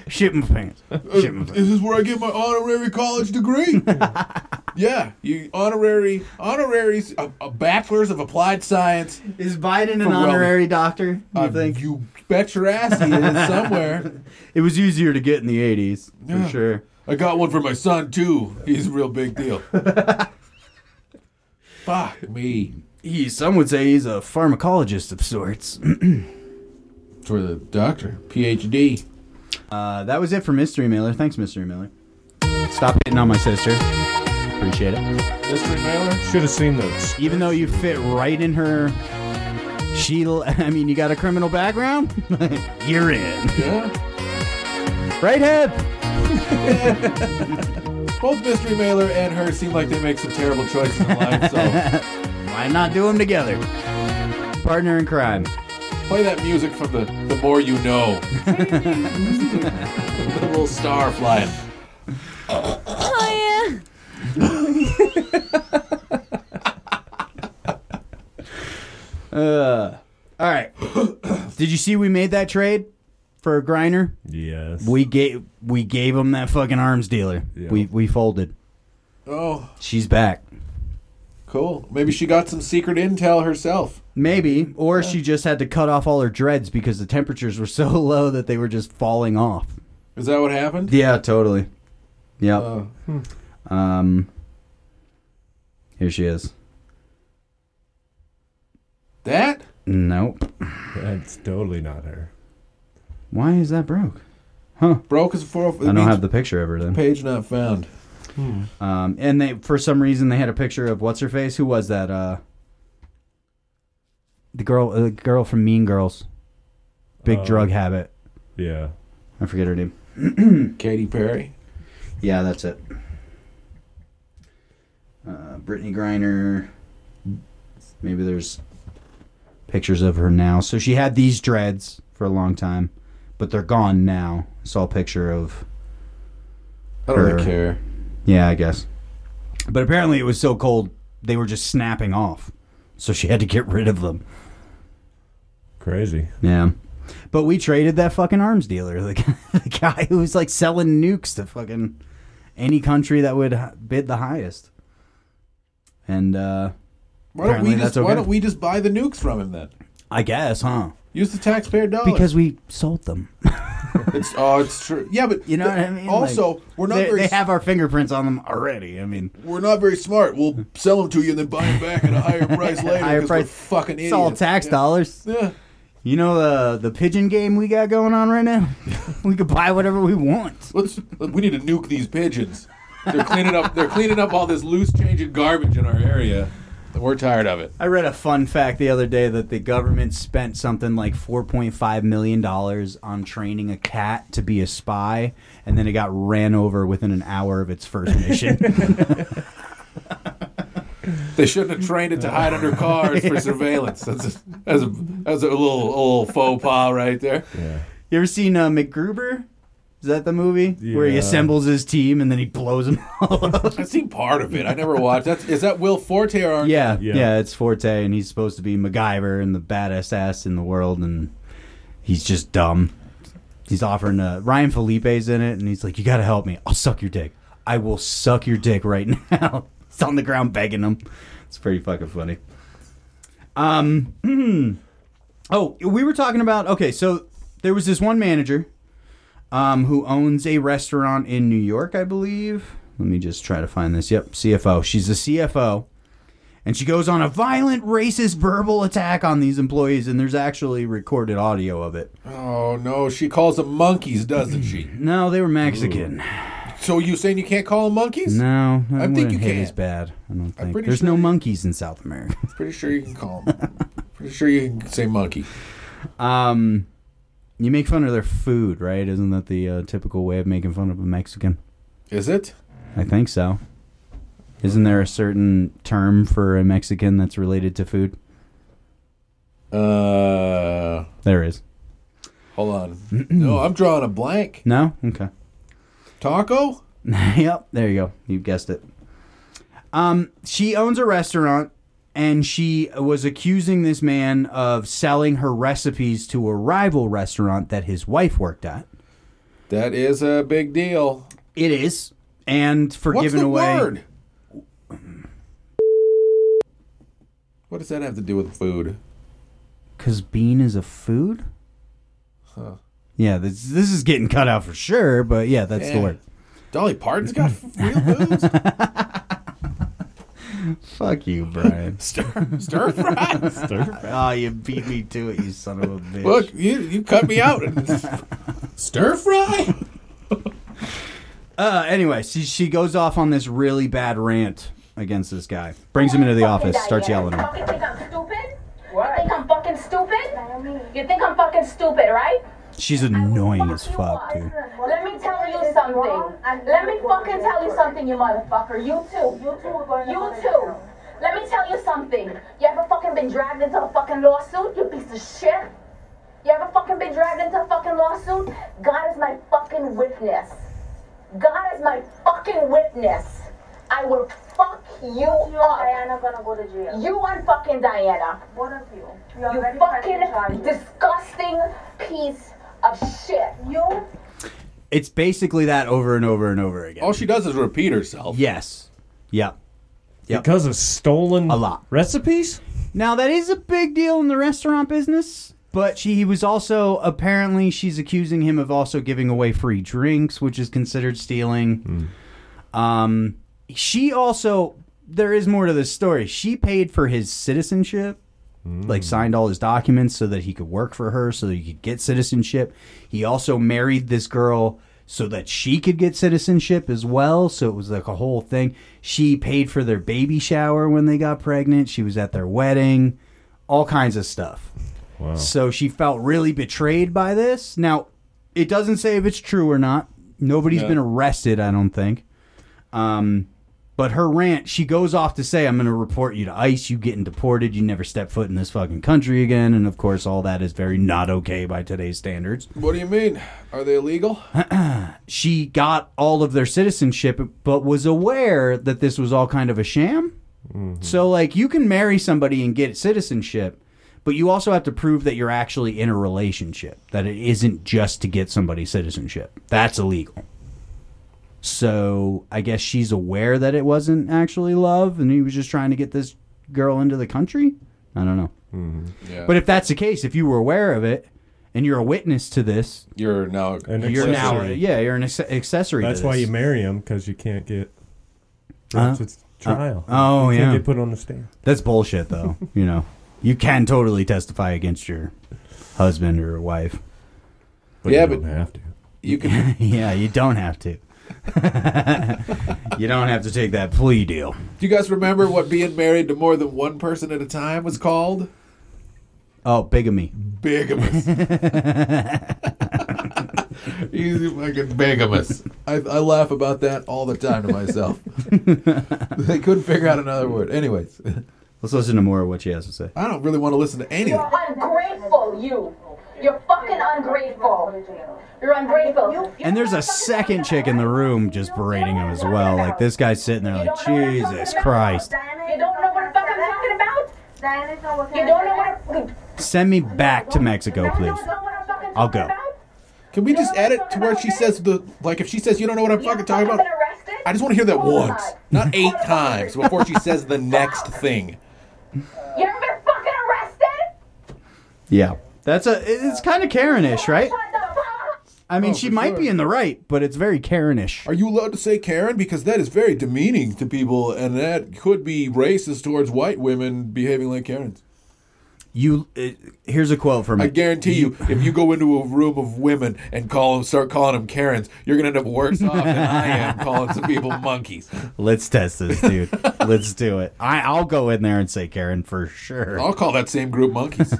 [SPEAKER 2] Shit my pants. Shit my
[SPEAKER 1] I-
[SPEAKER 2] pants.
[SPEAKER 1] This is where I get my honorary college degree. yeah, you honorary honorary a, a bachelor's of applied science.
[SPEAKER 2] Is Biden an
[SPEAKER 1] From
[SPEAKER 2] honorary doctor? Uh, You
[SPEAKER 1] I
[SPEAKER 2] think?
[SPEAKER 1] you bet your ass he is somewhere.
[SPEAKER 2] It was easier to get in the 80s,
[SPEAKER 1] Yeah.
[SPEAKER 2] for sure.
[SPEAKER 1] I got one for my son too. He's a real big deal. Fuck me.
[SPEAKER 2] He, some would say he's a pharmacologist of sorts.
[SPEAKER 1] For the doctor, PhD.
[SPEAKER 2] Uh, that was it for Mystery Mailer. Thanks, Mystery Mailer. Stop hitting on my sister. Appreciate it.
[SPEAKER 1] Mr. Mailer.
[SPEAKER 3] Should have seen those.
[SPEAKER 2] even though you fit right in her she i mean you got a criminal background you're in
[SPEAKER 1] Yeah.
[SPEAKER 2] right hip
[SPEAKER 1] Both Mystery Mailer and her seem like they make some terrible choices in life. So
[SPEAKER 2] why not do them together partner in crime
[SPEAKER 1] play that music from the the more you know. the little star flying.
[SPEAKER 14] Oh, yeah.
[SPEAKER 2] uh, all right did you see we made that trade for Griner?
[SPEAKER 3] Yes.
[SPEAKER 2] We gave we gave him that fucking arms dealer.
[SPEAKER 3] Yeah.
[SPEAKER 2] We we folded.
[SPEAKER 1] Oh,
[SPEAKER 2] She's back.
[SPEAKER 1] cool. Maybe she got some secret intel herself.
[SPEAKER 2] Maybe, or she just had to cut off all her dreads because the temperatures were so low that they were just falling off.
[SPEAKER 1] Is that what happened?
[SPEAKER 2] Yeah, totally. Yep.
[SPEAKER 1] Oh.
[SPEAKER 2] Um, here she is.
[SPEAKER 1] that?
[SPEAKER 2] Nope.
[SPEAKER 3] That's totally not her.
[SPEAKER 2] Why is that broke?
[SPEAKER 1] Broke as a four.
[SPEAKER 2] I don't have the picture of her then.
[SPEAKER 1] page not found.
[SPEAKER 2] Um, and they for some reason they had a picture of what's her face. Who was that? Uh, the girl, uh, the girl from Mean Girls, big
[SPEAKER 3] Oh.
[SPEAKER 2] drug habit.
[SPEAKER 3] Yeah.
[SPEAKER 2] I forget her name.
[SPEAKER 1] Katy Perry.
[SPEAKER 2] Yeah, that's it. Uh, Brittany Griner. Maybe there's pictures of her now. So she had these dreads for a long time, but they're gone now. I saw a picture of.
[SPEAKER 1] I don't really care.
[SPEAKER 2] Yeah, I guess. But apparently, it was so cold they were just snapping off, so she had to get rid of them.
[SPEAKER 3] Crazy.
[SPEAKER 2] Yeah. But we traded that fucking arms dealer, the guy, the guy who was like selling nukes to fucking any country that would h- bid the highest. And uh
[SPEAKER 1] Why don't, we
[SPEAKER 2] apparently
[SPEAKER 1] just,
[SPEAKER 2] that's okay.
[SPEAKER 1] why don't we just buy the nukes from him then?
[SPEAKER 2] I guess, huh?
[SPEAKER 1] Use the taxpayer dollar.
[SPEAKER 2] Because we sold them.
[SPEAKER 1] it's oh, it's true. Yeah, but
[SPEAKER 2] You know
[SPEAKER 1] th-
[SPEAKER 2] what I mean?
[SPEAKER 1] Also,
[SPEAKER 2] Like,
[SPEAKER 1] we're not
[SPEAKER 2] they,
[SPEAKER 1] very
[SPEAKER 2] they have our fingerprints on them already. I mean,
[SPEAKER 1] we're not very smart. We'll sell them to you and then buy them back at a higher price later.
[SPEAKER 2] higher
[SPEAKER 1] 'cause
[SPEAKER 2] price.
[SPEAKER 1] We're fucking idiots.
[SPEAKER 2] it's all tax dollars.
[SPEAKER 1] Yeah.
[SPEAKER 2] You know uh, the the pigeon game we got going on right now. we could buy whatever we want.
[SPEAKER 1] Let's. We need to nuke these pigeons. They're cleaning up. They're cleaning up all this loose change and garbage in our area. We're tired of it.
[SPEAKER 2] I read a fun fact the other day that the government spent something like 4.5 million dollars on training a cat to be a spy, and then it got ran over within an hour of its first mission.
[SPEAKER 1] They shouldn't have trained it to hide under cars for surveillance. That's a, that's a, that's a little a little faux pas right there.
[SPEAKER 3] Yeah.
[SPEAKER 2] you ever seen uh, MacGruber? Is that the movie where he
[SPEAKER 3] Yeah.
[SPEAKER 2] assembles his team and then he blows them all up?
[SPEAKER 1] I've seen part of it. I never watched. That's is that Will Forte or Arn-
[SPEAKER 2] Yeah, yeah,
[SPEAKER 3] Yeah.
[SPEAKER 2] it's Forte, and he's supposed to be MacGyver and the baddest ass in the world, and he's just dumb. He's offering uh, Ryan Felipe's in it, and he's like, "You got to help me. I'll suck your dick. I will suck your dick right now." he's on the ground begging him. It's pretty fucking funny. Um. Oh, we were talking about okay. So there was this one manager, um, who owns a restaurant in New York, I believe. Let me just try to find this. Yep, CFO. She's a CFO and she goes on a violent racist verbal attack on these employees and there's actually recorded audio of it
[SPEAKER 1] Oh no, she calls them monkeys, doesn't she?
[SPEAKER 2] no they were mexican
[SPEAKER 1] So you saying you can't call them monkeys?
[SPEAKER 2] no i,
[SPEAKER 1] think
[SPEAKER 2] wouldn't
[SPEAKER 1] you
[SPEAKER 2] hit
[SPEAKER 1] can.
[SPEAKER 2] as bad i don't think
[SPEAKER 1] pretty
[SPEAKER 2] there's
[SPEAKER 1] sure
[SPEAKER 2] no
[SPEAKER 1] you-
[SPEAKER 2] monkeys in south america
[SPEAKER 1] Pretty sure you can call them. Pretty sure you can say monkey.
[SPEAKER 2] um you make fun of their food right isn't that the uh, typical way of making fun of a mexican
[SPEAKER 1] Is it?
[SPEAKER 2] i think so isn't there a certain term for a mexican that's related to food
[SPEAKER 1] Uh,
[SPEAKER 2] there is
[SPEAKER 1] hold on. No, I'm drawing a blank.
[SPEAKER 2] no okay
[SPEAKER 1] Taco?
[SPEAKER 2] yep, there you go. You guessed it. Um, she owns a restaurant, and she was accusing this man of selling her recipes to a rival restaurant that his wife worked at.
[SPEAKER 1] That is a big deal.
[SPEAKER 2] It is, and for
[SPEAKER 1] What's
[SPEAKER 2] giving
[SPEAKER 1] the
[SPEAKER 2] away.
[SPEAKER 1] word? What does that have to do with food?
[SPEAKER 2] Cause bean is a food. Huh. Yeah, this this is getting cut out for sure, but yeah, that's the
[SPEAKER 1] Yeah.
[SPEAKER 2] word.
[SPEAKER 1] Eh, Dolly Parton's got real foods.
[SPEAKER 2] Fuck you, Brian.
[SPEAKER 1] Stir, stir fries.
[SPEAKER 2] oh, you beat me to it, you son of a bitch.
[SPEAKER 1] Look, you you cut me out. Stir fry.
[SPEAKER 2] Uh, anyway, she, she goes off on this really bad rant against this guy. Brings him into the office, starts yelling at him.
[SPEAKER 7] You fucking think I'm stupid? You think I'm fucking stupid? You think I'm fucking stupid, right?
[SPEAKER 2] She's annoying as
[SPEAKER 7] you
[SPEAKER 2] fuck,
[SPEAKER 7] are.
[SPEAKER 2] dude.
[SPEAKER 7] Let me tell you something. Let me fucking tell you something, you motherfucker. You too. You too. You too. Let me tell you something. You ever fucking been dragged into a fucking lawsuit, you piece of shit? You ever fucking been dragged into a fucking lawsuit? God is my fucking witness. God is my fucking witness. I will fuck you up.
[SPEAKER 6] Diana gonna go to jail.
[SPEAKER 7] You and fucking Diana.
[SPEAKER 6] Both of you. You
[SPEAKER 7] You
[SPEAKER 6] already pressing
[SPEAKER 7] fucking
[SPEAKER 6] charges.
[SPEAKER 7] disgusting piece of shit. You
[SPEAKER 2] It's basically that over and over and over again.
[SPEAKER 1] All she does is repeat herself.
[SPEAKER 2] Yes. Yep. Yep.
[SPEAKER 3] Because of stolen
[SPEAKER 2] A lot.
[SPEAKER 3] recipes?
[SPEAKER 2] Now that is a big deal in the restaurant business, but she was also apparently she's accusing him of also giving away free drinks, which is considered stealing. Um, she also there is more to this story. She paid for his citizenship. Like signed all his documents so that he could work for her, so that he could get citizenship. He also married this girl so that she could get citizenship as well. So it was like a whole thing. She paid for their baby shower when they got pregnant. She was at their wedding, all kinds of stuff.
[SPEAKER 3] Wow.
[SPEAKER 2] So she felt really betrayed by this. Now, it doesn't say if it's true or not. Nobody's
[SPEAKER 1] No.
[SPEAKER 2] been arrested, I don't think. Um, But her rant, she goes off to say, I'm going to report you to ICE, you getting deported, you never step foot in this fucking country again. And of course, all that is very not okay by today's standards.
[SPEAKER 1] What do you mean? Are they illegal?
[SPEAKER 2] She got all of their citizenship, but was aware that this was all kind of a sham. So, like, you can marry somebody and get citizenship, but you also have to prove that you're actually in a relationship, that it isn't just to get somebody citizenship. That's illegal. So I guess she's aware that it wasn't actually love, and he was just trying to get this girl into the country. I don't know.
[SPEAKER 1] Yeah.
[SPEAKER 2] But if that's the case, if you were aware of it and you're a witness to this,
[SPEAKER 1] You're now
[SPEAKER 3] An
[SPEAKER 2] you're now
[SPEAKER 3] accessory.
[SPEAKER 2] yeah, you're an acce- accessory.
[SPEAKER 3] That's
[SPEAKER 2] to
[SPEAKER 3] why
[SPEAKER 2] this.
[SPEAKER 3] you marry him because you can't get
[SPEAKER 2] Huh?
[SPEAKER 3] it's, it's trial.
[SPEAKER 2] oh
[SPEAKER 3] You
[SPEAKER 2] yeah,
[SPEAKER 3] can't get put on the stand.
[SPEAKER 2] That's bullshit, though. you know, you can totally testify against your husband or wife.
[SPEAKER 1] Yeah, you but- don't
[SPEAKER 3] have to.
[SPEAKER 1] You can.
[SPEAKER 2] yeah, you don't have to. you don't have to take that plea deal.
[SPEAKER 1] Do you guys remember what being married to more than one person at a time was called?
[SPEAKER 2] Oh, bigamy.
[SPEAKER 1] Bigamous. He's fucking bigamous. I, I laugh about that all the time to myself. they couldn't figure out another word. Anyways,
[SPEAKER 2] Let's listen to more of what she has to say.
[SPEAKER 1] I don't really want to listen to anything.
[SPEAKER 7] You're ungrateful, you. You're fucking ungrateful. You're ungrateful. You, you
[SPEAKER 2] And there's a second chick in the room just berating him as well. Like this guy's sitting there like, Jesus Christ,
[SPEAKER 7] you don't know what the fuck I'm talking about? You don't know what I'm, you
[SPEAKER 2] send me back to Mexico, please.
[SPEAKER 7] don't know what I'm fucking
[SPEAKER 2] I'll
[SPEAKER 7] talking
[SPEAKER 2] go.
[SPEAKER 7] about?
[SPEAKER 1] Can we just edit to where she says the like if she says you don't know what I'm fucking talking about? I just want to hear that once, not eight times before she says the next thing.
[SPEAKER 7] You ever been fucking arrested?
[SPEAKER 2] Yeah, that's a. It's kind of Karenish, right?
[SPEAKER 7] Shut the fuck up.
[SPEAKER 2] I mean,
[SPEAKER 1] Oh,
[SPEAKER 2] she
[SPEAKER 1] for
[SPEAKER 2] might
[SPEAKER 1] sure.
[SPEAKER 2] be in the right, but it's very Karenish.
[SPEAKER 1] Are you allowed to say Karen because that is very demeaning to people, and that could be racist towards white women behaving like Karens.
[SPEAKER 2] You uh, here's a quote from
[SPEAKER 1] I guarantee you, if you go into a room of women and call them, start calling them Karens, you're gonna end up worse off than I am calling some people monkeys.
[SPEAKER 2] Let's test this, dude. Let's do it. I, I'll go in there and say Karen for sure.
[SPEAKER 1] I'll call that same group monkeys.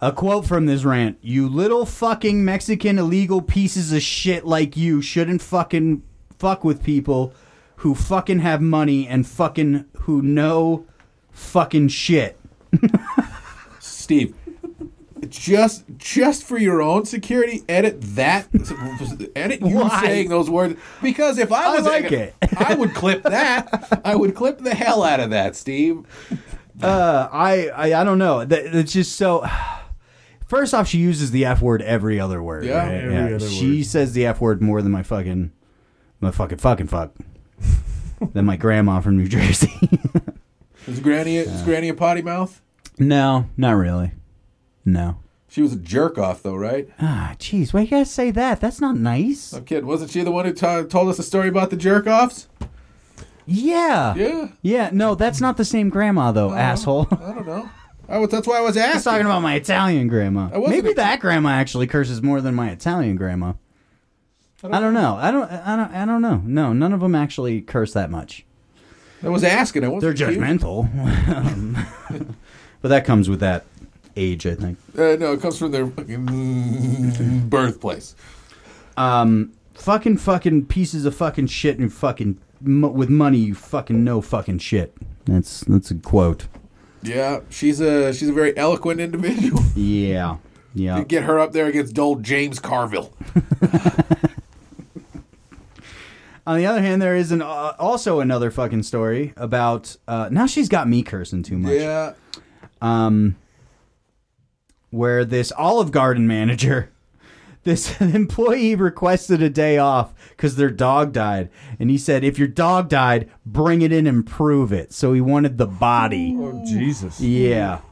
[SPEAKER 2] A quote from this rant You little fucking Mexican illegal pieces of shit like you shouldn't fucking fuck with people who fucking have money and fucking who know fucking shit.
[SPEAKER 1] Steve, just just for your own security, edit that. Edit you
[SPEAKER 2] Why?
[SPEAKER 1] saying those words because if I
[SPEAKER 2] I
[SPEAKER 1] was
[SPEAKER 2] like it.
[SPEAKER 1] I would clip that. I would clip the hell out of that, Steve.
[SPEAKER 2] Uh, I, I, I don't know. That, that's just so. First off, she uses the F word every other word.
[SPEAKER 1] Yeah.
[SPEAKER 2] right?
[SPEAKER 3] Every other
[SPEAKER 2] she
[SPEAKER 3] word.
[SPEAKER 2] says the F word more than my fucking, my fucking fucking fuck, than my grandma from New Jersey.
[SPEAKER 1] Is Granny is Granny a potty mouth?
[SPEAKER 2] no, not really. No.
[SPEAKER 1] She was a jerk off though, right?
[SPEAKER 2] Ah, jeez, why you gotta say that? That's not nice.
[SPEAKER 1] No kid, wasn't she the one who to- told us a story about the jerk offs?
[SPEAKER 2] Yeah.
[SPEAKER 1] Yeah,
[SPEAKER 2] Yeah, no, that's not the same grandma though, asshole. I
[SPEAKER 1] I don't know. I was, that's why I was
[SPEAKER 2] was
[SPEAKER 1] asking.
[SPEAKER 2] talking about my Italian grandma.
[SPEAKER 1] wasn't
[SPEAKER 2] Maybe
[SPEAKER 1] a-
[SPEAKER 2] that grandma actually curses more than my Italian grandma. I don't, know. I don't. I don't. I don't know. No, none of them actually curse that much.
[SPEAKER 1] I was asking. I
[SPEAKER 2] They're
[SPEAKER 1] wasn't confused.
[SPEAKER 2] judgmental, Um, but that comes with that age, I think.
[SPEAKER 1] Uh, no, it comes from their fucking birthplace.
[SPEAKER 2] Um, fucking, fucking pieces of fucking shit and fucking mo- with money, you fucking know fucking shit. That's that's a quote.
[SPEAKER 1] Yeah, she's a she's a very eloquent individual.
[SPEAKER 2] Yeah. Yeah.
[SPEAKER 1] Get her up there against old James Carville.
[SPEAKER 2] On the other hand, there is an uh, also another fucking story about uh, now she's got me cursing too much.
[SPEAKER 1] Yeah.
[SPEAKER 2] Um, where this Olive Garden manager, this employee requested a day off because their dog died, and he said, "If your dog died, bring it in and prove it." So he wanted the body,
[SPEAKER 3] Oh Jesus!
[SPEAKER 2] yeah,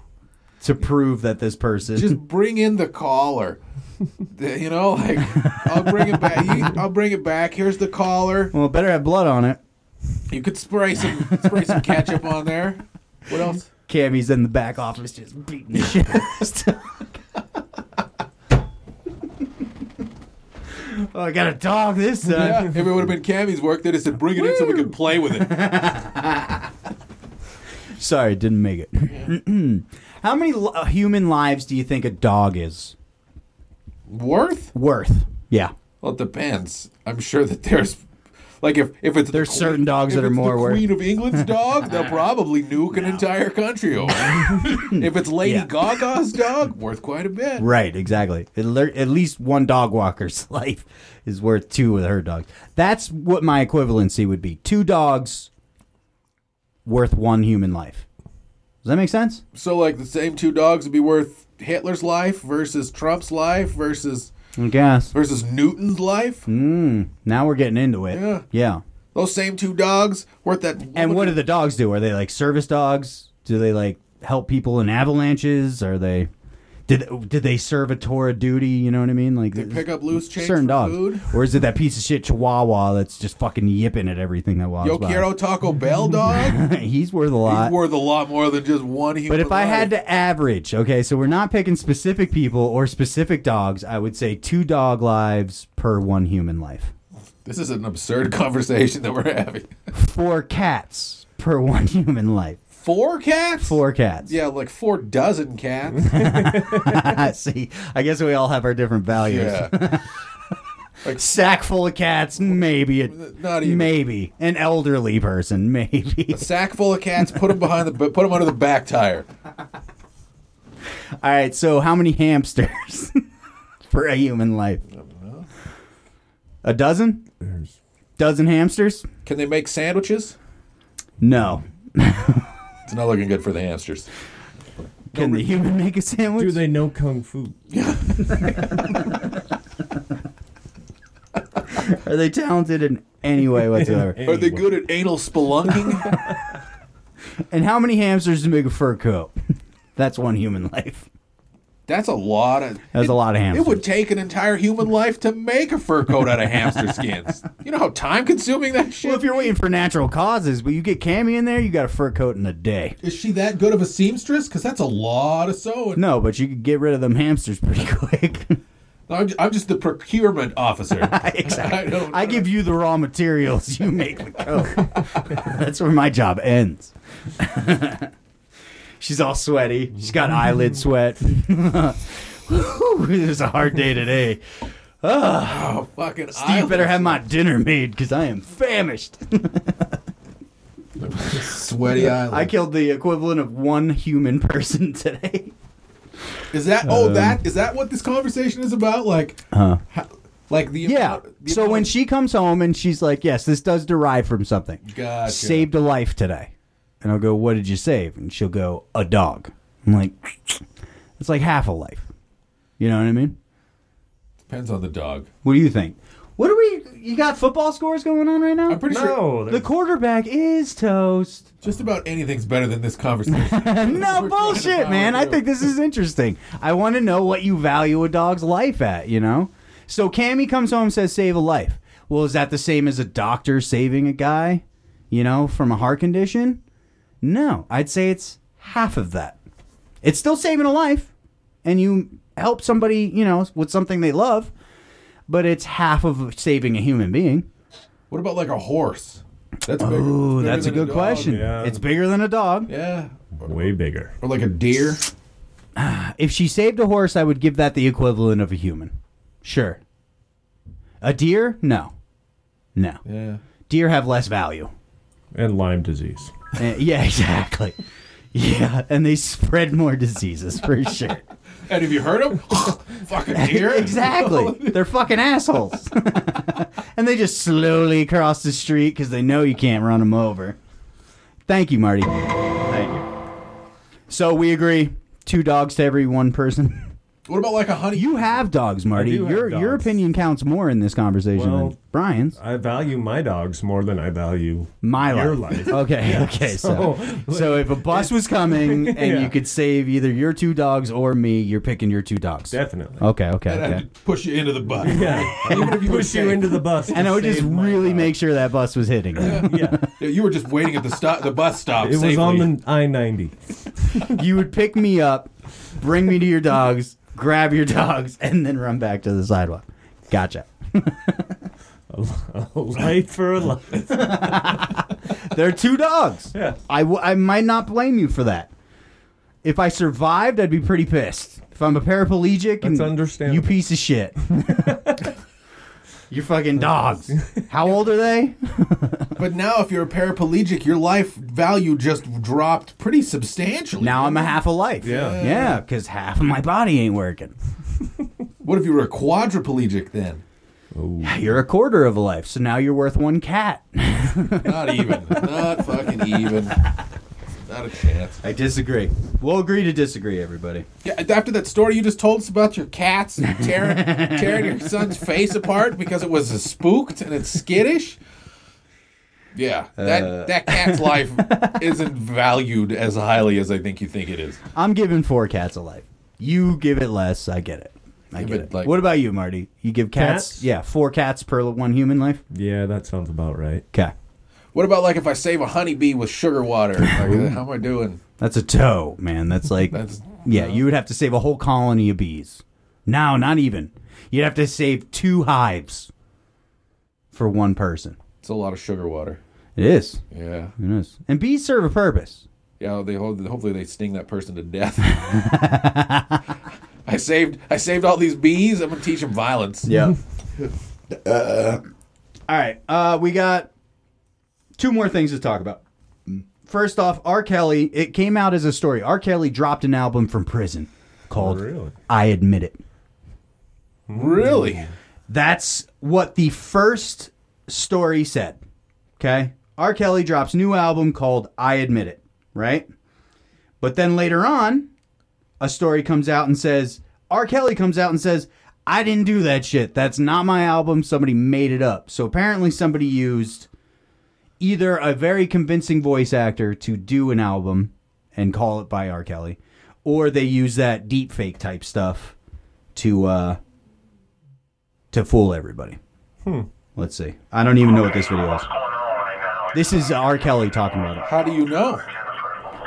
[SPEAKER 2] to prove that this person.
[SPEAKER 1] Just bring in the caller. you know, like I'll bring it back. You, I'll bring it back. Here's the caller.
[SPEAKER 2] well, it better have blood on it.
[SPEAKER 1] You could spray some spray some ketchup on there. What else?
[SPEAKER 2] Cammy's in the back office just beating the shit out of his dog. oh, I got a dog this
[SPEAKER 1] Yeah,
[SPEAKER 2] time.
[SPEAKER 1] if it would have been Cammy's work, they'd have said, "Bring it in so we can play with it."
[SPEAKER 2] Sorry, didn't make it. How many li- uh, human lives do you think a dog is
[SPEAKER 1] Worth?
[SPEAKER 2] worth? Yeah.
[SPEAKER 1] Well, it depends. I'm sure that there's Like if if it's
[SPEAKER 2] there's certain dogs
[SPEAKER 1] if
[SPEAKER 2] that are
[SPEAKER 1] it's
[SPEAKER 2] more
[SPEAKER 1] the
[SPEAKER 2] worth.
[SPEAKER 1] Queen of England's dog, they'll probably nuke an entire country over. if it's Lady Gaga's dog, worth quite a bit.
[SPEAKER 2] Right, exactly. At, le- at least one dog walker's life is worth two with her dogs. That's what my equivalency would be. Two dogs worth one human life. Does that make sense?
[SPEAKER 1] So like the same two dogs would be worth Hitler's life versus Trump's life versus
[SPEAKER 2] I guess.
[SPEAKER 1] versus Newton's life.
[SPEAKER 2] Mm, now we're getting into it.
[SPEAKER 1] Yeah.
[SPEAKER 2] Yeah.
[SPEAKER 1] Those same two dogs worth that.
[SPEAKER 2] And what do the dogs do? Are they like service dogs? Do they like help people in avalanches? Are they did did they serve a tour of duty? You know what I mean? Like they
[SPEAKER 1] pick up loose change
[SPEAKER 2] certain
[SPEAKER 1] for
[SPEAKER 2] dogs,
[SPEAKER 1] food?
[SPEAKER 2] or is it that piece of shit Chihuahua that's just fucking yipping at everything that walks
[SPEAKER 1] Yo
[SPEAKER 2] by?
[SPEAKER 1] quiero Taco Bell dog.
[SPEAKER 2] He's worth a lot.
[SPEAKER 1] He's worth a lot more than just one human.
[SPEAKER 2] But if I
[SPEAKER 1] life.
[SPEAKER 2] had to average, okay, so we're not picking specific people or specific dogs, I would say two dog lives per one human life.
[SPEAKER 1] this is an absurd conversation that we're having.
[SPEAKER 2] Four cats per one human life.
[SPEAKER 1] Four cats.
[SPEAKER 2] Four cats.
[SPEAKER 1] Yeah, like four dozen cats.
[SPEAKER 2] See, I guess we all have our different values.
[SPEAKER 1] Yeah.
[SPEAKER 2] Sack full of cats, maybe a,
[SPEAKER 1] Not even.
[SPEAKER 2] maybe an elderly person, maybe.
[SPEAKER 1] a sack full of cats. Put them behind the. Put them under the back tire.
[SPEAKER 2] All right, so how many hamsters for a human life? A dozen? Dozen hamsters?
[SPEAKER 1] Can they make sandwiches?
[SPEAKER 2] No.
[SPEAKER 1] It's not looking good for the hamsters.
[SPEAKER 2] Can the human make a sandwich?
[SPEAKER 3] Do they know kung fu?
[SPEAKER 2] Are they talented in any way whatsoever?
[SPEAKER 1] Are they good at anal spelunking?
[SPEAKER 2] and how many hamsters to make a fur coat? That's one human life.
[SPEAKER 1] That's a lot of.
[SPEAKER 2] That's a lot of
[SPEAKER 1] It
[SPEAKER 2] hamsters.
[SPEAKER 1] would take an entire human life to make a fur coat out of hamster skins. You know how time consuming that shit.
[SPEAKER 2] well, if you're waiting for natural causes, but you get Cammy in there, you got a fur coat in a day.
[SPEAKER 1] Is she that good of a seamstress? Because that's a lot of sewing.
[SPEAKER 2] No, but you could get rid of them hamsters pretty quick.
[SPEAKER 1] I'm, I'm just the procurement officer. I
[SPEAKER 2] exactly.
[SPEAKER 1] don't.
[SPEAKER 2] I give you the raw materials, you make the coat. That's where my job ends. She's all sweaty. She's got eyelid sweat. Whew, it was a hard day today. Ah,
[SPEAKER 1] Oh, fucking
[SPEAKER 2] Steve better have my dinner made because I am famished.
[SPEAKER 1] sweaty eyelid.
[SPEAKER 2] I killed the equivalent of one human person today.
[SPEAKER 1] Is that oh
[SPEAKER 2] Um,
[SPEAKER 1] that is that what this conversation is about? Like,
[SPEAKER 2] Huh.
[SPEAKER 1] like the
[SPEAKER 2] Yeah.
[SPEAKER 1] the-
[SPEAKER 2] So when she comes home and she's like, "Yes, this does derive from something.
[SPEAKER 1] Gotcha.
[SPEAKER 2] Saved a life today," and I'll go, "What did you save?" And she'll go, "A dog." I'm like, "It's like half a life." You know what I mean?
[SPEAKER 1] depends on the dog.
[SPEAKER 2] What do you think? What are we? You got football scores going on right now?
[SPEAKER 1] I'm pretty sure
[SPEAKER 3] No,
[SPEAKER 2] the quarterback is toast.
[SPEAKER 1] just about anything's better than this conversation.
[SPEAKER 2] no
[SPEAKER 1] about
[SPEAKER 2] bullshit, man. I
[SPEAKER 1] you.
[SPEAKER 2] think this is interesting. I want to know what you value a dog's life at, you know? So Cammy comes home and says, save a life. Well, is that the same as a doctor saving a guy, you know, from a heart condition? No, I'd say it's half of that. It's still saving a life, and you help somebody, you know, with something they love, but it's half of saving a human being.
[SPEAKER 1] what about like a horse? That's bigger-
[SPEAKER 2] Oh,
[SPEAKER 1] bigger
[SPEAKER 2] that's a
[SPEAKER 1] than
[SPEAKER 2] good
[SPEAKER 1] dog.
[SPEAKER 2] question.
[SPEAKER 3] yeah.
[SPEAKER 2] It's bigger than a dog.
[SPEAKER 1] Yeah,
[SPEAKER 3] Way bigger.
[SPEAKER 1] or like a deer.
[SPEAKER 2] If she saved a horse, I would give that the equivalent of a human. Sure. A deer? No. No.
[SPEAKER 1] Yeah,
[SPEAKER 2] Deer have less value.
[SPEAKER 3] And Lyme disease.
[SPEAKER 2] Uh, yeah, exactly. Yeah, and they spread more diseases for sure.
[SPEAKER 1] and have you heard him? Fucking deer.
[SPEAKER 2] exactly. They're fucking assholes. and they just slowly cross the street because they know you can't run them over. Thank you, Marty. Thank you. So we agree two dogs to every one person.
[SPEAKER 1] What about like a honey?
[SPEAKER 2] You have dogs, Marty.
[SPEAKER 3] I do have
[SPEAKER 2] Your your
[SPEAKER 3] dogs.
[SPEAKER 2] opinion counts more in this conversation
[SPEAKER 3] Well,
[SPEAKER 2] than Brian's.
[SPEAKER 3] I value my dogs more than I value
[SPEAKER 2] My life.
[SPEAKER 3] your life.
[SPEAKER 2] Okay, okay. So, so,
[SPEAKER 3] so-
[SPEAKER 2] if a bus was coming and
[SPEAKER 3] Yeah.
[SPEAKER 2] you could save either your two dogs or me, you're picking your two dogs.
[SPEAKER 3] definitely.
[SPEAKER 2] Okay, okay,
[SPEAKER 1] And I
[SPEAKER 2] okay.
[SPEAKER 1] had to push you into the bus.
[SPEAKER 3] Yeah.
[SPEAKER 1] Even if you
[SPEAKER 3] push you into the bus.
[SPEAKER 2] And I would just really make sure that bus was hitting. it.
[SPEAKER 3] Yeah.
[SPEAKER 1] You were just waiting at the stop, the bus stop.
[SPEAKER 3] It was on the I ninety.
[SPEAKER 2] you would pick me up, bring me to your dogs, grab your dogs, and then run back to the sidewalk. Gotcha.
[SPEAKER 3] A life for a life.
[SPEAKER 2] They're two dogs.
[SPEAKER 3] Yeah.
[SPEAKER 2] I, w- I might not blame you for that. If I survived, I'd be pretty pissed. If I'm a paraplegic,
[SPEAKER 3] That's
[SPEAKER 2] and
[SPEAKER 3] understandable.
[SPEAKER 2] you piece of shit. You're fucking dogs. How old are they?
[SPEAKER 1] but now, if you're a paraplegic, your life value just dropped pretty substantially.
[SPEAKER 2] Now I'm a half a life.
[SPEAKER 1] Yeah.
[SPEAKER 2] Yeah, because half of my body ain't working.
[SPEAKER 1] what if you were a quadriplegic then?
[SPEAKER 2] Yeah, You're a quarter of a life, so now you're worth one cat.
[SPEAKER 1] Not even. Not fucking even. Not a chance.
[SPEAKER 2] I disagree. We'll agree to disagree, everybody.
[SPEAKER 1] Yeah, after that story you just told us about your cats tearing, tearing your son's face apart because it was spooked and it's skittish. Yeah, that
[SPEAKER 2] Uh.
[SPEAKER 1] that cat's life isn't valued as highly as I think you think it is.
[SPEAKER 2] I'm giving four cats a life. You give it less. I get it. I
[SPEAKER 1] Give
[SPEAKER 2] get
[SPEAKER 1] it,
[SPEAKER 2] it.
[SPEAKER 1] like-
[SPEAKER 2] what about you, Marty? You give cats,
[SPEAKER 1] Cats?
[SPEAKER 2] Yeah, four cats per one human life.
[SPEAKER 3] Yeah, that sounds about right.
[SPEAKER 2] Okay,
[SPEAKER 1] What about like if I save a honeybee with sugar water? Like, how am I doing?
[SPEAKER 2] that's a toe, man. That's like, yeah, you would have to save a whole colony of bees. No, not even. You'd have to save two hives for one person.
[SPEAKER 1] It's a lot of sugar water.
[SPEAKER 2] It is.
[SPEAKER 1] Yeah.
[SPEAKER 2] It is. And bees serve a purpose.
[SPEAKER 1] Yeah, they ho- hopefully they sting that person to death. I saved I saved all these bees. I'm gonna teach them violence.
[SPEAKER 2] Yeah. Uh, All right, uh, we got two more things to talk about. First off, R. Kelly. It came out as a story. R. Kelly dropped an album from prison called
[SPEAKER 3] Really?
[SPEAKER 2] "I Admit It."
[SPEAKER 1] Really?
[SPEAKER 2] That's what the first story said. Okay, R. Kelly drops new album called "I Admit It," right? But then later on, a story comes out and says R. Kelly comes out and says, "I didn't do that shit. That's not my album. Somebody made it up." So apparently, somebody used either a very convincing voice actor to do an album and call it by R. Kelly, or they use that deep fake type stuff to uh, to fool everybody.
[SPEAKER 3] Hmm.
[SPEAKER 2] Let's see. I don't even know what this video is. This is R. Kelly talking about it.
[SPEAKER 1] How do you know?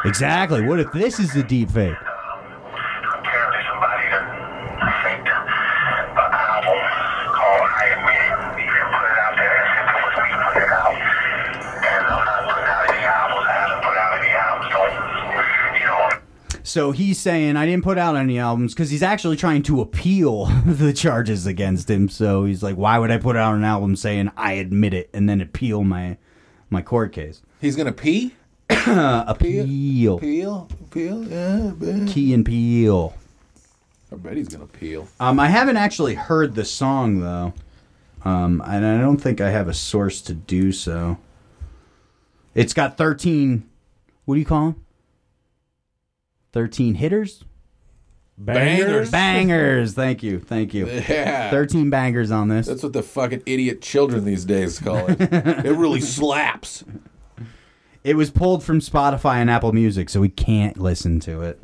[SPEAKER 2] Exactly. What if this is the deep fake? So he's saying I didn't put out any albums because he's actually trying to appeal the charges against him. So he's like, why would I put out an album saying I admit it and then appeal my my court case?
[SPEAKER 1] He's gonna pee?
[SPEAKER 2] appeal.
[SPEAKER 1] Peel? Peel? Yeah, man.
[SPEAKER 2] Key and peel.
[SPEAKER 1] I bet he's gonna peel.
[SPEAKER 2] Um, I haven't actually heard the song though, um, and I don't think I have a source to do so. It's got thirteen. What do you call them? Thirteen hitters.
[SPEAKER 1] Bangers.
[SPEAKER 2] Bangers. Thank you. Thank you.
[SPEAKER 1] Yeah.
[SPEAKER 2] Thirteen bangers on this.
[SPEAKER 1] That's what the fucking idiot children these days call it. it really slaps.
[SPEAKER 2] It was pulled from Spotify and Apple Music, so we can't listen to it.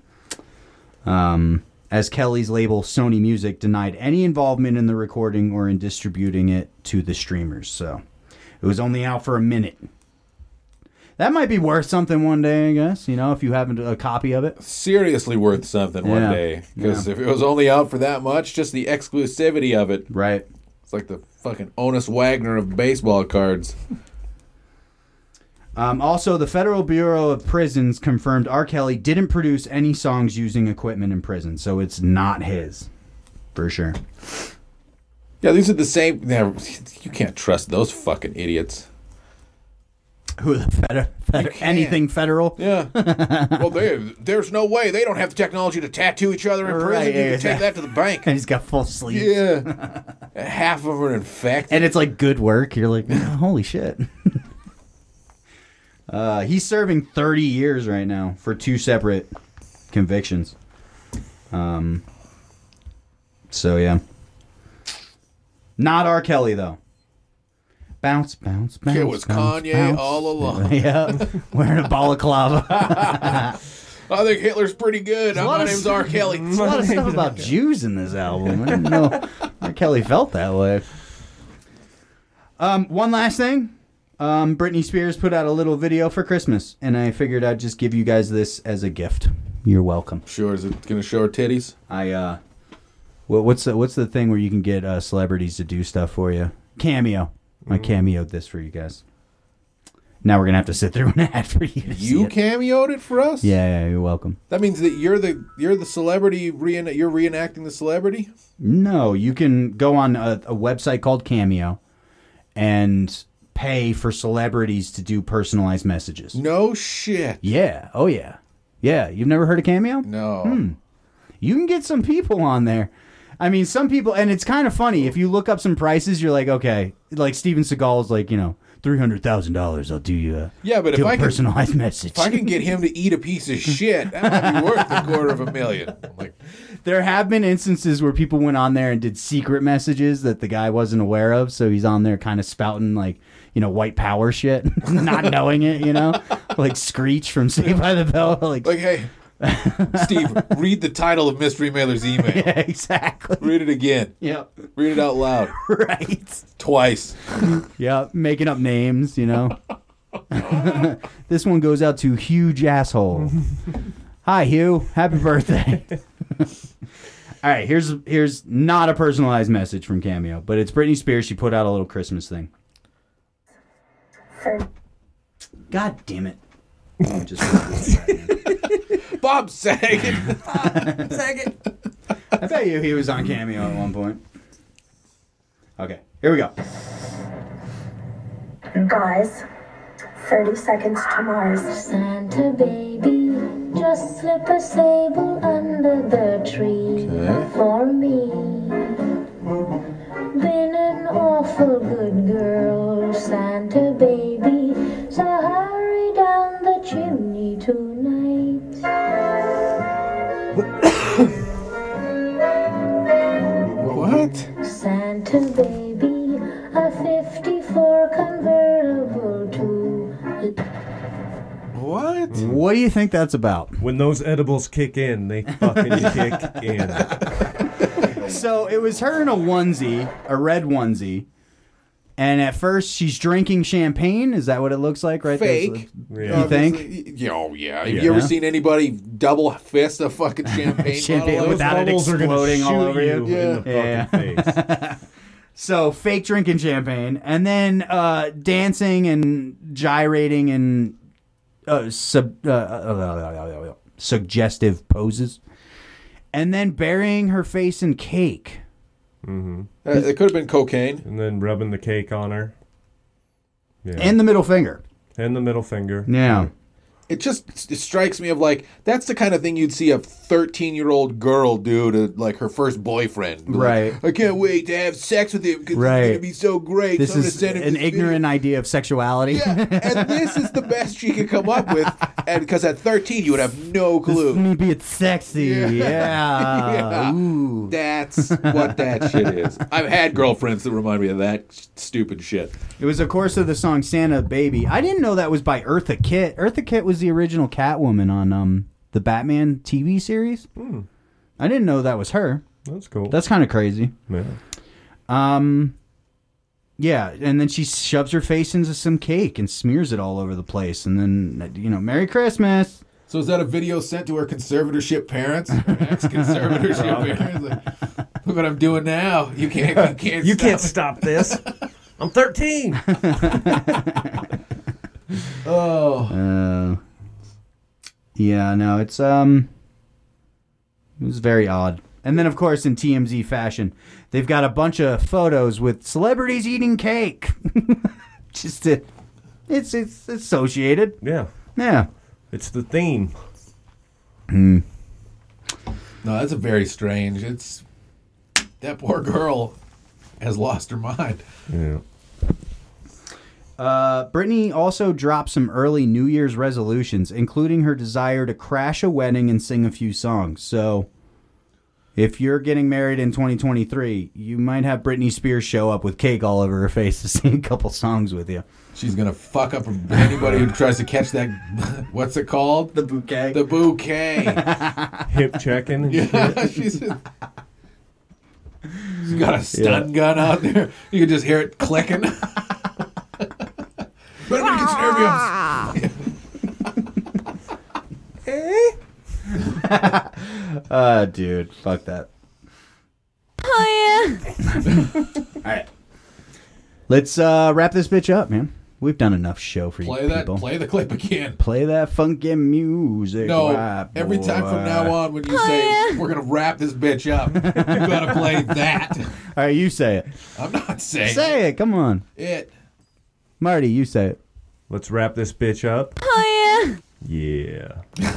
[SPEAKER 2] Um, as Kelly's label, Sony Music, denied any involvement in the recording or in distributing it to the streamers, so it was only out for a minute. That might be worth something one day, I guess. You know, if you have a copy of it.
[SPEAKER 1] Seriously worth something one
[SPEAKER 2] Yeah.
[SPEAKER 1] day. Because
[SPEAKER 2] Yeah.
[SPEAKER 1] if it was only out for that much, just the exclusivity of it.
[SPEAKER 2] Right.
[SPEAKER 1] It's like the fucking Onus Wagner of baseball cards.
[SPEAKER 2] Um, also, the Federal Bureau of Prisons confirmed R. Kelly didn't produce any songs using equipment in prison, so it's not his, for sure.
[SPEAKER 1] Yeah, these are the same. yeah, You can't trust those fucking idiots.
[SPEAKER 2] Who the fed- fed- anything federal?
[SPEAKER 1] Yeah. well, they, there's no way they don't have the technology to tattoo each other in prison.
[SPEAKER 2] Right,
[SPEAKER 1] you
[SPEAKER 2] yeah,
[SPEAKER 1] can take
[SPEAKER 2] yeah.
[SPEAKER 1] that to the bank.
[SPEAKER 2] And he's got full sleeves.
[SPEAKER 1] Yeah. Half of them are infected.
[SPEAKER 2] And it's like good work. You're like, "Oh, holy shit. uh, he's serving 30 years right now for two separate convictions. Um, so yeah. Not R. Kelly though. Bounce, bounce, bounce.
[SPEAKER 1] It was
[SPEAKER 2] bounce,
[SPEAKER 1] Kanye
[SPEAKER 2] bounce.
[SPEAKER 1] all along.
[SPEAKER 2] yeah, wearing a balaclava.
[SPEAKER 1] I think Hitler's pretty good. Uh,
[SPEAKER 2] lot
[SPEAKER 1] My
[SPEAKER 2] of-
[SPEAKER 1] name's R. Kelly.
[SPEAKER 2] There's a lot of stuff about Jews in this album. I didn't know R. Kelly felt that way. Um, one last thing. Um, Britney Spears put out a little video for Christmas, and I figured I'd just give you guys this as a gift. You're welcome.
[SPEAKER 1] Sure, is it gonna show her titties?
[SPEAKER 2] I uh, what, what's the what's the thing where you can get Mm. uh, celebrities to do stuff for you? Cameo. I cameoed this for you guys. Now we're gonna have to sit through an ad for you. to see
[SPEAKER 1] You
[SPEAKER 2] it.
[SPEAKER 1] cameoed it for us.
[SPEAKER 2] Yeah, yeah, you're welcome.
[SPEAKER 1] That means that you're the you're the celebrity. Reen- you're reenacting the celebrity.
[SPEAKER 2] No, you can go on a, a website called Cameo and pay for celebrities to do personalized messages.
[SPEAKER 1] No shit.
[SPEAKER 2] Yeah. Oh yeah. Yeah. You've never heard of Cameo?
[SPEAKER 1] No.
[SPEAKER 2] Hmm. You can get some people on there. I mean, some people, and it's kind of funny if you look up some prices. You're like, okay, like Steven Seagal's like, you know, three hundred thousand dollars. I'll do you. A,
[SPEAKER 1] Yeah, but
[SPEAKER 2] do
[SPEAKER 1] if
[SPEAKER 2] a
[SPEAKER 1] I can-
[SPEAKER 2] personalized message,
[SPEAKER 1] If I can get him to eat a piece of shit, that might be worth a quarter of a million. I'm like,
[SPEAKER 2] There have been instances where people went on there and did secret messages that the guy wasn't aware of, so he's on there kind of spouting like, you know, white power shit, not knowing it, you know, like Screech from Saved by the Bell, like,
[SPEAKER 1] like, hey, Steve, read the title of Mystery Mailer's email.
[SPEAKER 2] Yeah, exactly.
[SPEAKER 1] Read it again.
[SPEAKER 2] Yep.
[SPEAKER 1] Read it out loud.
[SPEAKER 2] right,
[SPEAKER 1] twice.
[SPEAKER 2] yeah, making up names, you know. this one goes out to huge asshole. Hi, Hugh. Happy birthday. All right, here's here's not a personalized message from Cameo, but it's Britney Spears. She put out a little Christmas thing. God damn it!
[SPEAKER 1] Bob Saget.
[SPEAKER 2] Bob Saget. I bet you he was on Cameo at one point. Okay, here we go.
[SPEAKER 6] Guys, 30 seconds to Mars. Santa baby, just slip a sable under the tree for me. Been an awful good girl, Santa baby, so hurry down the chimney tonight.
[SPEAKER 1] What?
[SPEAKER 6] Santa baby, a 54 convertible to.
[SPEAKER 1] What?
[SPEAKER 2] What do you think that's about?
[SPEAKER 3] When those edibles kick in, they fucking kick in.
[SPEAKER 2] So it was her in a onesie, a red onesie, and at first she's drinking champagne. Is that what it looks like right
[SPEAKER 1] Fake.
[SPEAKER 2] there? You think?
[SPEAKER 1] Obviously. Yeah, oh, yeah. Have
[SPEAKER 2] Yeah.
[SPEAKER 1] you ever
[SPEAKER 2] Yeah.
[SPEAKER 1] seen anybody double fist a fucking champagne,
[SPEAKER 2] Champagne
[SPEAKER 1] bottle?
[SPEAKER 2] without it
[SPEAKER 1] Those bubbles are gonna
[SPEAKER 2] exploding all
[SPEAKER 1] shoot
[SPEAKER 2] over you.
[SPEAKER 1] Yeah.
[SPEAKER 2] Yeah. so fake drinking champagne, and then uh, dancing and gyrating and uh, sub, uh, uh, suggestive poses, and then burying her face in cake.
[SPEAKER 3] Mm-hmm.
[SPEAKER 1] Uh, it could have been cocaine.
[SPEAKER 3] And then rubbing the cake on her. Yeah.
[SPEAKER 2] And the middle finger.
[SPEAKER 3] And the middle finger.
[SPEAKER 2] Yeah.
[SPEAKER 1] It just it strikes me of like that's the kind of thing you'd see a 13 year old girl do to like her first boyfriend. Be like,
[SPEAKER 2] Right.
[SPEAKER 1] I can't wait to have sex with him because
[SPEAKER 2] Right.
[SPEAKER 1] it's gonna be so great.
[SPEAKER 2] This
[SPEAKER 1] so I'm gonna
[SPEAKER 2] is
[SPEAKER 1] send him
[SPEAKER 2] an
[SPEAKER 1] this
[SPEAKER 2] ignorant idea of sexuality.
[SPEAKER 1] video." and this is the best she could come up with, and because at 13 you would have no clue.
[SPEAKER 2] Maybe it's sexy. Yeah.
[SPEAKER 1] Yeah.
[SPEAKER 2] Ooh.
[SPEAKER 1] That's what that shit is. I've had girlfriends that remind me of that stupid shit.
[SPEAKER 2] It was, of course, of the song Santa Baby. I didn't know that was by Eartha Kitt. Eartha Kitt was the original Catwoman on um, the Batman TV series.
[SPEAKER 1] Hmm.
[SPEAKER 2] I didn't know that was her.
[SPEAKER 3] That's cool.
[SPEAKER 2] That's kind of crazy.
[SPEAKER 3] Yeah.
[SPEAKER 2] Um, yeah, and then she shoves her face into some cake and smears it all over the place. And then, you know, Merry Christmas.
[SPEAKER 1] So is that a video sent to her conservatorship parents, her ex-conservatorship parents? Like, look what I'm doing now. You can't. You can't.
[SPEAKER 3] You
[SPEAKER 1] stop
[SPEAKER 3] can't
[SPEAKER 1] me."
[SPEAKER 3] stop this. I'm 13.
[SPEAKER 1] Oh,
[SPEAKER 2] Uh, yeah, no, it's um, it was very odd. And then, of course, in TMZ fashion, they've got a bunch of photos with celebrities eating cake. Just to, it's it's associated.
[SPEAKER 3] Yeah.
[SPEAKER 2] Yeah.
[SPEAKER 3] It's the theme.
[SPEAKER 1] no, that's a very strange. It's that poor girl has lost her mind.
[SPEAKER 3] Yeah.
[SPEAKER 2] Uh, Brittany also dropped some early New Year's resolutions, including her desire to crash a wedding and sing a few songs. So, if you're getting married in 2023, you might have Britney Spears show up with cake all over her face to sing a couple songs with you.
[SPEAKER 1] She's gonna fuck up anybody who tries to catch that. What's it called?
[SPEAKER 2] The bouquet.
[SPEAKER 1] The bouquet.
[SPEAKER 3] Hip checking. And shit.
[SPEAKER 1] yeah, she's. She's got a stun gun out there. You can just hear it clicking. Better make it serious.
[SPEAKER 2] Uh, dude, fuck that.
[SPEAKER 6] Oh, yeah.
[SPEAKER 2] Let's uh, wrap this bitch up, man. We've done enough show for
[SPEAKER 1] Play
[SPEAKER 2] you
[SPEAKER 1] that-
[SPEAKER 2] people.
[SPEAKER 1] play the clip again.
[SPEAKER 2] Play that funky music.
[SPEAKER 1] No,
[SPEAKER 2] white
[SPEAKER 1] every time
[SPEAKER 2] boy.
[SPEAKER 1] from now on, when you
[SPEAKER 2] Oh,
[SPEAKER 1] say we're gonna wrap this bitch up, you gotta play that.
[SPEAKER 2] All right, you say it.
[SPEAKER 1] I'm not saying
[SPEAKER 2] Say it. Come on,
[SPEAKER 1] it.
[SPEAKER 2] Marty. You say it.
[SPEAKER 3] Let's wrap this bitch up.
[SPEAKER 15] Oh yeah.
[SPEAKER 3] Yeah.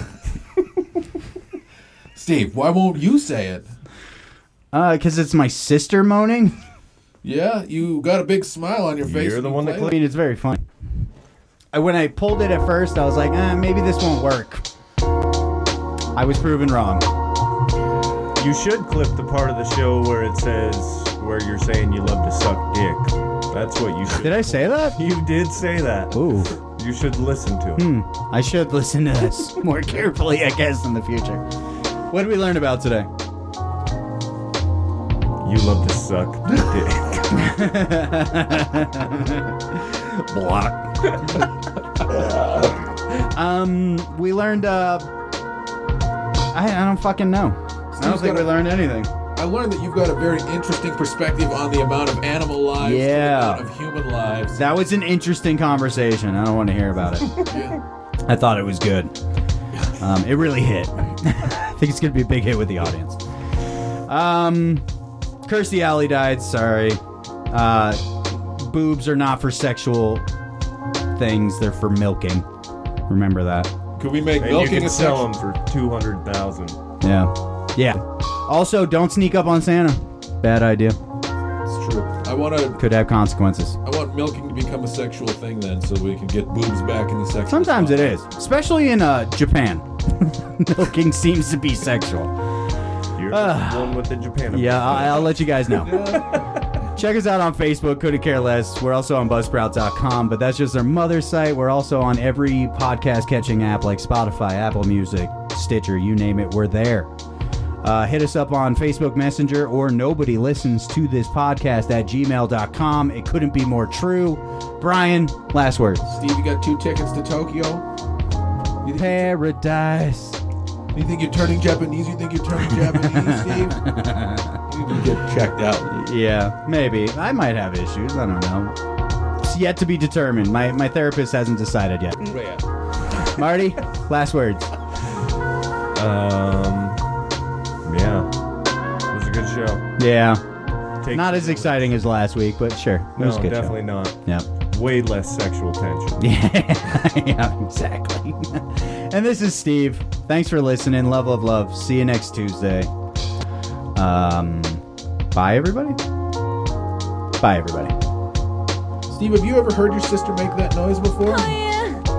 [SPEAKER 1] Steve, why won't you say it?
[SPEAKER 2] Uh, because it's my sister moaning.
[SPEAKER 1] Yeah, you got a big smile on your face. when you play
[SPEAKER 2] I mean, it's very funny. I- When I pulled it at first, I was like, eh, maybe this won't work. I was proven wrong.
[SPEAKER 3] You should clip the part of the show where it says where you're saying you love to suck dick. That's what you should. Did
[SPEAKER 2] I say that?
[SPEAKER 3] You did say that.
[SPEAKER 2] Ooh.
[SPEAKER 3] You should listen to it.
[SPEAKER 2] Hmm. I should listen to this more carefully, I guess, in the future. What did we learn about today?
[SPEAKER 3] You love to suck
[SPEAKER 2] dick. Block. um, we learned. Uh, I, I don't fucking know. I don't
[SPEAKER 1] Steve's
[SPEAKER 2] think
[SPEAKER 1] got
[SPEAKER 2] we
[SPEAKER 1] a-
[SPEAKER 2] learned anything.
[SPEAKER 1] I learned that you've got a very interesting perspective on the amount of animal lives,
[SPEAKER 2] Yeah.
[SPEAKER 1] the amount of human lives.
[SPEAKER 2] That was an interesting conversation. I don't want to hear about it. I thought it was good. Um, it really hit. I think it's going to be a big hit with the audience. Um, Kirstie Alley died. Sorry. Uh, boobs are not for sexual things, they're for milking. Remember that.
[SPEAKER 1] Could we make
[SPEAKER 3] and
[SPEAKER 1] milking
[SPEAKER 3] you can
[SPEAKER 1] a
[SPEAKER 3] sell them for two hundred thousand.
[SPEAKER 2] Yeah. Yeah. Also, don't sneak up on Santa. Bad idea.
[SPEAKER 1] It's true. I want to.
[SPEAKER 2] Could have consequences.
[SPEAKER 1] I want milking to become a sexual thing then, so we can get boobs back in the sexual.
[SPEAKER 2] Sometimes it is, especially in uh, Japan. Milking seems to be sexual.
[SPEAKER 3] You're
[SPEAKER 2] Ugh.
[SPEAKER 3] the one with the Japan.
[SPEAKER 2] Ah. Yeah, I- I'll let you guys know. Check us out on Facebook, Couldn't Care Less. We're also on Buzzsprout.com, but that's just our mother site. We're also on every podcast catching app like Spotify, Apple Music, Stitcher, you name it, we're there. Uh, hit us up on Facebook Messenger or nobody listens to this podcast at gmail.com. It couldn't be more true. Brian, last words.
[SPEAKER 1] Steve, you got two tickets to Tokyo. You think
[SPEAKER 2] Paradise.
[SPEAKER 1] You think you're turning Japanese? You think you're turning Japanese, Steve? You need to get checked out.
[SPEAKER 2] Mm. Yeah, maybe. I might have issues. I don't know. It's yet to be determined. My, my therapist hasn't decided yet. Marty, last words.
[SPEAKER 3] Um. Yeah. It was a good show.
[SPEAKER 2] Yeah.
[SPEAKER 3] Take-
[SPEAKER 2] Not as exciting as last week, but sure. It
[SPEAKER 3] No,
[SPEAKER 2] was a good show.
[SPEAKER 3] definitely not.
[SPEAKER 2] Yep.
[SPEAKER 3] Way less sexual tension.
[SPEAKER 2] Yeah, yeah, exactly. and this is Steve. Thanks for listening. Love, love, love. See you next Tuesday. Um, bye, everybody. Bye, everybody.
[SPEAKER 1] Steve, have you ever heard your sister make that noise before?
[SPEAKER 15] yeah.